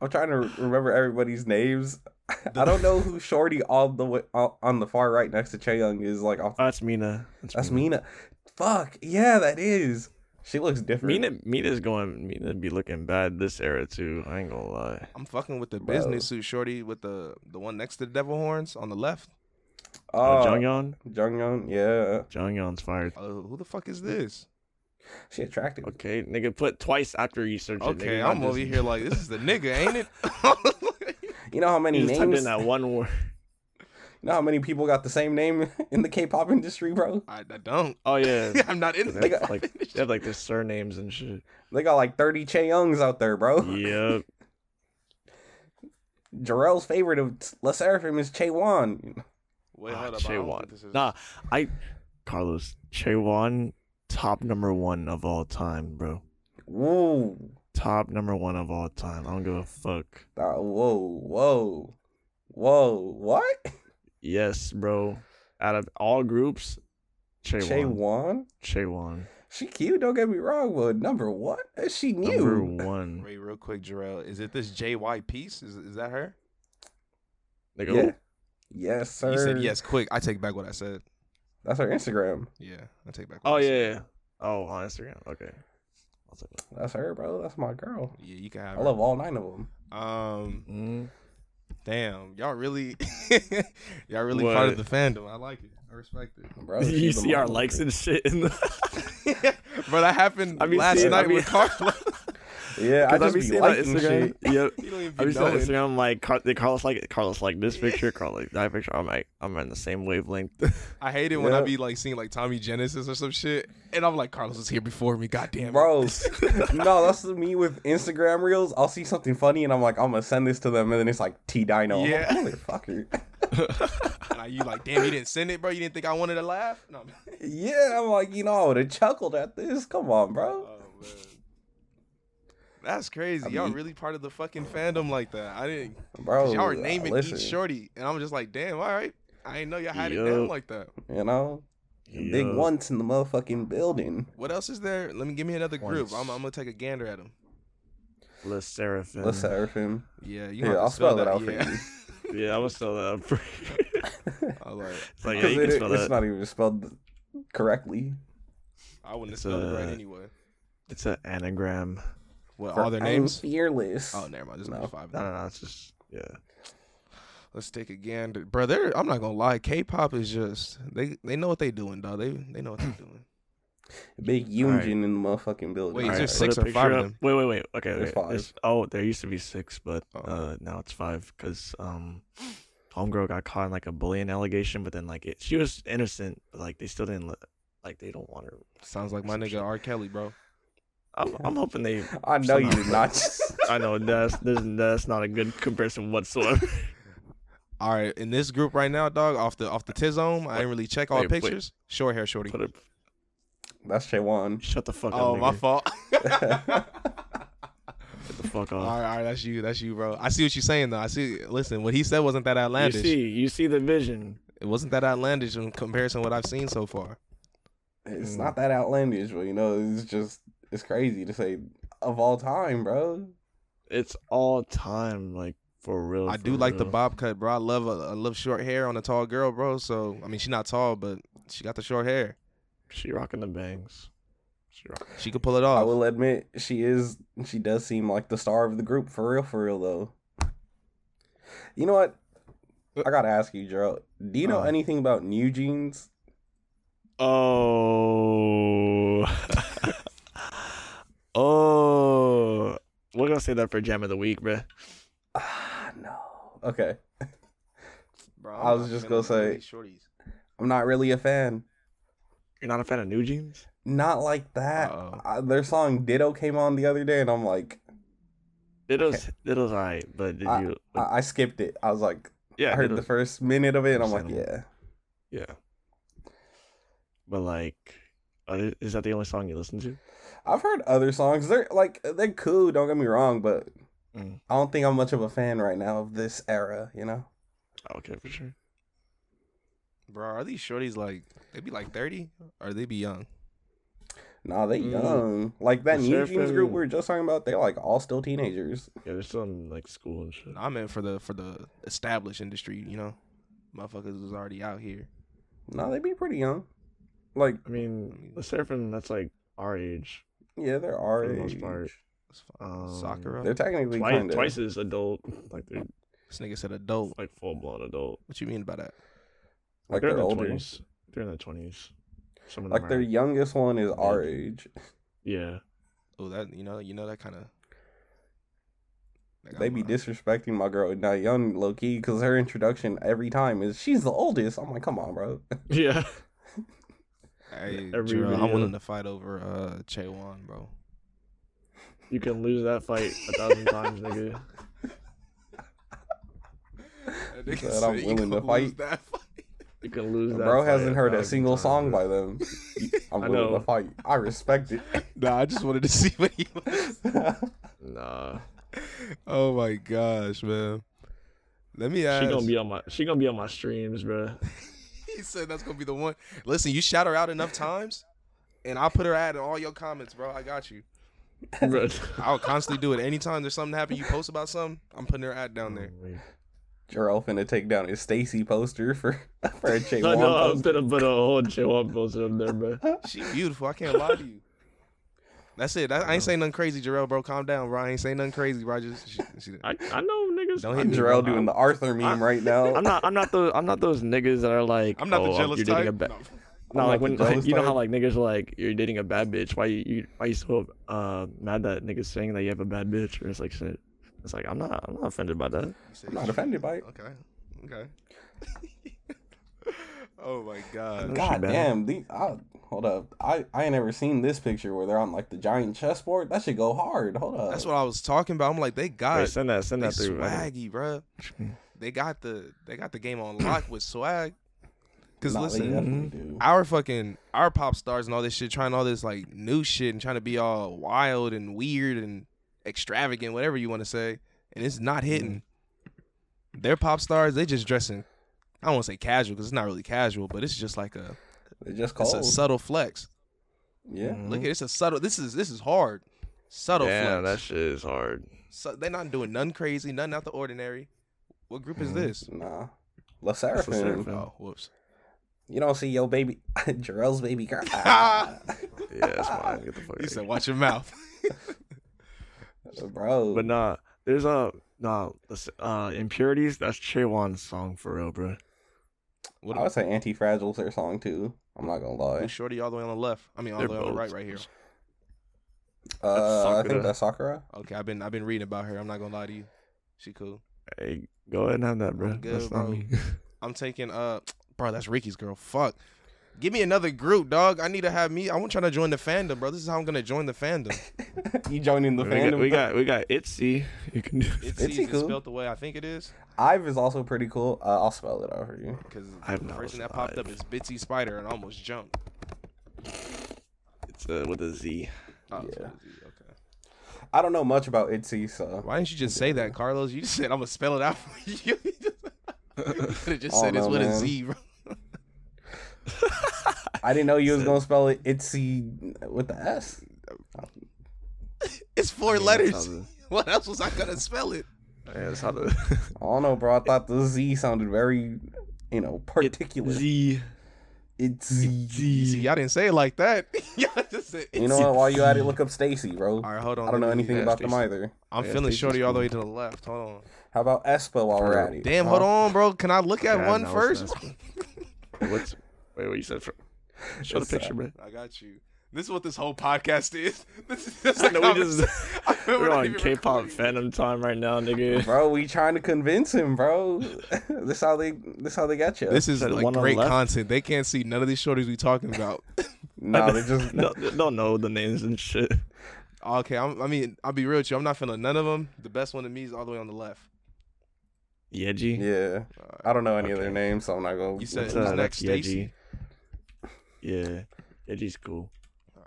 Speaker 4: I'm trying to remember everybody's names. [laughs] I don't know who Shorty on the way, on on the far right next to Cheon is like. Off,
Speaker 3: That's Mina.
Speaker 4: that's Mina. Fuck yeah, that is. She looks different.
Speaker 3: Mina. Mina's going. Mina be looking bad this era too. I ain't gonna lie.
Speaker 2: I'm fucking with the
Speaker 4: Bro.
Speaker 2: business suit shorty with the the one next to the devil horns on the left.
Speaker 3: Oh,
Speaker 4: Oh,
Speaker 3: Jonghyun.
Speaker 4: Jonghyun, yeah,
Speaker 3: Jonghyun's fired.
Speaker 2: Oh, who the fuck is this?
Speaker 4: she attractive.
Speaker 3: Okay, nigga, put twice after you search it.
Speaker 2: Okay,
Speaker 3: nigga, not
Speaker 2: I'm over [laughs]
Speaker 3: just-
Speaker 2: here like this is the nigga, ain't it?
Speaker 4: You know how many
Speaker 3: You [laughs] just typed
Speaker 4: names?
Speaker 3: in that one word.
Speaker 4: You know how many people got the same name [laughs] in the K-pop industry, bro?
Speaker 2: I, I don't.
Speaker 3: Oh
Speaker 2: [laughs]
Speaker 3: yeah,
Speaker 2: I'm not in
Speaker 3: they
Speaker 2: there.
Speaker 3: have, like they have like their surnames and shit.
Speaker 4: They got like thirty Cheongs out there, bro.
Speaker 3: Yep.
Speaker 4: Jarrell's favorite of La Seraphim is Chewan.
Speaker 2: Wait,
Speaker 3: Ah,
Speaker 2: hold up. I don't think this
Speaker 3: Chewan.
Speaker 2: is-
Speaker 3: Nah, I Carlos Chewan, top number one of all time, bro.
Speaker 4: Woo!
Speaker 3: Top number one of all time. I don't give a fuck.
Speaker 4: Uh, whoa! Whoa! Whoa! What?
Speaker 3: Yes, bro. Out of all groups, Chewan.
Speaker 4: Chewan?
Speaker 3: Chewan.
Speaker 4: She cute. Don't get me wrong, but number one, she new.
Speaker 3: Number one.
Speaker 2: Wait, real quick, Jarrell. Is it this JY piece? Is, is that her?
Speaker 3: They go,
Speaker 4: Yeah. Yes, sir.
Speaker 2: You said yes, quick. I take back what I said.
Speaker 4: That's her Instagram.
Speaker 2: Yeah, I take back. What
Speaker 3: Oh
Speaker 2: I
Speaker 3: yeah.
Speaker 2: said.
Speaker 3: yeah. Oh, on Instagram. Okay. I was like,
Speaker 4: That's her, bro. That's my girl.
Speaker 2: Yeah, you can have.
Speaker 4: I love all nine of them.
Speaker 2: her. Um,
Speaker 3: mm.
Speaker 2: damn, y'all really, [laughs] y'all really part
Speaker 3: What?
Speaker 2: of the fandom. I like it. I respect it.
Speaker 3: [laughs]
Speaker 4: Bro,
Speaker 3: you
Speaker 4: she's the
Speaker 3: see our
Speaker 4: mom.
Speaker 3: likes and shit in the.
Speaker 2: [laughs] Bro, that happened
Speaker 3: I be
Speaker 2: last
Speaker 3: seeing- I
Speaker 2: night
Speaker 3: be-
Speaker 4: [laughs]
Speaker 2: with Carlos.
Speaker 4: Yeah, I
Speaker 3: Cause
Speaker 4: just
Speaker 3: be
Speaker 4: be
Speaker 3: seeing on
Speaker 4: liking
Speaker 3: Instagram.
Speaker 4: shit.
Speaker 3: [laughs] Yep.
Speaker 2: [laughs] you don't even
Speaker 3: I
Speaker 2: be
Speaker 3: was on
Speaker 2: knowing.
Speaker 3: Instagram like Car- they Carlos like Carlos like this picture, Carlos like that picture. I'm like I'm on the same wavelength.
Speaker 2: I hate it when I
Speaker 4: Yeah.
Speaker 2: be like seeing like Tommy Genesis or some shit, and I'm like, Carlos was here before me. God damn, it.
Speaker 4: Bro, no, that's me with Instagram reels. I'll see something funny and I'm like, I'm gonna send this to them, and then it's like T Dino. I'm like,
Speaker 2: Yeah.
Speaker 4: motherfucker.
Speaker 2: [laughs]
Speaker 4: [laughs]
Speaker 2: And I, you like, damn, you didn't send it, bro. You didn't think I wanted to laugh? No.
Speaker 4: [laughs]
Speaker 2: I'm-
Speaker 4: yeah, I'm like, you know, I would have chuckled at this. Come on, bro.
Speaker 2: Oh man, that's crazy.
Speaker 4: I
Speaker 2: y'all
Speaker 4: mean-
Speaker 2: really part of the fucking fandom like that. I didn't.
Speaker 4: Bro, uh,
Speaker 2: Cause y'all were naming
Speaker 4: listen,
Speaker 2: each shorty, and I'm just like, damn, all right. I didn't know y'all had it
Speaker 3: Yup.
Speaker 2: down like that.
Speaker 4: You know, big
Speaker 3: Yo.
Speaker 4: once in the motherfucking building.
Speaker 2: What else is there? Let me give me another group.
Speaker 3: Once.
Speaker 2: I'm, I'm gonna take a gander at them.
Speaker 3: La Seraphim.
Speaker 4: Let's serve him.
Speaker 2: Yeah, you
Speaker 4: Yeah,
Speaker 2: have to
Speaker 4: I'll spell
Speaker 2: that
Speaker 4: it out for
Speaker 2: yeah.
Speaker 4: you.
Speaker 3: [laughs] Yeah, I was still that up. for-
Speaker 2: [laughs] I was like,
Speaker 3: [laughs] it's like yeah,
Speaker 4: 'Cause
Speaker 3: you can
Speaker 4: it-
Speaker 3: spell
Speaker 4: it's
Speaker 3: that.
Speaker 4: not even spelled correctly.
Speaker 2: I wouldn't have
Speaker 3: It's,
Speaker 2: spelled it right
Speaker 3: uh,
Speaker 2: anyway.
Speaker 3: It's an anagram.
Speaker 2: What
Speaker 4: For
Speaker 2: all their
Speaker 4: I'm
Speaker 2: names?
Speaker 4: fearless.
Speaker 2: Oh, never mind. There's only
Speaker 4: No.
Speaker 2: five. of
Speaker 3: No,
Speaker 2: them.
Speaker 3: no, no. It's just yeah.
Speaker 2: Let's take a gander, bro. They're, I'm not gonna lie. K-pop is just they they know what they doing, dog. They they
Speaker 3: [clears throat]
Speaker 2: know what they're doing.
Speaker 4: Big Yoonjin in the motherfucking building.
Speaker 2: Wait, is there
Speaker 3: Alright,
Speaker 2: six
Speaker 3: put a
Speaker 2: or five
Speaker 3: picture
Speaker 2: of
Speaker 3: up.
Speaker 2: them?
Speaker 3: Wait, wait, wait. Okay,
Speaker 4: There's
Speaker 3: wait.
Speaker 4: five.
Speaker 3: It's- oh, there used to be six, but
Speaker 2: Oh.
Speaker 3: uh, now it's five because um, homegirl got caught in like a bullying allegation, but then like it, she was innocent. But, like they still didn't let, like they don't want her.
Speaker 2: Sounds like my
Speaker 3: Some shit.
Speaker 2: nigga R. Kelly, bro.
Speaker 3: I'm, I'm hoping they.
Speaker 4: I know you
Speaker 3: somehow, like-
Speaker 4: did
Speaker 2: [laughs]
Speaker 4: not.
Speaker 3: I know that's that's, that's not a good comparison whatsoever. [laughs]
Speaker 2: All right, in this group right now, dog, off the off the tizome, I didn't really check all
Speaker 3: Wait, wait.
Speaker 2: pictures. Short hair, shorty.
Speaker 3: Put a,
Speaker 4: That's Shaywan.
Speaker 3: shut the fuck
Speaker 2: Oh,
Speaker 3: up.
Speaker 2: my
Speaker 3: nigga.
Speaker 2: fault. [laughs]
Speaker 3: Get the fuck
Speaker 2: all
Speaker 3: off.
Speaker 2: right, all right, that's you, that's you, bro. I see what you're saying though. I see. Listen, what he said wasn't that
Speaker 3: You
Speaker 2: outlandish.
Speaker 3: see, you see the vision.
Speaker 2: It wasn't that outlandish in comparison to what I've seen so far.
Speaker 4: It's not that outlandish, but you know, it's just it's crazy to say of all time, bro.
Speaker 3: It's all time, like for real.
Speaker 2: I
Speaker 3: for
Speaker 2: do like the
Speaker 3: real.
Speaker 2: bob cut, bro. I love a, I love short hair on a tall girl, bro. So I mean, she's not tall, but she got the short hair.
Speaker 3: She rocking the bangs. She rock.
Speaker 2: She could pull it
Speaker 4: I
Speaker 2: off.
Speaker 4: will admit she is she does seem like the star of the group for real, for real though. You know what? I gotta ask you, Gerald. Do you know
Speaker 2: Uh-huh.
Speaker 4: anything about new jeans?
Speaker 3: Oh. [laughs] oh. We're gonna say that for jam of the week, bruh.
Speaker 4: Ah no. Okay.
Speaker 2: Bro,
Speaker 4: I was just gonna say- I'm not really a fan.
Speaker 3: You're not a fan of New Jeans?
Speaker 4: Not like that.
Speaker 2: Uh-oh.
Speaker 4: I, their song Ditto came on the other day and I'm like
Speaker 3: Diddle's Diddle's alright, but did you?
Speaker 4: I, I skipped it. I was like
Speaker 3: yeah,
Speaker 4: I heard the
Speaker 3: Diddle's-
Speaker 4: first minute of it and I'm like,
Speaker 3: Understandable.
Speaker 4: yeah.
Speaker 3: yeah. But like, are th- is that the only song you listen to?
Speaker 4: I've heard other songs. They're like they're cool, don't get me wrong, but
Speaker 3: Mm.
Speaker 4: I don't think I'm much of a fan right now of this era, you know?
Speaker 3: Oh, Okay, for sure.
Speaker 2: Bro, are these shorties like they be like thirty or they be young?
Speaker 4: Nah, they
Speaker 3: Mm.
Speaker 4: young. Like that
Speaker 3: The
Speaker 4: new jeans group
Speaker 3: Seraphim-
Speaker 4: we were just talking about, they're like all still teenagers.
Speaker 3: Yeah, there's still in like school and shit.
Speaker 2: I meant for the for the established industry, you know, motherfuckers was already out here.
Speaker 4: No, they be pretty young. Like,
Speaker 3: I mean, the Seraphim, that's like our age.
Speaker 4: yeah, they're our
Speaker 3: For the most
Speaker 4: age.
Speaker 3: part.
Speaker 2: That's fine.
Speaker 3: Um,
Speaker 2: Sakura.
Speaker 4: They're technically
Speaker 3: Twice,
Speaker 4: kinda,
Speaker 3: twice as adult. Like they're
Speaker 2: This nigga said adult.
Speaker 3: like full blown adult.
Speaker 2: What you mean by that?
Speaker 4: like
Speaker 3: they're,
Speaker 4: they're
Speaker 3: in the
Speaker 4: older.
Speaker 3: twenties. They're in the twenties. Some of them
Speaker 4: Like
Speaker 3: are.
Speaker 4: their youngest one is our
Speaker 3: Yeah.
Speaker 4: age.
Speaker 3: yeah. [laughs]
Speaker 2: Oh, that you know, you know that kind of Like,
Speaker 4: They
Speaker 2: I'm,
Speaker 4: be
Speaker 2: uh,
Speaker 4: disrespecting my girl now, young low key, because her introduction every time is she's the oldest. I'm like, come on, bro. [laughs]
Speaker 3: Yeah.
Speaker 2: Hey,
Speaker 3: every
Speaker 2: Jarrell,
Speaker 3: video.
Speaker 2: I'm willing to fight over uh Che Wan, bro.
Speaker 3: You can lose that fight a
Speaker 4: [laughs]
Speaker 3: thousand times, nigga.
Speaker 4: He said, "I'm willing to fight."
Speaker 3: You can lose that.
Speaker 4: bro
Speaker 3: fight
Speaker 4: hasn't heard a
Speaker 3: thousand
Speaker 4: single
Speaker 3: times,
Speaker 4: song
Speaker 3: bro.
Speaker 4: by
Speaker 3: [laughs]
Speaker 4: them. I'm
Speaker 3: I
Speaker 4: willing
Speaker 3: know.
Speaker 4: to fight. I respect it.
Speaker 2: [laughs]
Speaker 4: [laughs]
Speaker 2: Nah, I just wanted to see what he [laughs] was.
Speaker 3: Nah.
Speaker 2: Oh my gosh, man. Let me ask.
Speaker 3: She gonna be on my she gonna be on my streams,
Speaker 4: [laughs]
Speaker 3: bro.
Speaker 2: [laughs] he said that's gonna be the one. Listen, you shout her out enough times, and I'll put her ad in all your comments, bro. I got you.
Speaker 3: bro.
Speaker 2: I'll constantly do it. Anytime there's something happen, you post about something, I'm putting her ad down there.
Speaker 4: Jarrell finna take down his Stacy poster for [laughs]
Speaker 3: [laughs]
Speaker 4: for a J
Speaker 3: No,
Speaker 4: Wan
Speaker 3: no, I'm
Speaker 4: poster.
Speaker 3: gonna put a whole chill up poster up there, bro.
Speaker 2: She beautiful. I can't lie to you. That's it. That- I ain't saying nothing crazy, Jarrell, bro. Calm down, bro. I ain't saying nothing crazy, bro. I just she, she,
Speaker 3: I, I know niggas.
Speaker 2: Don't
Speaker 3: I
Speaker 2: hit me,
Speaker 3: know-
Speaker 4: Jarrell doing the Arthur
Speaker 3: [laughs]
Speaker 4: meme
Speaker 3: I-
Speaker 4: right now.
Speaker 3: I'm not. I'm not those. I'm not those niggas that are like.
Speaker 2: I'm not
Speaker 3: oh,
Speaker 2: the
Speaker 3: you're
Speaker 2: jealous
Speaker 3: dating
Speaker 2: type.
Speaker 3: A ba-
Speaker 2: No.
Speaker 3: no,
Speaker 4: I'm
Speaker 3: like
Speaker 4: not the
Speaker 3: when
Speaker 4: jealous
Speaker 3: you know how
Speaker 4: type.
Speaker 3: like [laughs] niggas are like you're dating a bad bitch. Why you, you why you so uh mad that niggas saying that you have a bad bitch or it's like shit. It's like I'm not. I'm not offended by that.
Speaker 2: You [laughs] say
Speaker 4: I'm not
Speaker 2: she-
Speaker 4: offended by it.
Speaker 2: Okay. Okay. [laughs] oh my god.
Speaker 4: God
Speaker 3: bad.
Speaker 4: damn, these I, hold up. I, I ain't ever seen this picture where they're on like the giant chessboard. That should go hard. Hold up.
Speaker 2: That's what I was talking about. I'm like, they got
Speaker 3: Wait, send that. Send
Speaker 2: they
Speaker 3: that through. I-
Speaker 2: swaggy,
Speaker 4: [laughs]
Speaker 2: bro. They got the they got the game on lock with swag. Cause
Speaker 4: Nah, they
Speaker 2: listen,
Speaker 4: definitely do.
Speaker 2: our fucking our pop stars and all this shit trying all this like new shit and trying to be all wild and weird and extravagant, whatever you want to say, and it's not hitting.
Speaker 4: Mm.
Speaker 2: They're pop stars. They just dressing. I don't want to say casual because it's not really casual, but it's just like a
Speaker 4: They
Speaker 2: it's
Speaker 4: just
Speaker 2: a
Speaker 4: cold. Mm-hmm.
Speaker 2: subtle flex.
Speaker 4: yeah.
Speaker 3: Mm. Mm-hmm.
Speaker 2: Look at it's a subtle. This is this is hard. Subtle
Speaker 3: Damn, that
Speaker 2: flex.
Speaker 3: shit is hard.
Speaker 2: So, they're not doing nothing crazy, nothing out the ordinary. What group
Speaker 4: Mm-hmm.
Speaker 2: is this?
Speaker 4: Nah. La
Speaker 3: That's La
Speaker 4: Seraphim.
Speaker 3: Seraphim.
Speaker 2: Oh, whoops.
Speaker 4: You don't see your baby, [laughs] Jarrell's baby
Speaker 3: [laughs]
Speaker 4: girl.
Speaker 3: Yeah, that's fine. Get
Speaker 2: [laughs]
Speaker 3: the fuck.
Speaker 2: He
Speaker 3: out
Speaker 2: said, "Watch your
Speaker 4: [laughs]
Speaker 2: mouth."
Speaker 4: Bro.
Speaker 3: But nah, there's a nah. listen, Uh, impurities. That's Chewan's song for real, bro.
Speaker 2: What
Speaker 4: I would say Anti Fragile's their song too. I'm not gonna
Speaker 2: about
Speaker 4: lie.
Speaker 2: shorty all the way on the left? I mean, all
Speaker 3: They're
Speaker 2: the way on the
Speaker 3: both-
Speaker 2: right, right here.
Speaker 4: Uh, I think
Speaker 3: Sakura.
Speaker 4: that's Sakura. [laughs]
Speaker 2: Okay, I've been I've been reading about her. I'm not gonna lie to you. She cool.
Speaker 3: Hey, go ahead and have that, bro.
Speaker 2: I'm good,
Speaker 3: that's not
Speaker 2: bro. [laughs]
Speaker 3: me.
Speaker 2: I'm taking uh, bro, that's Ricky's girl. Fuck. Give me another group, dog. I need to have me. I want trying to join the fandom, bro. This is how I'm gonna join the fandom.
Speaker 4: [laughs] you joining the
Speaker 3: we,
Speaker 4: fandom?
Speaker 3: got, we got we got Itzy. You can do.
Speaker 2: It's,
Speaker 4: It's
Speaker 2: it's
Speaker 4: cool.
Speaker 2: spelled the way I think it is,
Speaker 4: Ive is also pretty cool. Uh, I'll spell it out for you.
Speaker 2: because
Speaker 3: I have
Speaker 2: the
Speaker 3: not
Speaker 2: first thing
Speaker 3: listened
Speaker 2: that
Speaker 3: to
Speaker 2: popped up
Speaker 3: Ive.
Speaker 2: is Bitsy Spider, and I almost jumped.
Speaker 3: It's uh, with a Z.
Speaker 2: Oh,
Speaker 4: Yeah.
Speaker 2: yeah. Okay.
Speaker 4: I don't know much about Itzy, so
Speaker 2: Why didn't you just say that, Carlos? You just said I'm gonna spell it out for [laughs] you. you could have just
Speaker 4: I
Speaker 2: said
Speaker 4: don't
Speaker 2: it's
Speaker 4: know,
Speaker 2: with a
Speaker 4: man.
Speaker 2: Z, bro.
Speaker 4: I didn't know you was gonna spell it Itzy with the S.
Speaker 2: It's four
Speaker 3: Yeah,
Speaker 2: letters.
Speaker 3: that's how the-
Speaker 2: [laughs] What else was I gonna spell it?
Speaker 3: Yeah, that's how the
Speaker 4: I don't know, bro. I thought the Z sounded very, you know,
Speaker 3: [laughs]
Speaker 4: particular.
Speaker 3: Z
Speaker 2: [laughs]
Speaker 4: Itzy.
Speaker 2: See,
Speaker 3: [laughs] Z.
Speaker 2: y'all didn't say it like that. [laughs] y'all just said
Speaker 3: [laughs]
Speaker 4: You know what? While you at it, look up Stacy, bro.
Speaker 2: All right, hold on.
Speaker 4: I don't
Speaker 2: let
Speaker 4: know
Speaker 2: me-
Speaker 4: anything
Speaker 3: yeah,
Speaker 4: about them
Speaker 3: Stacey.
Speaker 4: either.
Speaker 2: I'm
Speaker 3: Yeah,
Speaker 2: feeling
Speaker 3: Stacey's
Speaker 2: shorty all the
Speaker 3: cool.
Speaker 2: way to the left. Hold on.
Speaker 4: How about Espa while we're
Speaker 3: Bro,
Speaker 4: at it?
Speaker 2: Damn, hold
Speaker 4: Huh?
Speaker 2: on, bro. Can I look at one first?
Speaker 3: What's wait? What you said? For, show the
Speaker 4: It's, uh,
Speaker 3: picture, bro.
Speaker 2: [laughs] I got you. This is what this whole podcast is. [laughs] This is just like
Speaker 3: know, we just-
Speaker 2: [laughs] I mean,
Speaker 3: [laughs] We're
Speaker 2: not
Speaker 3: on
Speaker 2: even
Speaker 3: K-pop
Speaker 2: recording.
Speaker 3: fandom time right now, [laughs] nigga.
Speaker 4: bro. We trying to convince him, bro. [laughs] this how they this how they got you.
Speaker 2: This is
Speaker 3: Said
Speaker 2: like
Speaker 3: one on the
Speaker 2: great
Speaker 3: left.
Speaker 2: content. They can't see none of these shorties we talking about. [laughs]
Speaker 4: no, they just
Speaker 3: no, they don't know the names and shit.
Speaker 2: okay, I'm, I mean, I'll be real with you. I'm not feeling none of them. The best one to me is all the way on the left.
Speaker 3: Yeji.
Speaker 4: yeah. I don't know any of their names, so I'm not gonna.
Speaker 2: You said-
Speaker 3: That's,
Speaker 2: Who's
Speaker 3: uh,
Speaker 2: next,
Speaker 3: that's
Speaker 2: Stacey?
Speaker 3: Yeji. Yeah, Yeji's cool.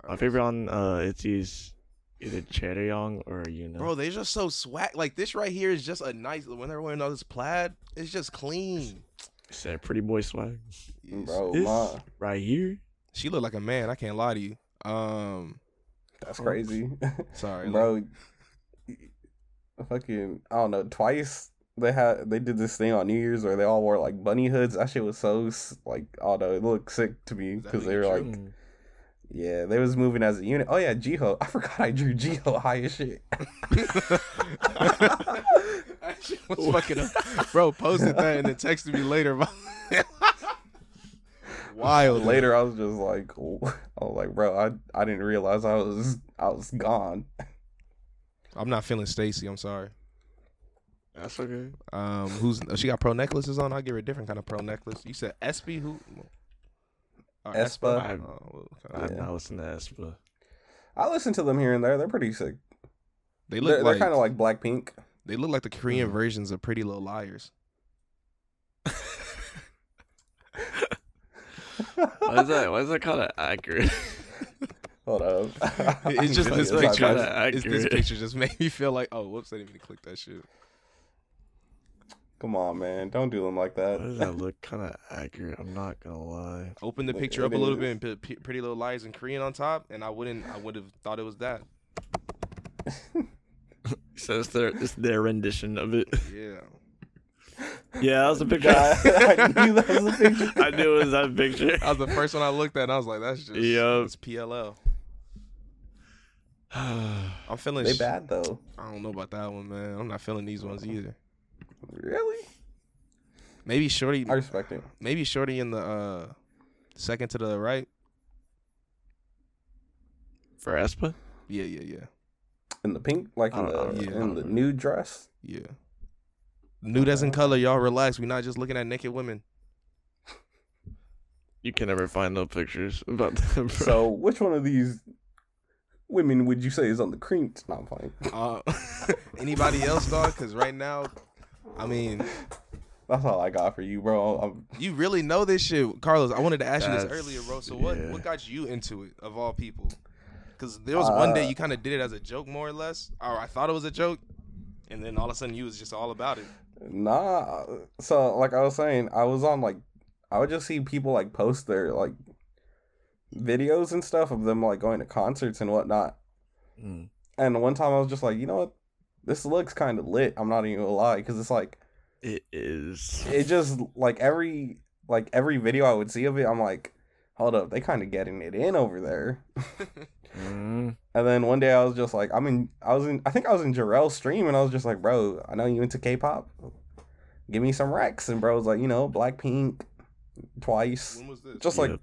Speaker 3: My favorite on uh, Itzy's either Cheryong or Yuna.
Speaker 2: Bro, they just so swag. Like this right here is just a nice. When they're wearing all this plaid, it's just clean.
Speaker 3: It's that pretty boy swag.
Speaker 4: bro,
Speaker 3: This
Speaker 4: Oh, my,
Speaker 3: right here.
Speaker 2: She looked like a man. I can't lie to you. Um,
Speaker 4: that's crazy, [laughs]
Speaker 2: sorry, [laughs] like-
Speaker 4: bro. Fucking, I don't know. Twice they had they did this thing on New Year's where they all wore like bunny hoods. That shit was so s- like, oh no, it looked sick to me
Speaker 2: that
Speaker 4: because they
Speaker 2: nigga
Speaker 4: were
Speaker 2: Drew?
Speaker 3: Hmm.
Speaker 4: like, yeah, they was moving as a unit. Oh yeah, Jiho. [laughs] I forgot I drew Jiho high as shit.
Speaker 2: that shit was fucking up. Bro posted that and then texted me later. bro. [laughs] Wild.
Speaker 4: Later, I was just like, [laughs] I was like, bro, I I didn't realize I was I was gone.
Speaker 2: I'm not feeling Stacy. I'm sorry.
Speaker 3: That's okay.
Speaker 2: Um, who's oh, she got pro necklaces on? I'll give her a different kind of pro necklace. You said Espy who? Or
Speaker 4: Espa.
Speaker 2: I don't know. Well,
Speaker 3: I
Speaker 2: okay.
Speaker 3: have not listened to Espa.
Speaker 4: I listen to them here and there. They're pretty sick.
Speaker 2: They
Speaker 4: They
Speaker 2: look
Speaker 4: are
Speaker 2: like,
Speaker 4: kind of like Blackpink.
Speaker 2: they look like the Korean
Speaker 3: Mm.
Speaker 4: Mm-hmm.
Speaker 2: versions of Pretty Little Liars.
Speaker 3: Why is that? Why is that kind of accurate?
Speaker 4: Hold up. [laughs]
Speaker 2: It's just
Speaker 3: feel
Speaker 2: this
Speaker 3: like it's
Speaker 2: picture.
Speaker 3: kinda
Speaker 2: It's this
Speaker 3: accurate.
Speaker 2: picture just [laughs] made me feel like, oh, whoops, I didn't even click that shit.
Speaker 4: Come on, man. Don't do them
Speaker 3: [laughs]
Speaker 4: like
Speaker 3: Why does
Speaker 4: that.
Speaker 3: that look kind of accurate? I'm not gonna lie.
Speaker 2: Open the
Speaker 4: Like,
Speaker 2: picture
Speaker 4: it
Speaker 2: up a little
Speaker 4: is.
Speaker 2: bit and put P- Pretty Little Liars in Korean on top, and I wouldn't, I would have thought it was that.
Speaker 3: So it's their it's their rendition of it.
Speaker 2: Yeah.
Speaker 3: [laughs] Yeah, that was [laughs] the picture.
Speaker 4: [laughs] I knew that was the
Speaker 3: [laughs]
Speaker 4: picture.
Speaker 3: I knew it was that picture.
Speaker 2: That was the first one I looked at, and I was like, that's just,
Speaker 3: Yup.
Speaker 2: it's PLL.
Speaker 3: I
Speaker 2: I'm feeling,
Speaker 4: They
Speaker 2: sh-
Speaker 4: bad though.
Speaker 2: I don't know about that one, man. I'm not feeling these ones either.
Speaker 4: Really?
Speaker 2: Maybe Shorty,
Speaker 4: I respect it.
Speaker 2: maybe Shorty in the uh second to the right.
Speaker 3: [sighs] For Espa?
Speaker 2: Yeah, yeah, yeah,
Speaker 4: In the pink, like in
Speaker 3: I
Speaker 4: the
Speaker 3: don't-
Speaker 2: yeah, I
Speaker 4: in
Speaker 3: don't
Speaker 4: the
Speaker 3: know.
Speaker 4: nude dress.
Speaker 2: yeah. Nude as in color, y'all. Relax. We're not just looking at naked women.
Speaker 3: You can never find no pictures about [laughs] them. bro.
Speaker 4: So, which one of these women would you say is on the cream? No, I'm fine.
Speaker 2: Uh, [laughs] anybody else, dog? Because right now, I mean,
Speaker 4: That's all I got for you, bro. I'm,
Speaker 2: you really know this shit, Carlos. I wanted to ask you
Speaker 3: That's-
Speaker 2: this earlier, bro. So what
Speaker 3: yeah.
Speaker 2: what got you into it of all people? Because there was one day
Speaker 4: Uh,
Speaker 2: you kind of did it as a joke, more or less, or I thought it was a joke, and then all of a sudden you was just all about it.
Speaker 4: nah. So, like I was saying, I was on like I would just see people like post their like videos and stuff of them like going to concerts and whatnot.
Speaker 3: Mm.
Speaker 4: And one time I was just like, you know what? This looks kind of lit. I'm not even gonna lie, because it's like
Speaker 3: It is.
Speaker 4: it just like every like every video I would see of it, I'm like, hold up, they kind of getting it in over there.
Speaker 3: Mm.
Speaker 4: And then one day I was just like, I mean, I was in, I think I was in Jarrell's stream, and I was just like, bro, I know you into K-pop, give me some Rex. And bro was like, you know, Blackpink, Twice,
Speaker 2: When was this?
Speaker 4: just like
Speaker 3: Yep.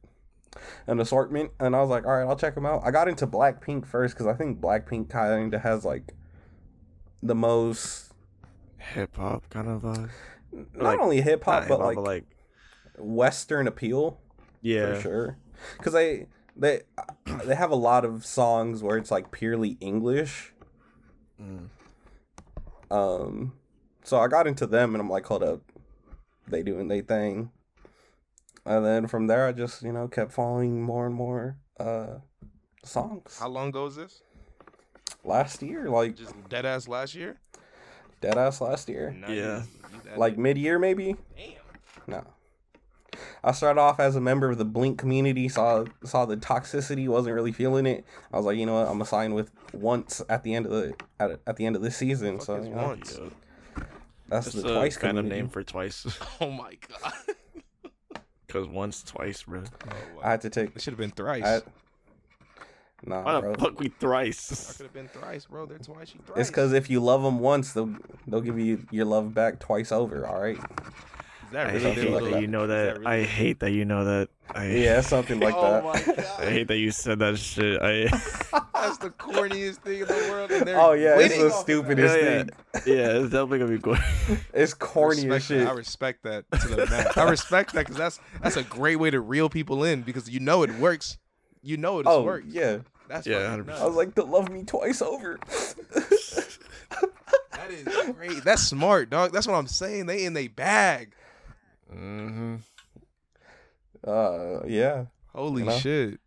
Speaker 4: an assortment. And I was like, all right, I'll check them out. I got into Blackpink first because I think Blackpink kind of has like the most
Speaker 3: Hip hop kind of vibe.
Speaker 4: not
Speaker 3: Like,
Speaker 4: only hip
Speaker 3: Not
Speaker 4: hop but
Speaker 3: hip-hop,
Speaker 4: like, Western appeal
Speaker 3: yeah.
Speaker 4: for sure. Because they they [clears throat] they have a lot of songs where it's like purely English.
Speaker 3: Mm.
Speaker 4: Um, so I got into them, and I'm like, hold up, they doing they thing. And then from there, I just you know kept following more and more uh songs.
Speaker 2: how long ago was this?
Speaker 4: Last year, like
Speaker 2: Just dead ass last year.
Speaker 4: dead ass last year,
Speaker 2: Nah, you-
Speaker 3: Yeah.
Speaker 2: you that
Speaker 4: like
Speaker 2: nigga.
Speaker 4: mid year maybe.
Speaker 2: damn.
Speaker 4: No. I started off as a member of the Blink community, saw saw the toxicity, wasn't really feeling it. I was like, you know what, I'm gonna sign with once at the end of the at, at the end of this season.
Speaker 2: Fuck
Speaker 4: so
Speaker 2: is
Speaker 4: you know,
Speaker 2: Once.
Speaker 3: Yup.
Speaker 4: that's
Speaker 3: That's
Speaker 4: the
Speaker 3: a
Speaker 4: twice
Speaker 3: kind of
Speaker 4: community.
Speaker 3: name for twice.
Speaker 2: [laughs]
Speaker 3: [laughs]
Speaker 2: Oh my god.
Speaker 3: Cause once, twice, bro.
Speaker 2: Oh, wow.
Speaker 4: I had to take
Speaker 2: it should have been thrice.
Speaker 4: I, nah,
Speaker 3: Why
Speaker 4: bro.
Speaker 3: the fuck we
Speaker 2: I
Speaker 3: [laughs] thrice?
Speaker 2: could have been thrice, bro. They're twice. She thrice.
Speaker 4: It's because if you love them once, they'll they'll give you your love back twice over. All right.
Speaker 2: Is that
Speaker 3: I
Speaker 2: really
Speaker 3: hate
Speaker 2: their little-
Speaker 3: that you know
Speaker 2: is that
Speaker 3: that.
Speaker 2: really-
Speaker 3: I hate that you know that. I
Speaker 4: Yeah, something like
Speaker 2: [laughs] oh
Speaker 4: [laughs] that.
Speaker 2: my god.
Speaker 3: [laughs] I hate that you said that shit. [laughs] I.
Speaker 2: That's the corniest thing in the world. And they're
Speaker 4: Oh yeah, it's
Speaker 2: winning
Speaker 4: the
Speaker 2: off of
Speaker 3: [laughs]
Speaker 4: stupidest
Speaker 3: yeah, yeah,
Speaker 4: thing.
Speaker 3: yeah, it's definitely gonna be good.
Speaker 4: It's
Speaker 2: that. I
Speaker 4: corny
Speaker 2: respect
Speaker 4: as
Speaker 2: that.
Speaker 4: shit.
Speaker 2: I respect that to the max. I respect that because that's that's a great way to reel people in because you know it works. You know it
Speaker 4: Oh
Speaker 2: works.
Speaker 4: yeah,
Speaker 2: That's
Speaker 3: Yeah,
Speaker 2: fucking
Speaker 3: 100%.
Speaker 2: nuts.
Speaker 4: I was like, they'll love me twice over. [laughs]
Speaker 2: that is great. That's smart, dog. That's what I'm saying. They in they bag.
Speaker 3: Mm-hmm.
Speaker 4: uh, yeah.
Speaker 2: Holy
Speaker 4: You know?
Speaker 2: shit.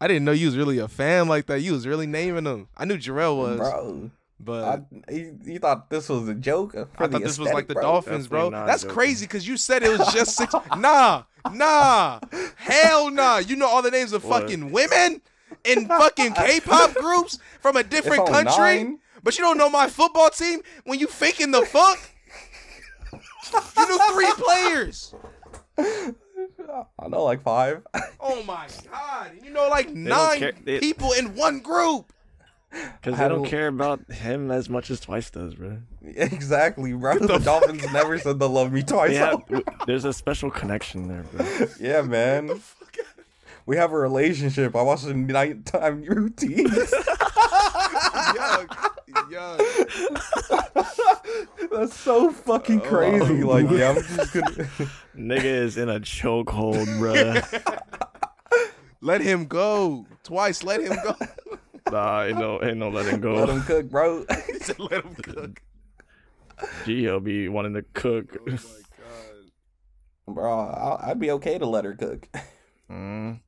Speaker 2: I didn't know you was really a fan like that. You was really naming them. I knew Jarrell was,
Speaker 4: Bro,
Speaker 2: but
Speaker 4: I, you, you thought this was a joke? For
Speaker 2: I thought
Speaker 4: the
Speaker 2: this was like
Speaker 4: aesthetic,
Speaker 2: the
Speaker 4: bro?
Speaker 2: Dolphins, bro.
Speaker 3: Definitely not
Speaker 2: That's
Speaker 3: joking.
Speaker 2: crazy because you said it was just
Speaker 4: [laughs]
Speaker 2: six. nah, nah, hell nah. You know all the names of
Speaker 3: What?
Speaker 2: fucking women in
Speaker 4: [laughs]
Speaker 2: fucking K-pop groups from a
Speaker 4: It's
Speaker 2: different
Speaker 4: on
Speaker 2: country,
Speaker 4: nine.
Speaker 2: but you don't know my football team when you faking the fuck. you knew
Speaker 4: [laughs]
Speaker 2: three players.
Speaker 4: I know, like five. [laughs]
Speaker 2: Oh my god! And you know like
Speaker 3: don't
Speaker 2: nine
Speaker 3: care- they-
Speaker 2: people in one
Speaker 4: [laughs]
Speaker 2: group.
Speaker 3: Because
Speaker 4: I
Speaker 3: they don't
Speaker 4: don't-
Speaker 3: care about him as much as Twice does, bro.
Speaker 4: exactly, bro. The, Dolphins never said they'll love me twice.
Speaker 3: Yeah,
Speaker 4: over. [laughs]
Speaker 3: [laughs] there's a special connection there, bro.
Speaker 4: yeah, man. We have a [laughs] relationship. I watch the nighttime routines.
Speaker 2: Yo, yo.
Speaker 4: That's so fucking crazy.
Speaker 3: Oh.
Speaker 4: like, yeah, I'm just
Speaker 2: [laughs]
Speaker 4: gonna.
Speaker 3: Nigga is in a chokehold, bruh.
Speaker 2: Let him go. Twice, let him
Speaker 3: [laughs]
Speaker 2: go.
Speaker 3: nah, ain't no, ain't no letting go.
Speaker 4: Let him cook, bro. [laughs]
Speaker 2: He said, let him cook.
Speaker 3: Gee, he'll be wanting to cook.
Speaker 2: [laughs] Oh my
Speaker 3: [laughs]
Speaker 2: god.
Speaker 4: bro, I'll, I'd be okay to let her cook.
Speaker 3: Mm.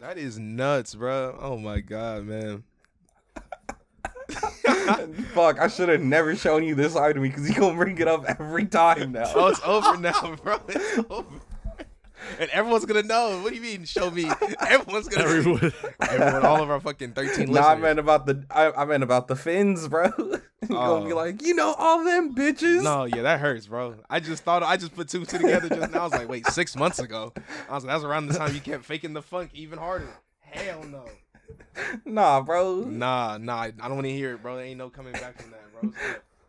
Speaker 2: That is nuts, bro. Oh my god, man.
Speaker 4: Fuck, I should have never shown you this side of me because you gonna bring it up every time now.
Speaker 2: Oh, it's [laughs] over now, bro. It's over. And everyone's gonna know. What do you mean? Show [laughs] me. Everyone's gonna see.
Speaker 3: Everyone,
Speaker 2: Everyone, all of our fucking thirteen
Speaker 4: Nah, I
Speaker 2: listeners.
Speaker 4: meant about the I, I meant about the fins, bro. [laughs] you
Speaker 2: Oh.
Speaker 4: gonna be like, you know, all them bitches.
Speaker 2: No, yeah, that hurts, bro. I just thought I just put two two together just now. I was like, wait, six months ago. I was like, that's around the time you kept faking the funk even harder. Hell no.
Speaker 4: Nah, bro.
Speaker 2: Nah, nah, I don't want to hear it, bro. There ain't no coming back from that, bro.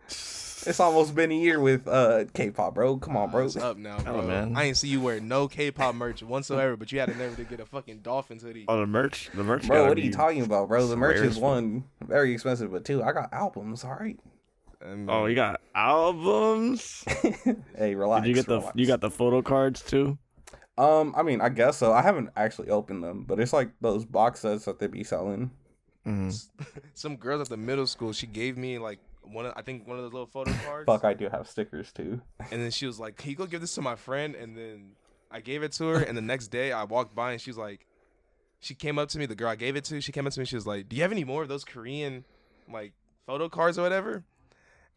Speaker 4: It's almost been a year with uh K-pop, bro. Come on, bro.
Speaker 2: It's up now, bro.
Speaker 3: man.
Speaker 2: I ain't see you wear no K-pop merch whatsoever, but you had to never to get a fucking Dolphins hoodie.
Speaker 3: oh, the merch, the merch.
Speaker 4: Bro,
Speaker 3: gotta
Speaker 4: what are you
Speaker 3: be-
Speaker 4: talking about, bro? The merch
Speaker 3: rare
Speaker 4: is
Speaker 3: as
Speaker 4: one very expensive, but two, I got albums. All right.
Speaker 2: And,
Speaker 3: Oh, you got albums.
Speaker 4: Hey, relax.
Speaker 3: Did you get the
Speaker 4: relax.
Speaker 3: you got the photo cards too?
Speaker 4: Um, I mean, I guess so. I haven't actually opened them, but it's like those box sets that they be selling.
Speaker 3: Mm.
Speaker 2: some girls at the middle school, she gave me like one of I think one of those little photo cards.
Speaker 4: Fuck, I do have stickers too.
Speaker 2: And then she was like, "Can you go give this to my friend?" And then I gave it to her. And the next day, I walked by and she's like, she came up to me. The girl I gave it to, she came up to me. She was like, "Do you have any more of those Korean like photo cards or whatever?"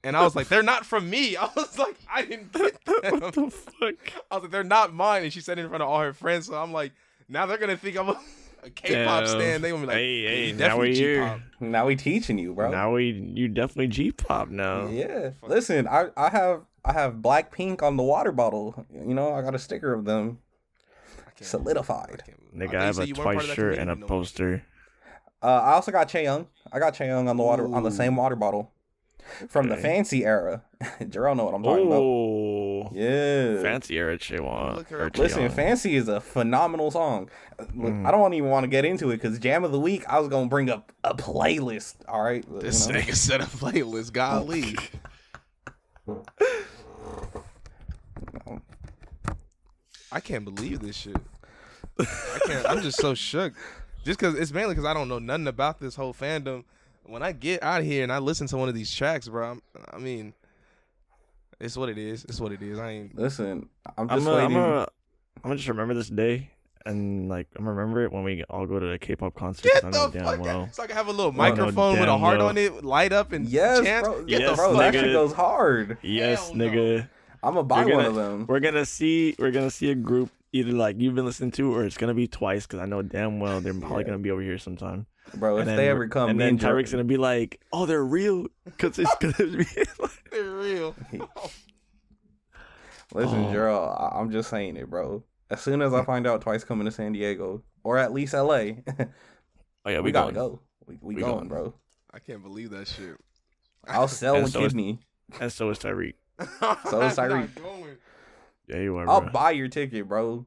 Speaker 2: And I was like, "They're not from me." [laughs] I was like, "I didn't get them." [laughs]
Speaker 3: What the fuck?
Speaker 2: I was like, "They're not mine." And she said it in front of all her friends. So I'm like, now they're gonna think I'm a, [laughs] a K-pop
Speaker 3: Damn.
Speaker 2: stand. They gonna be like,
Speaker 3: Hey,
Speaker 2: "Yeah,
Speaker 3: hey,
Speaker 2: you
Speaker 3: now
Speaker 2: definitely
Speaker 3: we here."
Speaker 2: G-pop."
Speaker 4: Now we teaching you, bro.
Speaker 3: Now we you definitely G pop now.
Speaker 4: yeah. Listen, I I have I have black pink on the water bottle. You know, I got a sticker of them
Speaker 2: I can't-
Speaker 4: solidified.
Speaker 2: I can't-
Speaker 3: Nigga,
Speaker 2: thought
Speaker 3: I
Speaker 2: you
Speaker 3: have
Speaker 2: said
Speaker 3: a
Speaker 2: you weren't part
Speaker 3: twice
Speaker 2: of that
Speaker 3: shirt and a
Speaker 2: community no more.
Speaker 3: poster.
Speaker 4: Uh, I also got Chaeyoung. I got Chaeyoung on the water on the same water bottle from the
Speaker 3: Okay.
Speaker 4: fancy era. [laughs] Jarrell know what I'm talking about.
Speaker 3: Oh,
Speaker 4: Yeah.
Speaker 3: fancy Eric Chewan.
Speaker 2: Look her up.
Speaker 4: Listen, Fancy is a phenomenal song. Look,
Speaker 3: Mm.
Speaker 4: I don't even want to get into it because Jam of the Week, I was going to bring up a playlist. All right. you
Speaker 2: This
Speaker 4: know?
Speaker 2: nigga set a playlist.
Speaker 3: [laughs]
Speaker 2: Golly. I can't believe this shit. I can't. I'm just so shook. Just because it's mainly because I don't know nothing about this whole fandom. When I get out here and I listen to one of these tracks, bro, I'm, I mean, it's what it is. It's what it is. I ain't.
Speaker 4: Listen,
Speaker 3: I'm
Speaker 4: I'm just
Speaker 3: gonna, I'm
Speaker 4: waiting.
Speaker 3: gonna, I'm gonna just remember this day and like I'm gonna remember it when we all go to the K-pop concert. 'cause I know damn well.
Speaker 2: It's like I have a little
Speaker 3: know
Speaker 2: microphone with a
Speaker 3: damn
Speaker 2: heart
Speaker 3: well.
Speaker 2: on it, light up and
Speaker 4: Yes,
Speaker 2: chant.
Speaker 4: bro.
Speaker 2: Get the
Speaker 3: Yes,
Speaker 4: bro, that
Speaker 2: fuck.
Speaker 3: nigga.
Speaker 4: shit goes hard.
Speaker 3: Yes,
Speaker 2: no.
Speaker 3: nigga.
Speaker 4: I'm going to buy
Speaker 3: You're
Speaker 4: one
Speaker 3: gonna-
Speaker 4: of them.
Speaker 3: We're gonna see. We're gonna see a group either like you've been listening to, or it's gonna be twice because I know damn well they're probably gonna be over here sometime.
Speaker 4: Bro, if
Speaker 3: and
Speaker 4: they
Speaker 3: then-
Speaker 4: ever come,
Speaker 3: and
Speaker 4: me
Speaker 3: then
Speaker 4: and
Speaker 3: Tyreek's
Speaker 4: Jarrell-
Speaker 3: gonna be like, "Oh, they're real," because it's gonna be. [laughs] Like,
Speaker 2: They're real.
Speaker 4: Listen,
Speaker 3: Oh.
Speaker 4: Gerald, I- I'm just saying it, bro. As soon as I find out Twice coming to San Diego, or at least LA, [laughs] we,
Speaker 3: oh yeah, we,
Speaker 4: gotta
Speaker 3: going.
Speaker 4: go. We, we,
Speaker 3: We
Speaker 4: going,
Speaker 3: going.
Speaker 4: bro.
Speaker 2: I can't believe that shit.
Speaker 3: [laughs]
Speaker 4: I'll sell
Speaker 3: And
Speaker 4: a
Speaker 3: so is-
Speaker 4: kidney.
Speaker 3: And so is Tyreek.
Speaker 2: [laughs] so
Speaker 4: is Tyreek.
Speaker 3: Yeah, you are.
Speaker 4: I'll
Speaker 3: bro.
Speaker 4: buy your ticket, bro.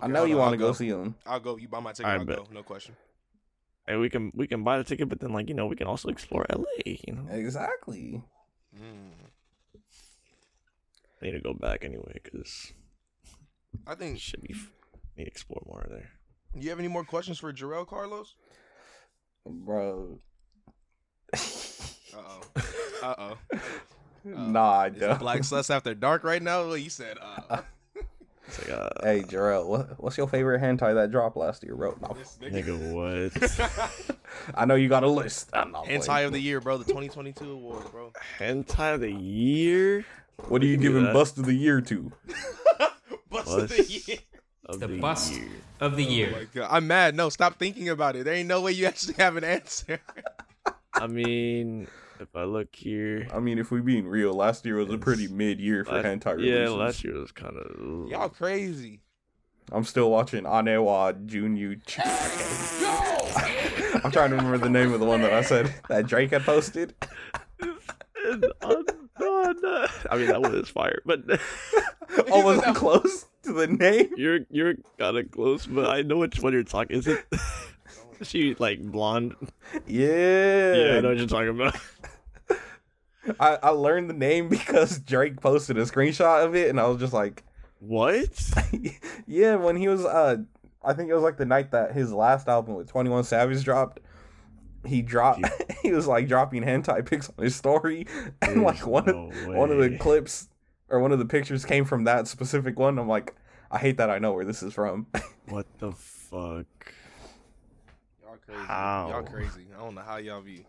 Speaker 4: I know you want to go see him.
Speaker 2: I'll go. You buy my ticket.
Speaker 3: I
Speaker 2: I'll
Speaker 3: bet.
Speaker 2: go. No question.
Speaker 3: and we can we can buy the ticket, but then like you know we can also explore LA. You know,
Speaker 4: Exactly.
Speaker 2: Hmm.
Speaker 3: I need to go back anyway because
Speaker 2: I think.
Speaker 3: should be f- need to explore more there.
Speaker 2: You have any more questions for Jarrell Carlos?
Speaker 4: Bro. [laughs]
Speaker 2: Uh oh. Uh oh.
Speaker 4: nah, I don't.
Speaker 2: Black Sus after dark right now. Well, you said.
Speaker 4: [laughs]
Speaker 2: Uh,
Speaker 3: It's like uh,
Speaker 4: Hey, Jarrell, what, what's your favorite hentai that dropped last year, bro? No,
Speaker 2: this nigga. [laughs]
Speaker 3: nigga, what
Speaker 4: I know you got a list. I'm not
Speaker 2: Hentai
Speaker 4: playing.
Speaker 2: of the year, bro. The 2022 award,
Speaker 4: [laughs]
Speaker 2: bro.
Speaker 3: hentai of
Speaker 2: [laughs]
Speaker 3: the year
Speaker 4: What are you
Speaker 3: can do
Speaker 4: giving
Speaker 3: that.
Speaker 4: Bust of the Year to?
Speaker 2: Bust of
Speaker 3: Bust
Speaker 2: the year. [laughs]
Speaker 3: of
Speaker 5: The
Speaker 3: the
Speaker 5: bust
Speaker 3: year.
Speaker 5: of the year.
Speaker 2: Like, uh, I'm mad. No, stop thinking about it. There ain't no way you [laughs] actually have an answer. [laughs]
Speaker 3: I mean, if I look here,
Speaker 4: I mean, if we being real, last year was a pretty mid year for
Speaker 3: last-
Speaker 4: hentai releases.
Speaker 3: yeah, last year was kind of [laughs]
Speaker 2: Y'all crazy.
Speaker 4: I'm still watching Anewa Junyu. [laughs] I'm trying to remember the name of the one that I said that Drake had posted.
Speaker 3: I mean, that one is fire, but [laughs]
Speaker 4: [laughs] Oh, was I close to the name?
Speaker 3: you're you're kind of close. But I know which one you're talking. Is it? [laughs] Is she like blonde?
Speaker 4: Yeah.
Speaker 3: Yeah, I know what you're talking about. [laughs]
Speaker 4: I, I learned the name because Drake posted a screenshot of it, and I was just like,
Speaker 3: What?
Speaker 4: yeah, when he was, uh, I think it was like the night that his last album with Twenty One Savage dropped. He dropped. [laughs] he was like dropping hentai pics on his story, [laughs] and like
Speaker 3: There's
Speaker 4: one of,
Speaker 3: no
Speaker 4: one of the
Speaker 3: way.
Speaker 4: clips or one of the pictures came from that specific one. I'm like, I hate that I know where this is from. [laughs]
Speaker 3: What the fuck?
Speaker 2: Y'all crazy.
Speaker 3: How?
Speaker 2: Y'all crazy. I don't know how y'all be.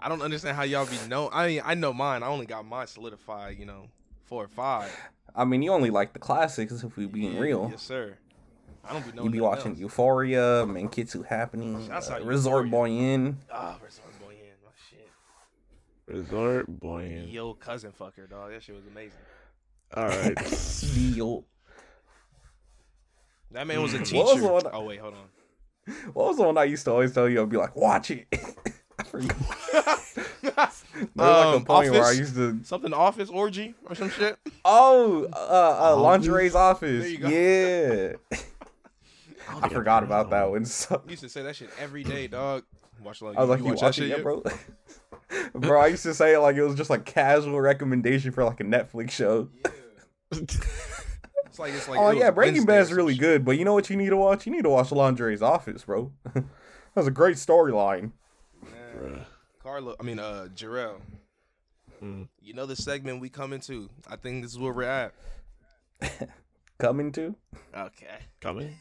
Speaker 2: I don't understand how y'all be know. I mean, I know mine. I only got mine solidified. You know, four or five.
Speaker 4: I mean, you only like the classics if we being
Speaker 2: Yeah,
Speaker 4: real.
Speaker 2: Yes, sir. I don't be knowing.
Speaker 4: you be
Speaker 2: nothing
Speaker 4: watching
Speaker 2: else.
Speaker 4: Euphoria, Mankitsu Happening,
Speaker 2: That's
Speaker 4: uh,
Speaker 2: how
Speaker 4: Resort
Speaker 2: Euphoria-
Speaker 4: Boyen.
Speaker 2: Ah, Resort Boy in my shit.
Speaker 3: Resort
Speaker 2: [laughs]
Speaker 3: boy.
Speaker 2: Yo, cousin fucker, dog. That shit was amazing.
Speaker 3: All right.
Speaker 4: Deal.
Speaker 2: That man was a
Speaker 4: What was
Speaker 2: teacher.
Speaker 4: the one-
Speaker 2: Oh wait, hold on.
Speaker 4: What was the one I used to always tell you? I'd be like, watch it. [laughs] I
Speaker 2: [laughs]
Speaker 4: forgot. There was like a
Speaker 2: Um,
Speaker 4: point where I
Speaker 2: Office?
Speaker 4: used to.
Speaker 2: Something office orgy or some shit.
Speaker 4: Oh, uh, uh,
Speaker 3: Office?
Speaker 4: lingerie's office.
Speaker 2: There you go.
Speaker 4: Yeah,
Speaker 3: don't
Speaker 4: [laughs] I
Speaker 3: think I've
Speaker 4: forgot
Speaker 3: heard
Speaker 4: about
Speaker 3: of
Speaker 4: that
Speaker 3: one.
Speaker 4: one. So
Speaker 2: We used to say that shit every
Speaker 4: [laughs]
Speaker 2: day, dog. Watch like
Speaker 4: I was like,
Speaker 2: you
Speaker 4: you,
Speaker 2: watch that
Speaker 4: watching
Speaker 2: shit,
Speaker 4: it,
Speaker 2: yet?
Speaker 4: bro? [laughs] bro, I used to say it like it was just like casual recommendation for like a Netflix show.
Speaker 2: It's like it's like.
Speaker 4: Oh
Speaker 2: it was
Speaker 4: yeah, Breaking
Speaker 2: Wednesday or
Speaker 4: Bad's
Speaker 2: some
Speaker 4: really
Speaker 2: shit.
Speaker 4: good, but you know what you need to watch? You need to watch Lingerie's Office, bro. [laughs] that was a great storyline.
Speaker 3: Bruh.
Speaker 2: Carlo, I mean, uh, Jarrell.
Speaker 3: Mm.
Speaker 2: You know the segment we come into. I think this is where we're at.
Speaker 4: Coming to?
Speaker 2: Okay.
Speaker 3: Coming.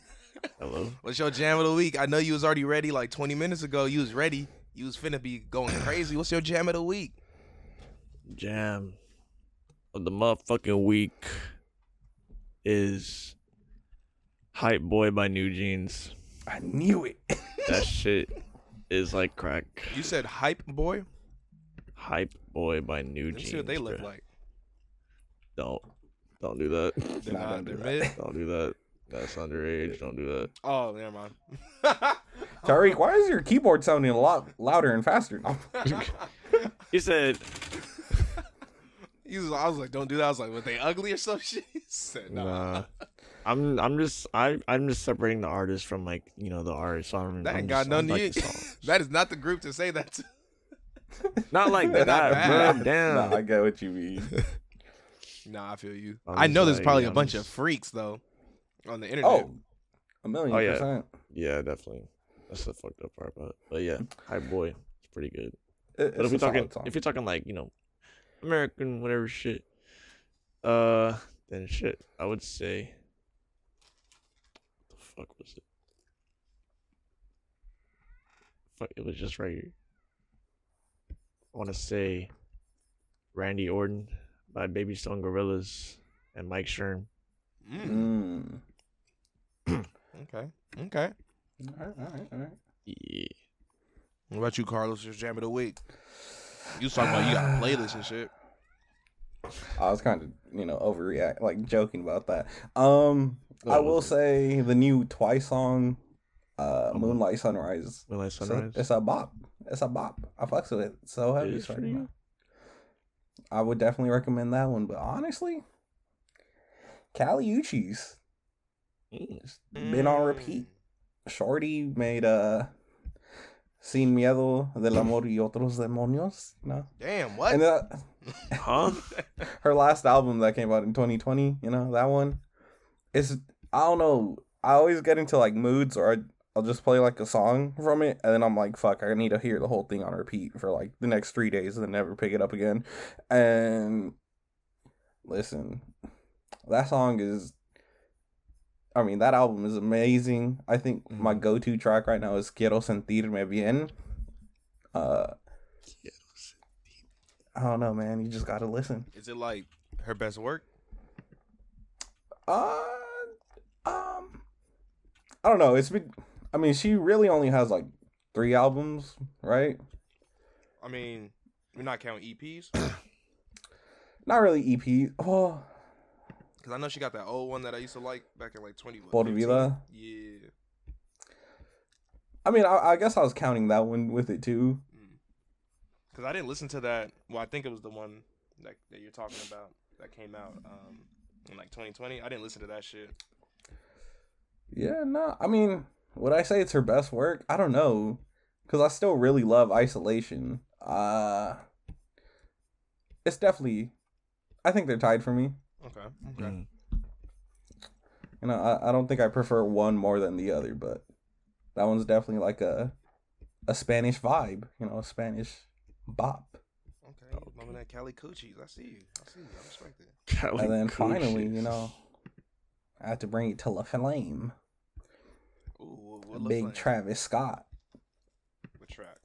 Speaker 3: Hello.
Speaker 2: What's your jam of the week? I know you was already ready like 20 minutes ago. You was ready. You was finna be going crazy. What's your jam of the week?
Speaker 3: jam of the motherfucking week is Hype Boy by New Jeans.
Speaker 4: I knew it.
Speaker 2: [laughs]
Speaker 3: That shit is like crack.
Speaker 2: You said hype boy.
Speaker 3: Hype Boy by New
Speaker 2: Let me
Speaker 3: Jeans.
Speaker 2: see what they look
Speaker 3: bruh.
Speaker 2: like.
Speaker 3: Don't don't do that.
Speaker 2: They're
Speaker 4: Nah,
Speaker 2: not.
Speaker 4: don't
Speaker 2: They're
Speaker 4: do
Speaker 2: mid.
Speaker 3: Don't do that. That's underage. Don't do that.
Speaker 2: Oh, never mind.
Speaker 4: Tariq, why is your keyboard sounding a lot louder and faster? [laughs] now?
Speaker 3: He said,
Speaker 2: He was, I was like, don't do that. I was like, were they ugly or some [laughs] shit? He said, nah.
Speaker 3: "Nah." I'm I'm just I I'm just separating the artist from like you know the art. So I'm
Speaker 2: That
Speaker 3: I'm
Speaker 2: ain't got
Speaker 3: just, I'm
Speaker 2: nothing to
Speaker 3: like the
Speaker 2: you.
Speaker 3: songs.
Speaker 2: [laughs] That is not the group to say that to. [laughs]
Speaker 3: Not like
Speaker 4: Not
Speaker 3: that, bro.
Speaker 2: bad.
Speaker 3: Damn.
Speaker 4: nah, I get what
Speaker 3: [laughs]
Speaker 4: you mean.
Speaker 2: Nah, I feel you.
Speaker 3: I'm
Speaker 2: I
Speaker 3: just
Speaker 2: know there's
Speaker 3: like,
Speaker 2: probably
Speaker 3: yeah,
Speaker 2: a
Speaker 3: I'm
Speaker 2: bunch
Speaker 3: just-
Speaker 2: of freaks though on the internet.
Speaker 4: Oh, a million
Speaker 3: Oh, yeah.
Speaker 4: percent.
Speaker 3: Yeah, definitely. That's the fucked up part about it. But yeah, High Boy, it's pretty good. But
Speaker 4: It- Mm. it's
Speaker 3: if we're
Speaker 4: a solid
Speaker 3: talking,
Speaker 4: song.
Speaker 3: if you're talking like you know, American whatever shit, uh, then shit, I would say. What the fuck was it? Fuck, it was just right here. I want to say, Randy Orton by Baby Stone Gorillas and Mike Sherm.
Speaker 2: Mm,
Speaker 4: Mm.
Speaker 2: okay, okay.
Speaker 4: All right, all right, all right.
Speaker 3: Yeah.
Speaker 2: What about you, Carlos? Your jam of the week. You was talking about you
Speaker 4: [sighs]
Speaker 2: got playlists and shit.
Speaker 4: I was kind of, you know, overreact, like joking about that. Um,
Speaker 3: Oh,
Speaker 4: I will
Speaker 3: okay.
Speaker 4: say the new Twice song, uh,
Speaker 3: Um,
Speaker 4: "Moonlight Sunrise."
Speaker 3: When I
Speaker 4: It's a,
Speaker 3: sunrise.
Speaker 4: it's a bop. It's a bop. I fucks with it so heavy.
Speaker 3: is
Speaker 4: so
Speaker 3: for you?
Speaker 4: I would definitely recommend that one. But honestly, Caliuchis
Speaker 3: Mm.
Speaker 4: been on repeat. Shorty made uh, "Sin Miedo del Amor y otros demonios." No,
Speaker 2: Damn, what?
Speaker 4: and uh, that, [laughs]
Speaker 3: Huh?
Speaker 4: her last album that came out in 2020 you know that one it's i don't know i always get into like moods or I, i'll just play like a song from it and then i'm like fuck i need to hear the whole thing on repeat for like the next three days and then never pick it up again and listen that song is i mean that album is amazing i think my go-to track right now is quiero sentirme bien uh i don't know man you just gotta listen
Speaker 2: Is it like her best work?
Speaker 4: Uh, um, I don't know. It's been. I mean, she really only has like three albums, right?
Speaker 2: I mean, we're not counting E EPs
Speaker 4: Not really EP. Oh,
Speaker 2: because I know she got that old one that I used to like back in like twenty. what,
Speaker 4: Por
Speaker 2: 15?
Speaker 4: Vida.
Speaker 2: Yeah.
Speaker 4: I mean, I, I guess I was counting that one with it too.
Speaker 2: Because I didn't listen to that. Well, I think it was the one that, that you're talking about that came out um, in like 2020. I didn't listen to that shit.
Speaker 4: Yeah, no. I mean, would I say it's her best work? I don't know, cause I still really love Isolation. Uh, it's definitely. I think they're tied for me.
Speaker 2: Okay. Okay.
Speaker 3: Mm.
Speaker 4: You know, I, I don't think I prefer one more than the other, but that one's definitely like a a Spanish vibe. You know, a Spanish bop.
Speaker 2: Okay. Loving that Cali Coochies. I see you. I see you. I respect it.
Speaker 3: Cali
Speaker 4: and then
Speaker 3: Coochie.
Speaker 4: finally, you know, I have to bring it to La Flame,
Speaker 2: Ooh, what,
Speaker 4: a
Speaker 2: what
Speaker 4: big
Speaker 2: look like?
Speaker 4: Travis Scott.
Speaker 2: What track?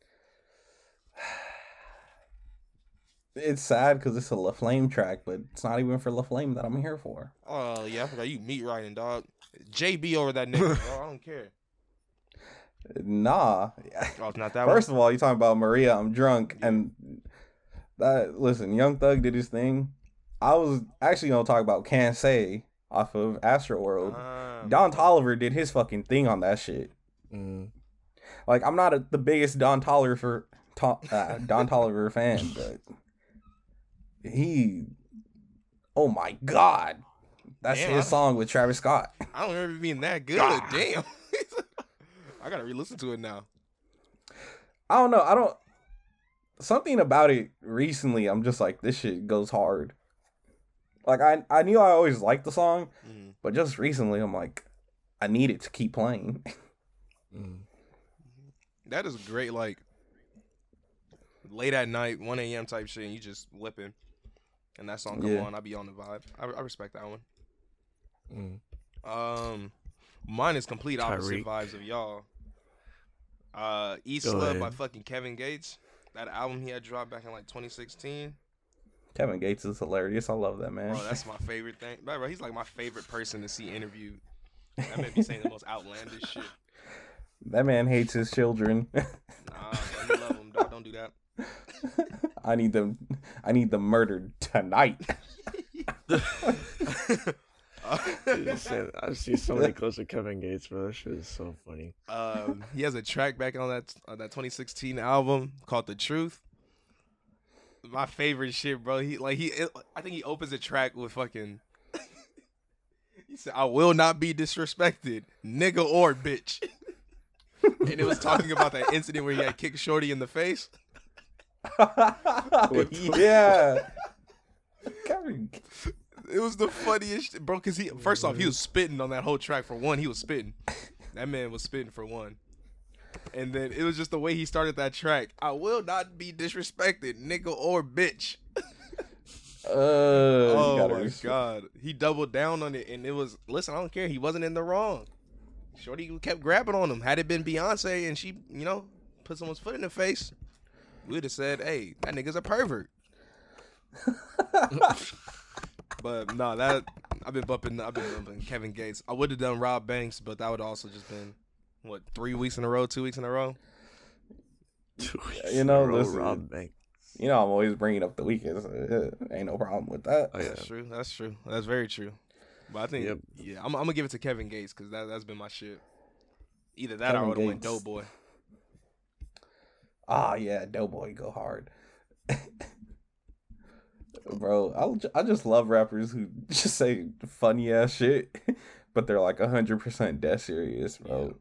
Speaker 4: It's sad because it's a La Flame track, but it's not even for La Flame that I'm here for.
Speaker 2: Oh yeah, I forgot you meat riding dog. JB over that
Speaker 4: [laughs]
Speaker 2: nigga. bro. I don't care.
Speaker 4: Nah.
Speaker 2: Oh, it's not that
Speaker 4: First of all, you talking about Maria, I'm drunk, and that listen, Young Thug did his thing. I was actually gonna talk about Can't Say off of Astro
Speaker 2: one.
Speaker 4: World.
Speaker 2: Ah,
Speaker 4: Don Tolliver did his fucking thing on that shit.
Speaker 3: Mm.
Speaker 4: Like I'm not a, the biggest Don Tolliver for to, uh, Don Tolliver fan, but he, oh my god, that's
Speaker 2: Damn,
Speaker 4: his
Speaker 2: I-
Speaker 4: song with Travis Scott.
Speaker 2: I don't remember it being that good. Damn. [laughs] I gotta re-listen to it now.
Speaker 4: I don't know. I don't. Something about it recently. I'm just like this shit goes hard. Like I I knew I always liked the song,
Speaker 2: Mm.
Speaker 4: but just recently I'm like, I need it to keep playing. [laughs]
Speaker 3: Mm.
Speaker 2: That is great. Like late at night, one a.m. type shit, and you just whipping, and that song come
Speaker 4: Yeah.
Speaker 2: on. I be on the vibe. I, I respect that one.
Speaker 3: Mm.
Speaker 2: Um, mine is complete opposite
Speaker 3: Tyreek.
Speaker 2: vibes of y'all. Uh, East
Speaker 3: Go
Speaker 2: Love by
Speaker 3: ahead.
Speaker 2: fucking Kevin Gates. That album he had dropped back in like 2016.
Speaker 4: Kevin Gates is hilarious. I love that man.
Speaker 2: Bro, that's my favorite thing. Bro, bro, he's like my favorite person to see interviewed. That may be saying the most outlandish shit.
Speaker 4: that man hates his children. [laughs]
Speaker 2: Nah, bro, you love him, dog. Don't do that.
Speaker 4: I need them. [laughs] I need them murdered
Speaker 2: [laughs]
Speaker 4: tonight.
Speaker 3: Just say- I see somebody close to Kevin Gates, bro. That shit is so funny.
Speaker 2: um, he has a track back on that on that 2016 album called "The Truth." My favorite shit, bro. He like he, it, I think he opens a track with fucking. he said, "I will not be disrespected, nigga or bitch," and it was talking about that incident where he had kicked Shorty in the face.
Speaker 4: [laughs]
Speaker 2: [laughs]
Speaker 4: yeah. Kevin. Gates.
Speaker 2: It was the funniest, shit, bro. Cause he first off he was spitting on that whole track for one. He was spitting. That man was spitting for one. And then it was just the way he started that track. I will not be disrespected, nigga or bitch.
Speaker 4: Uh, you
Speaker 2: Oh
Speaker 4: gotta
Speaker 2: my
Speaker 4: res-
Speaker 2: god, he doubled down on it, and it was listen. I don't care. He wasn't in the wrong. Shorty kept grabbing on him. Had it been Beyonce and she, you know, put someone's foot in the face, we'd have said, "Hey, that nigga's a
Speaker 4: [laughs]
Speaker 2: pervert." but no, that I've been bumping. I've been bumping Kevin Gates. I would have done Rob Banks, but that would also just been what three weeks in a row, two weeks in a row.
Speaker 3: Two weeks
Speaker 4: you
Speaker 3: in a
Speaker 4: know,
Speaker 3: row,
Speaker 4: listen.
Speaker 3: Rob Bank.
Speaker 4: You know I'm always bringing up the weekends. Uh, ain't no problem with that.
Speaker 3: Oh yeah,
Speaker 2: That's true. That's true. That's very true. But I think
Speaker 3: Yep.
Speaker 2: yeah, I'm, I'm gonna give it to Kevin Gates because that that's been my shit. Either that or I
Speaker 4: Kevin
Speaker 2: would have went
Speaker 4: Gates.
Speaker 2: Doughboy.
Speaker 4: Ah, yeah, Doughboy, go hard. [laughs] Bro, I'll, ju- I just love rappers who [laughs] just say funny ass shit, [laughs] but they're like 100% dead serious, bro.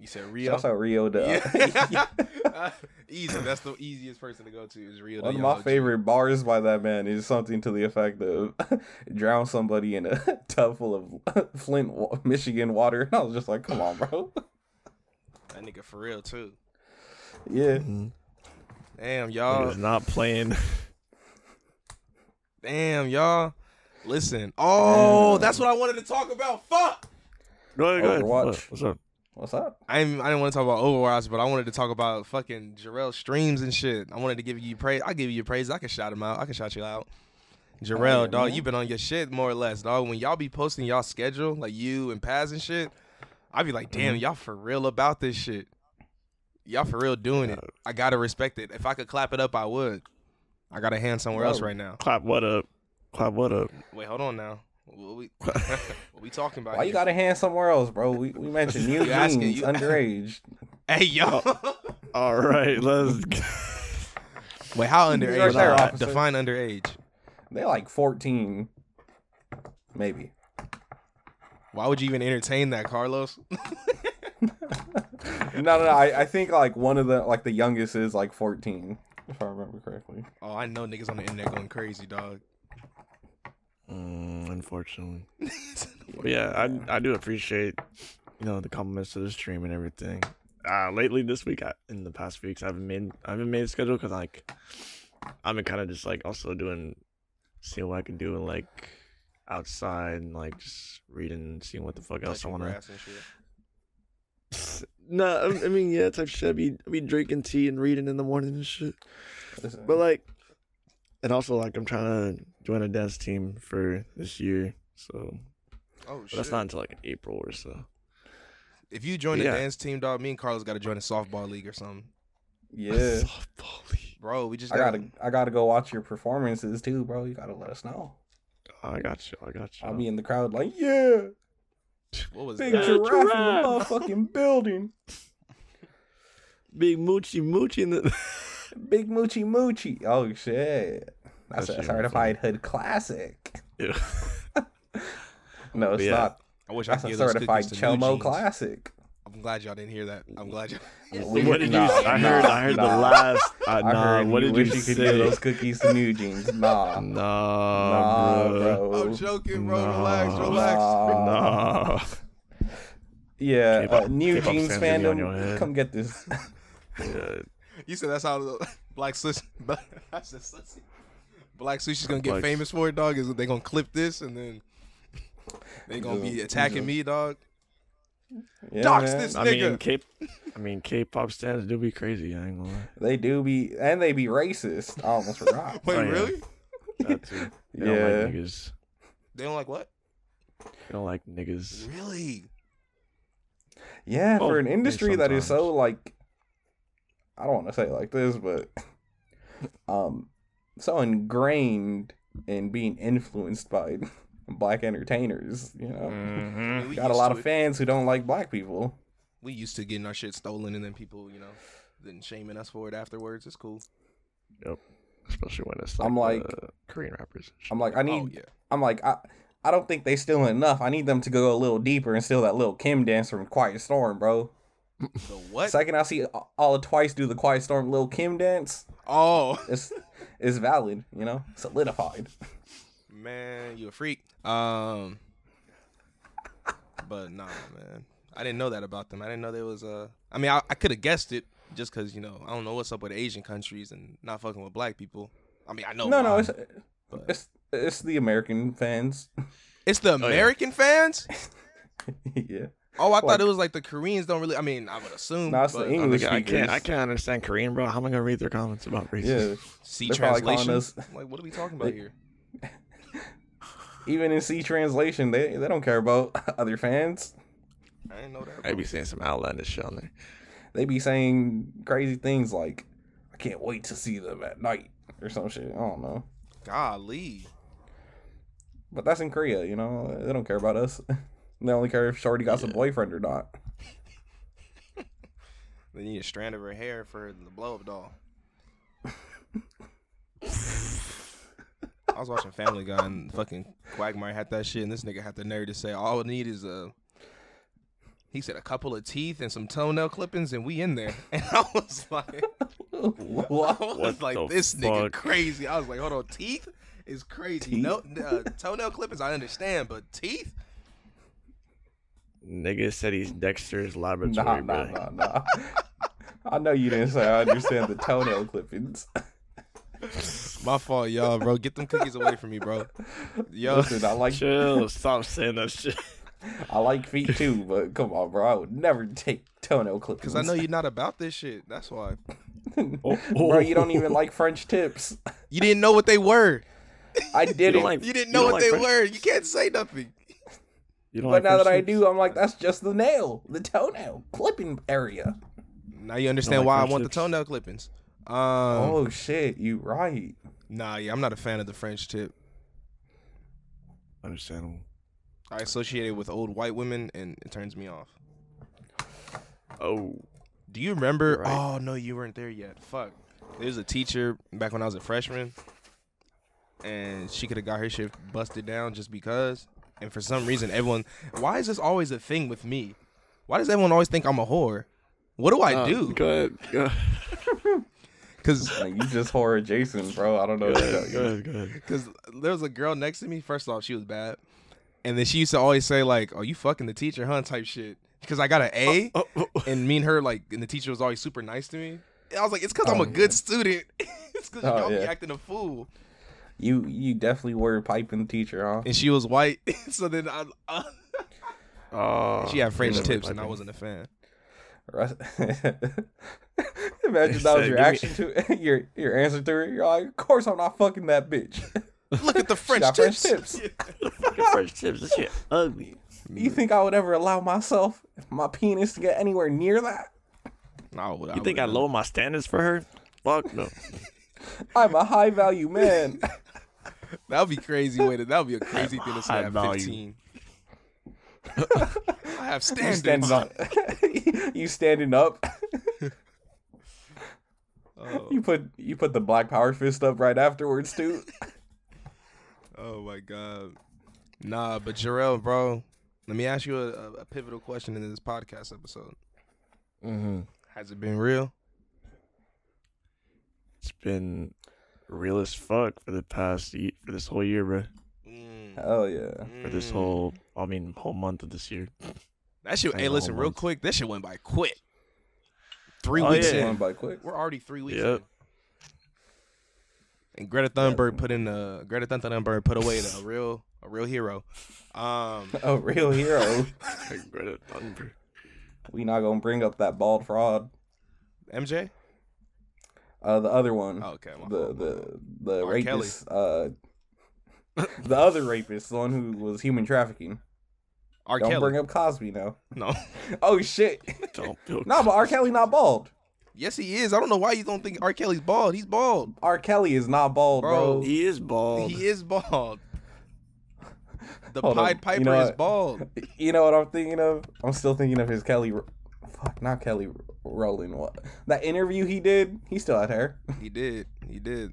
Speaker 2: You
Speaker 4: [laughs]
Speaker 2: said
Speaker 4: Yeah.
Speaker 2: Rio. [laughs]
Speaker 4: Shout out Rio to. uh, [laughs]
Speaker 2: Yeah. [laughs] Easy. That's the easiest person to go to is Rio.
Speaker 4: One of
Speaker 2: the
Speaker 4: my
Speaker 2: Young OG.
Speaker 4: favorite bars by that man is something to the effect of [laughs] drown somebody in a [laughs] tub full of [laughs] Flint, wa- Michigan water. And I was just like, come on, bro. [laughs]
Speaker 2: That nigga for real too.
Speaker 4: yeah.
Speaker 2: Mm-hmm. Damn
Speaker 3: He
Speaker 2: y'all.
Speaker 3: was not [laughs] playing.
Speaker 2: Damn y'all. Listen. Oh,
Speaker 4: Damn.
Speaker 2: that's what I wanted to talk about. Fuck.
Speaker 3: No, go ahead. What-
Speaker 4: Overwatch.
Speaker 3: What's up?
Speaker 4: What's up?
Speaker 2: I didn't, I didn't want to talk about Overwatch, but I wanted to talk about fucking Jarrell streams and shit. I wanted to give you praise. I give you praise. I can shout him out. I can shout you out. Jarrell,
Speaker 4: yeah,
Speaker 2: dog,
Speaker 4: man.
Speaker 2: you been on your shit more or less, dog. When y'all be posting y'all schedule, like you and Paz and shit, I be like,
Speaker 4: Mm-hmm.
Speaker 2: damn, y'all for real about this shit. Y'all for real doing it. I gotta respect it. If I could clap it up, I would. I got a hand somewhere else
Speaker 4: Whoa.
Speaker 2: right now.
Speaker 3: Clap what up? Clap what up?
Speaker 2: Wait, hold on now. What
Speaker 4: [laughs]
Speaker 2: we, what we talking about?
Speaker 4: Why you
Speaker 2: here?
Speaker 4: got a hand somewhere else, bro? We,
Speaker 2: [laughs]
Speaker 4: we mentioned new
Speaker 2: You asking,
Speaker 4: jeans,
Speaker 2: you-
Speaker 4: underage.
Speaker 2: Hey yo.
Speaker 4: Oh.
Speaker 3: All right, let's. g-
Speaker 2: [laughs] Wait, how
Speaker 4: right
Speaker 2: underage?
Speaker 4: there,
Speaker 2: Uh,
Speaker 4: officer.
Speaker 2: define underage.
Speaker 4: They like 14,
Speaker 2: [laughs]
Speaker 4: maybe.
Speaker 2: Why would you even entertain that, Carlos? [laughs]
Speaker 4: No, no, no. I, I think like one of the like the youngest is like 14. if I remember correctly.
Speaker 2: Oh, I know niggas on the internet going crazy, dog. [laughs]
Speaker 3: Mm, unfortunately. But yeah, I I do appreciate you know the compliments to the stream and everything. Uh, lately this week, I, in the past few weeks, I haven't made I haven't made a schedule because like I've been kind of just like also doing seeing what I can do and like outside and like just reading, seeing what the fuck else
Speaker 2: Touching
Speaker 3: I want to
Speaker 2: grass and shit.
Speaker 3: No, I- I mean, yeah, type shit. I be, I be drinking tea and reading in the morning and shit.
Speaker 4: Listen,
Speaker 3: But like, and also like, I'm trying to join a dance team for this year. So
Speaker 2: Oh
Speaker 3: but
Speaker 2: shit!
Speaker 3: that's not until like April or so.
Speaker 2: if you join the
Speaker 3: Yeah.
Speaker 2: dance team, dog, me and Carlos got to join a softball league or something, [laughs]
Speaker 3: [laughs]
Speaker 4: yeah,
Speaker 3: Softball league.
Speaker 2: bro. We just
Speaker 4: I
Speaker 2: gotta.
Speaker 4: gotta I gotta go watch your performances too, bro. You gotta let us know.
Speaker 3: Oh, I got you. I got you.
Speaker 4: I'll be in the crowd like, yeah,
Speaker 2: What was
Speaker 4: big
Speaker 2: that?
Speaker 4: giraffe in the
Speaker 3: giraffe.
Speaker 4: motherfucking [laughs] building,
Speaker 3: big moochie moochie in the. [laughs]
Speaker 4: big moochie moochie. Oh shit,
Speaker 3: That
Speaker 4: that's a
Speaker 3: shit was
Speaker 4: certified hood classic.
Speaker 3: Ew.
Speaker 4: No, it's
Speaker 3: Yeah.
Speaker 4: not.
Speaker 2: I wish I
Speaker 4: That's
Speaker 2: could
Speaker 4: a
Speaker 2: give those
Speaker 4: certified
Speaker 2: cookies to New
Speaker 4: Chomo
Speaker 2: Jeans.
Speaker 4: classic.
Speaker 2: I'm glad y'all didn't hear that. I'm glad y'all.
Speaker 4: We-
Speaker 3: what did you?
Speaker 4: nah,
Speaker 3: I heard. I heard
Speaker 4: nah.
Speaker 3: the last. Uh,
Speaker 4: I
Speaker 3: nah.
Speaker 4: heard
Speaker 3: what
Speaker 4: you
Speaker 3: did you
Speaker 4: wish you
Speaker 3: say?
Speaker 4: could give those cookies to New Jeans. Nah,
Speaker 3: [laughs] nah,
Speaker 4: nah,
Speaker 3: bro.
Speaker 4: bro.
Speaker 2: I'm joking, bro. Relax,
Speaker 3: Nah.
Speaker 2: relax.
Speaker 3: Nah.
Speaker 4: Yeah,
Speaker 3: K-pop-
Speaker 4: uh, New
Speaker 3: K-pop
Speaker 4: Jeans
Speaker 3: stands gonna be on your
Speaker 4: fandom,
Speaker 3: head.
Speaker 4: come get this. [laughs]
Speaker 3: Yeah.
Speaker 2: You said that's how the [laughs] black sushi. That's just sushi. Black sushi's gonna get
Speaker 3: Black-
Speaker 2: famous for it, dog. Is they gonna clip this and then [laughs] they gonna be
Speaker 4: Yeah,
Speaker 2: attacking
Speaker 4: yeah.
Speaker 2: me, dog?
Speaker 4: Yeah,
Speaker 2: Dox
Speaker 4: man.
Speaker 2: this
Speaker 3: I
Speaker 2: nigga.
Speaker 3: mean, K. I mean, K-pop stands do be crazy. I ain't gonna lie.
Speaker 4: They do be, and they be racist. I almost [laughs] forgot.
Speaker 2: Wait,
Speaker 3: Oh, yeah.
Speaker 2: really?
Speaker 3: That too. They
Speaker 4: yeah,
Speaker 3: don't like niggas.
Speaker 2: They don't like what?
Speaker 3: They don't like niggas.
Speaker 2: Really?
Speaker 4: yeah.
Speaker 3: Oh,
Speaker 4: For an
Speaker 3: they
Speaker 4: industry that is so
Speaker 3: sometimes.
Speaker 4: like, I don't want to say it like this, but [laughs] um, so ingrained in being influenced by [laughs] black entertainers. You know,
Speaker 2: I mean, we
Speaker 4: got a
Speaker 2: used
Speaker 4: lot
Speaker 2: to
Speaker 4: of
Speaker 2: it.
Speaker 4: fans who don't like black people.
Speaker 2: We used to getting our shit stolen and then people, you know, then shaming us for it afterwards. It's cool.
Speaker 3: Especially when it's like,
Speaker 4: I'm like-
Speaker 3: uh, Korean rappers. and shit.
Speaker 4: I'm like, I need
Speaker 2: Oh yeah.
Speaker 4: I'm like, I, I don't think they stealing enough. I need them to go a little deeper and steal that little Kim dance from Quiet Storm, bro.
Speaker 2: The what?
Speaker 4: Second, I see all of twice do the Quiet Storm little Kim dance.
Speaker 2: oh
Speaker 4: [laughs] It's it's valid, you know, solidified.
Speaker 2: man, you a freak. Um, but nah, man. I didn't know that about them. I didn't know there was a. I mean, I, I could have guessed it just because you know I don't know what's up with Asian countries and not fucking with black people. I mean, I know.
Speaker 4: no, no,
Speaker 2: why,
Speaker 4: it's
Speaker 2: but- it's,
Speaker 4: it's it's the American fans. [laughs]
Speaker 2: the
Speaker 3: yeah.
Speaker 2: American fans.
Speaker 4: yeah,
Speaker 2: Oh, I
Speaker 4: Like-
Speaker 2: thought it was like the Koreans don't really. I mean, I would assume.
Speaker 4: No, it's the
Speaker 2: but-
Speaker 4: English.
Speaker 3: I'm thinking, Oh, I can't. I
Speaker 4: speakers.
Speaker 3: can't understand Korean, bro. How am I gonna read their comments about racism? [laughs]
Speaker 4: yeah.
Speaker 2: See
Speaker 4: They're probably calling
Speaker 2: translation.
Speaker 4: us-
Speaker 2: [laughs] Like, what are we talking about here?
Speaker 4: Even in C translation, they they don't care about [laughs] other fans.
Speaker 2: I didn't know that.
Speaker 3: I be saying some outlandish shit on there.
Speaker 4: They be saying crazy things like, "I can't wait to see them at night" or some shit. I don't know.
Speaker 2: Golly.
Speaker 4: But that's in Korea, you know. They don't care about us. [laughs] They only care if Shorty got a boyfriend or not.
Speaker 2: They need a strand of her hair for the blow up doll. I was watching Family Guy and fucking Quagmire had that shit, and this nigga had the nerve to say, "All I need is a." He said a couple of teeth and some toenail clippings, and we in there. [laughs] And I was like, I
Speaker 4: what?
Speaker 2: was
Speaker 3: What the
Speaker 2: like, this nigga
Speaker 3: fuck?
Speaker 2: crazy. I was like, hold on, teeth is crazy.
Speaker 4: Teeth?
Speaker 2: No, uh, toenail clippings, I understand, but teeth.
Speaker 3: Nigga said he's Dexter's
Speaker 4: Nah,
Speaker 3: laboratory,
Speaker 4: [laughs] nah,
Speaker 3: bro.
Speaker 4: nah, nah. [laughs] I know you didn't say I understand the toenail clippings. [laughs]
Speaker 2: My fault, y'all, bro. Get them cookies away from me,
Speaker 3: [laughs]
Speaker 2: bro. Yo,
Speaker 4: Listen, I like
Speaker 3: Chill. Stop saying that shit.
Speaker 4: I like feet too, but come on, bro. I would never take toenail clippings.
Speaker 2: because I know you're not about this shit. That's why.
Speaker 4: [laughs]
Speaker 3: Oh,
Speaker 4: bro. You don't [laughs] even like French tips.
Speaker 2: You didn't know what they were.
Speaker 4: I did
Speaker 3: don't
Speaker 4: it,
Speaker 3: like-
Speaker 2: You didn't
Speaker 3: You
Speaker 2: know
Speaker 3: don't
Speaker 2: what
Speaker 3: like
Speaker 2: they
Speaker 3: French-
Speaker 2: were. You can't say nothing.
Speaker 3: You don't like
Speaker 4: but now that
Speaker 3: French
Speaker 4: I
Speaker 3: tips?
Speaker 4: do, I'm like, that's just the nail, the toenail clipping area.
Speaker 2: Now you understand
Speaker 3: like
Speaker 2: why I
Speaker 3: French
Speaker 2: want the
Speaker 3: tips?
Speaker 2: toenail clippings. Um,
Speaker 4: oh shit, you right.
Speaker 2: Nah, yeah, I'm not a fan of the French tip.
Speaker 3: Understandable.
Speaker 2: I associate it with old white women, and it turns me off.
Speaker 3: Oh,
Speaker 2: Do you remember?
Speaker 3: You're right.
Speaker 2: Oh no, you weren't there yet. Fuck. There's a teacher back when I was a freshman, and she could have got her shit busted down just because. And for some reason, everyone. Why is this always a thing with me?
Speaker 3: Uh, [laughs]
Speaker 2: Why does everyone always think I'm a whore? What do I do?
Speaker 4: [laughs]
Speaker 3: Go ahead. Go ahead.
Speaker 2: Cause
Speaker 4: Like you just horror Jason, bro. I don't know.
Speaker 3: Go
Speaker 4: what to tell
Speaker 3: ahead, go
Speaker 4: you.
Speaker 3: ahead, go ahead.
Speaker 2: Because there was a girl next to me. First off, she was bad, and then she used to always say like, "Oh, you fucking the teacher, huh?" Type shit. Because I got an A,
Speaker 3: Oh, oh,
Speaker 4: [laughs]
Speaker 3: oh.
Speaker 2: and me and her like, and the teacher was always super nice to me. And I was like, "It's because I'm
Speaker 4: Oh,
Speaker 2: a good student. [laughs] it's because
Speaker 4: Oh,
Speaker 2: y'all be
Speaker 4: yeah.
Speaker 2: acting a fool."
Speaker 4: You you definitely were piping teacher, huh?
Speaker 2: And she was white, [laughs] so then I, uh,
Speaker 3: Oh,
Speaker 2: she had French
Speaker 3: never
Speaker 2: tips, and I
Speaker 3: piping.
Speaker 2: wasn't a
Speaker 4: [laughs]
Speaker 2: fan.
Speaker 4: Rest- [laughs] Imagine that
Speaker 3: said,
Speaker 4: was
Speaker 3: "Give
Speaker 4: your
Speaker 3: me-"
Speaker 4: action to [laughs] your your answer to it. You're like, of course I'm not fucking that bitch. [laughs]
Speaker 2: Look at the French
Speaker 4: got French
Speaker 2: tips.
Speaker 3: [laughs]
Speaker 4: tips.
Speaker 3: Fucking French tips. This shit ugly.
Speaker 4: you think I would ever allow myself my penis to get anywhere near that?
Speaker 2: No, I
Speaker 3: You think I
Speaker 2: wouldn't.
Speaker 3: lower my standards for her? Fuck no.
Speaker 4: I'm a high value [laughs] man.
Speaker 2: That would be crazy. Way to, that would be a crazy thing to say
Speaker 3: high
Speaker 2: at
Speaker 3: value. [laughs]
Speaker 2: 15. I have
Speaker 4: you
Speaker 2: standards.
Speaker 4: standing on, you
Speaker 2: [laughs]
Speaker 4: standing up. [laughs]
Speaker 2: Oh,
Speaker 4: You put you put the black power fist up right afterwards too.
Speaker 2: oh my god. Nah, but Jarrell, bro, let me ask you a, a, a pivotal question in this podcast episode.
Speaker 3: Mm-hmm.
Speaker 2: Has it been real?
Speaker 3: [laughs] It's been real as fuck for the past ye- for this whole year, bro.
Speaker 4: Hell yeah.
Speaker 3: For this whole, I mean, whole month of this
Speaker 4: [laughs]
Speaker 3: year.
Speaker 2: That shit.
Speaker 3: Ain't
Speaker 2: Hey,
Speaker 3: no
Speaker 2: listen, real
Speaker 3: months.
Speaker 2: quick. That shit went by quick. Three
Speaker 3: Oh,
Speaker 2: weeks
Speaker 3: yeah.
Speaker 2: in,
Speaker 4: Going by quick.
Speaker 2: we're already three weeks
Speaker 3: Yep.
Speaker 2: in. And Greta Thunberg put in a Greta Thunberg put away a real a real hero. Um,
Speaker 4: A real hero.
Speaker 2: [laughs]
Speaker 3: Greta Thunberg.
Speaker 4: we not gonna bring up that bald fraud. [laughs]
Speaker 2: MJ.
Speaker 4: Uh, the other one.
Speaker 2: Oh, okay. my
Speaker 4: the
Speaker 2: fault, my fault.
Speaker 4: the the
Speaker 2: R. Kelly.
Speaker 4: rapist, uh,
Speaker 2: [laughs]
Speaker 4: the other rapist, the one who was human trafficking.
Speaker 2: R.
Speaker 4: Don't
Speaker 2: Kelly.
Speaker 4: bring up Cosby now.
Speaker 2: no. [laughs]
Speaker 4: Oh shit!
Speaker 3: [laughs]
Speaker 4: [laughs]
Speaker 3: Don't feel
Speaker 4: no, but R. Kelly not bald.
Speaker 2: Yes, he is. I don't know why you don't think R. Kelly's bald. He's bald.
Speaker 4: R. Kelly is not bald, bro.
Speaker 2: Bro,
Speaker 3: He is bald.
Speaker 2: He is
Speaker 4: [laughs]
Speaker 2: bald. The
Speaker 4: Hold on,
Speaker 2: Pied Piper
Speaker 4: you know
Speaker 2: is
Speaker 4: what? [laughs]
Speaker 2: bald.
Speaker 4: You know what I'm thinking of? I'm still thinking of his Kelly. Ro- Fuck, not Kelly Ro- Rowland. What that interview he did? He still had hair.
Speaker 2: He did. He did.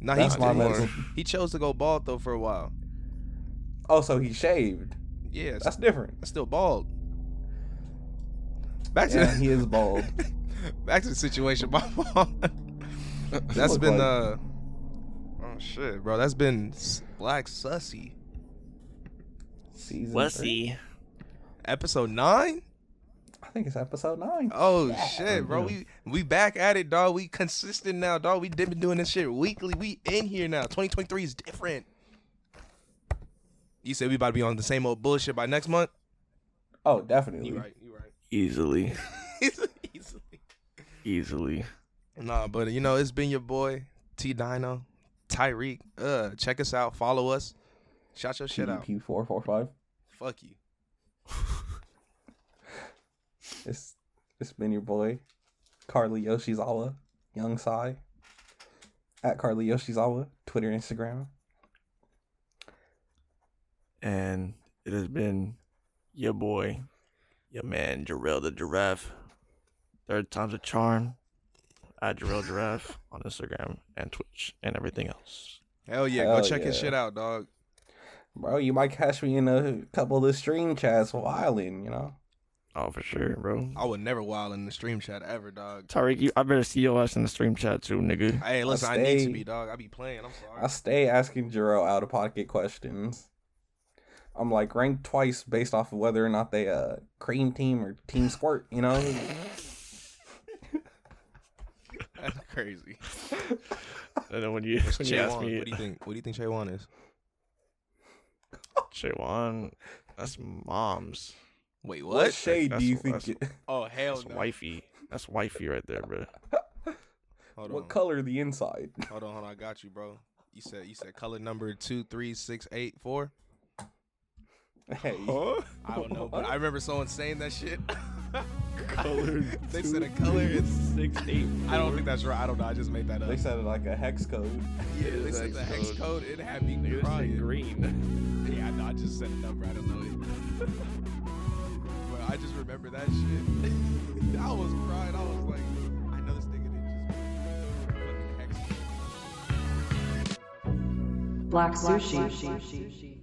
Speaker 2: Nah,
Speaker 4: That's
Speaker 2: he's
Speaker 4: my
Speaker 2: more.
Speaker 4: medicine.
Speaker 2: He chose to go bald though for a while.
Speaker 4: Oh, so he shaved.
Speaker 2: Yeah, it's-
Speaker 4: That's different.
Speaker 2: that's still bald. Back to
Speaker 4: Yeah, he is bald.
Speaker 2: [laughs] back to the situation, my [laughs] fault. that's
Speaker 4: Look
Speaker 2: been
Speaker 4: like-
Speaker 2: uh oh shit, bro. That's been s- Black Sussy
Speaker 4: Season three?
Speaker 3: Wessie.
Speaker 2: episode nine.
Speaker 4: I think it's episode nine.
Speaker 2: Oh
Speaker 4: Yeah.
Speaker 2: shit, bro.
Speaker 3: Yeah.
Speaker 2: We we back at it, dog. We consistent now, dog. We did been doing this shit weekly. We in here now. 2023 is different. You said we about to be on the same old bullshit by next month.
Speaker 4: Oh, definitely.
Speaker 2: You right. You [laughs] right.
Speaker 3: Easily.
Speaker 2: Easily.
Speaker 3: Easily.
Speaker 2: Nah, but you know it's been your boy T Dino, Tyreek. Uh, check us out. Follow us. Shout your shit out.
Speaker 4: P E four four five.
Speaker 2: Fuck you.
Speaker 4: It's it's been your boy, Carly Yoshizawa, Young Sai, at Carly Yoshizawa, Twitter, Instagram.
Speaker 3: And it has been your boy, your man, Jarrell the Giraffe. Third time's a charm. At
Speaker 2: [laughs]
Speaker 3: Jarrell Giraffe on Instagram and Twitch and everything else.
Speaker 2: Hell yeah.
Speaker 4: Hell
Speaker 2: Go check his
Speaker 4: yeah.
Speaker 2: shit out, dog.
Speaker 4: Bro, you might catch me in a couple of the stream chats wilding, you know.
Speaker 3: Oh, for sure, bro.
Speaker 2: I would never wild in the stream chat ever, dog.
Speaker 3: Tariq, you, I better see your ass in the stream chat too, nigga.
Speaker 2: Hey, listen, I need to
Speaker 4: stay-
Speaker 2: be, dog. I be playing. I'm
Speaker 4: I
Speaker 2: sorry.
Speaker 4: stay asking Jiro out of pocket questions. I'm like ranked twice based off of whether or not they uh cream team or team squirt, you know.
Speaker 2: [laughs] That's crazy.
Speaker 3: And then when you, when you
Speaker 2: Jay
Speaker 3: ask
Speaker 2: Wan,
Speaker 3: me,
Speaker 2: what do you think? What do you think Jay Wan is?
Speaker 3: Shaywan, that's mom's.
Speaker 2: Wait,
Speaker 4: What,
Speaker 2: what?
Speaker 4: shade
Speaker 3: That's-
Speaker 4: do you
Speaker 3: that's-
Speaker 4: think? It,
Speaker 2: Oh hell
Speaker 3: That's
Speaker 2: no.
Speaker 3: wifey. That's wifey right there, bro.
Speaker 2: Hold on.
Speaker 4: what color the inside? [laughs]
Speaker 2: Hold on, hold on. I got you, bro. You said you said color number two three six eight four.
Speaker 4: Hey,
Speaker 2: I don't know, but I remember someone saying that shit. [laughs]
Speaker 3: Color
Speaker 2: they said a color. It's,
Speaker 3: six eight.
Speaker 2: I don't think that's right. I don't know. I just made that up.
Speaker 4: they said it like a hex code. [laughs]
Speaker 2: Yeah, they said the hex code. It had me crying. [laughs]
Speaker 3: green.
Speaker 2: Yeah, I know. I just said a number. I don't know it. [laughs] but I just remember that shit. [laughs] I was crying. I was like, I know this nigga didn't just fucking hex.
Speaker 5: Black sushi.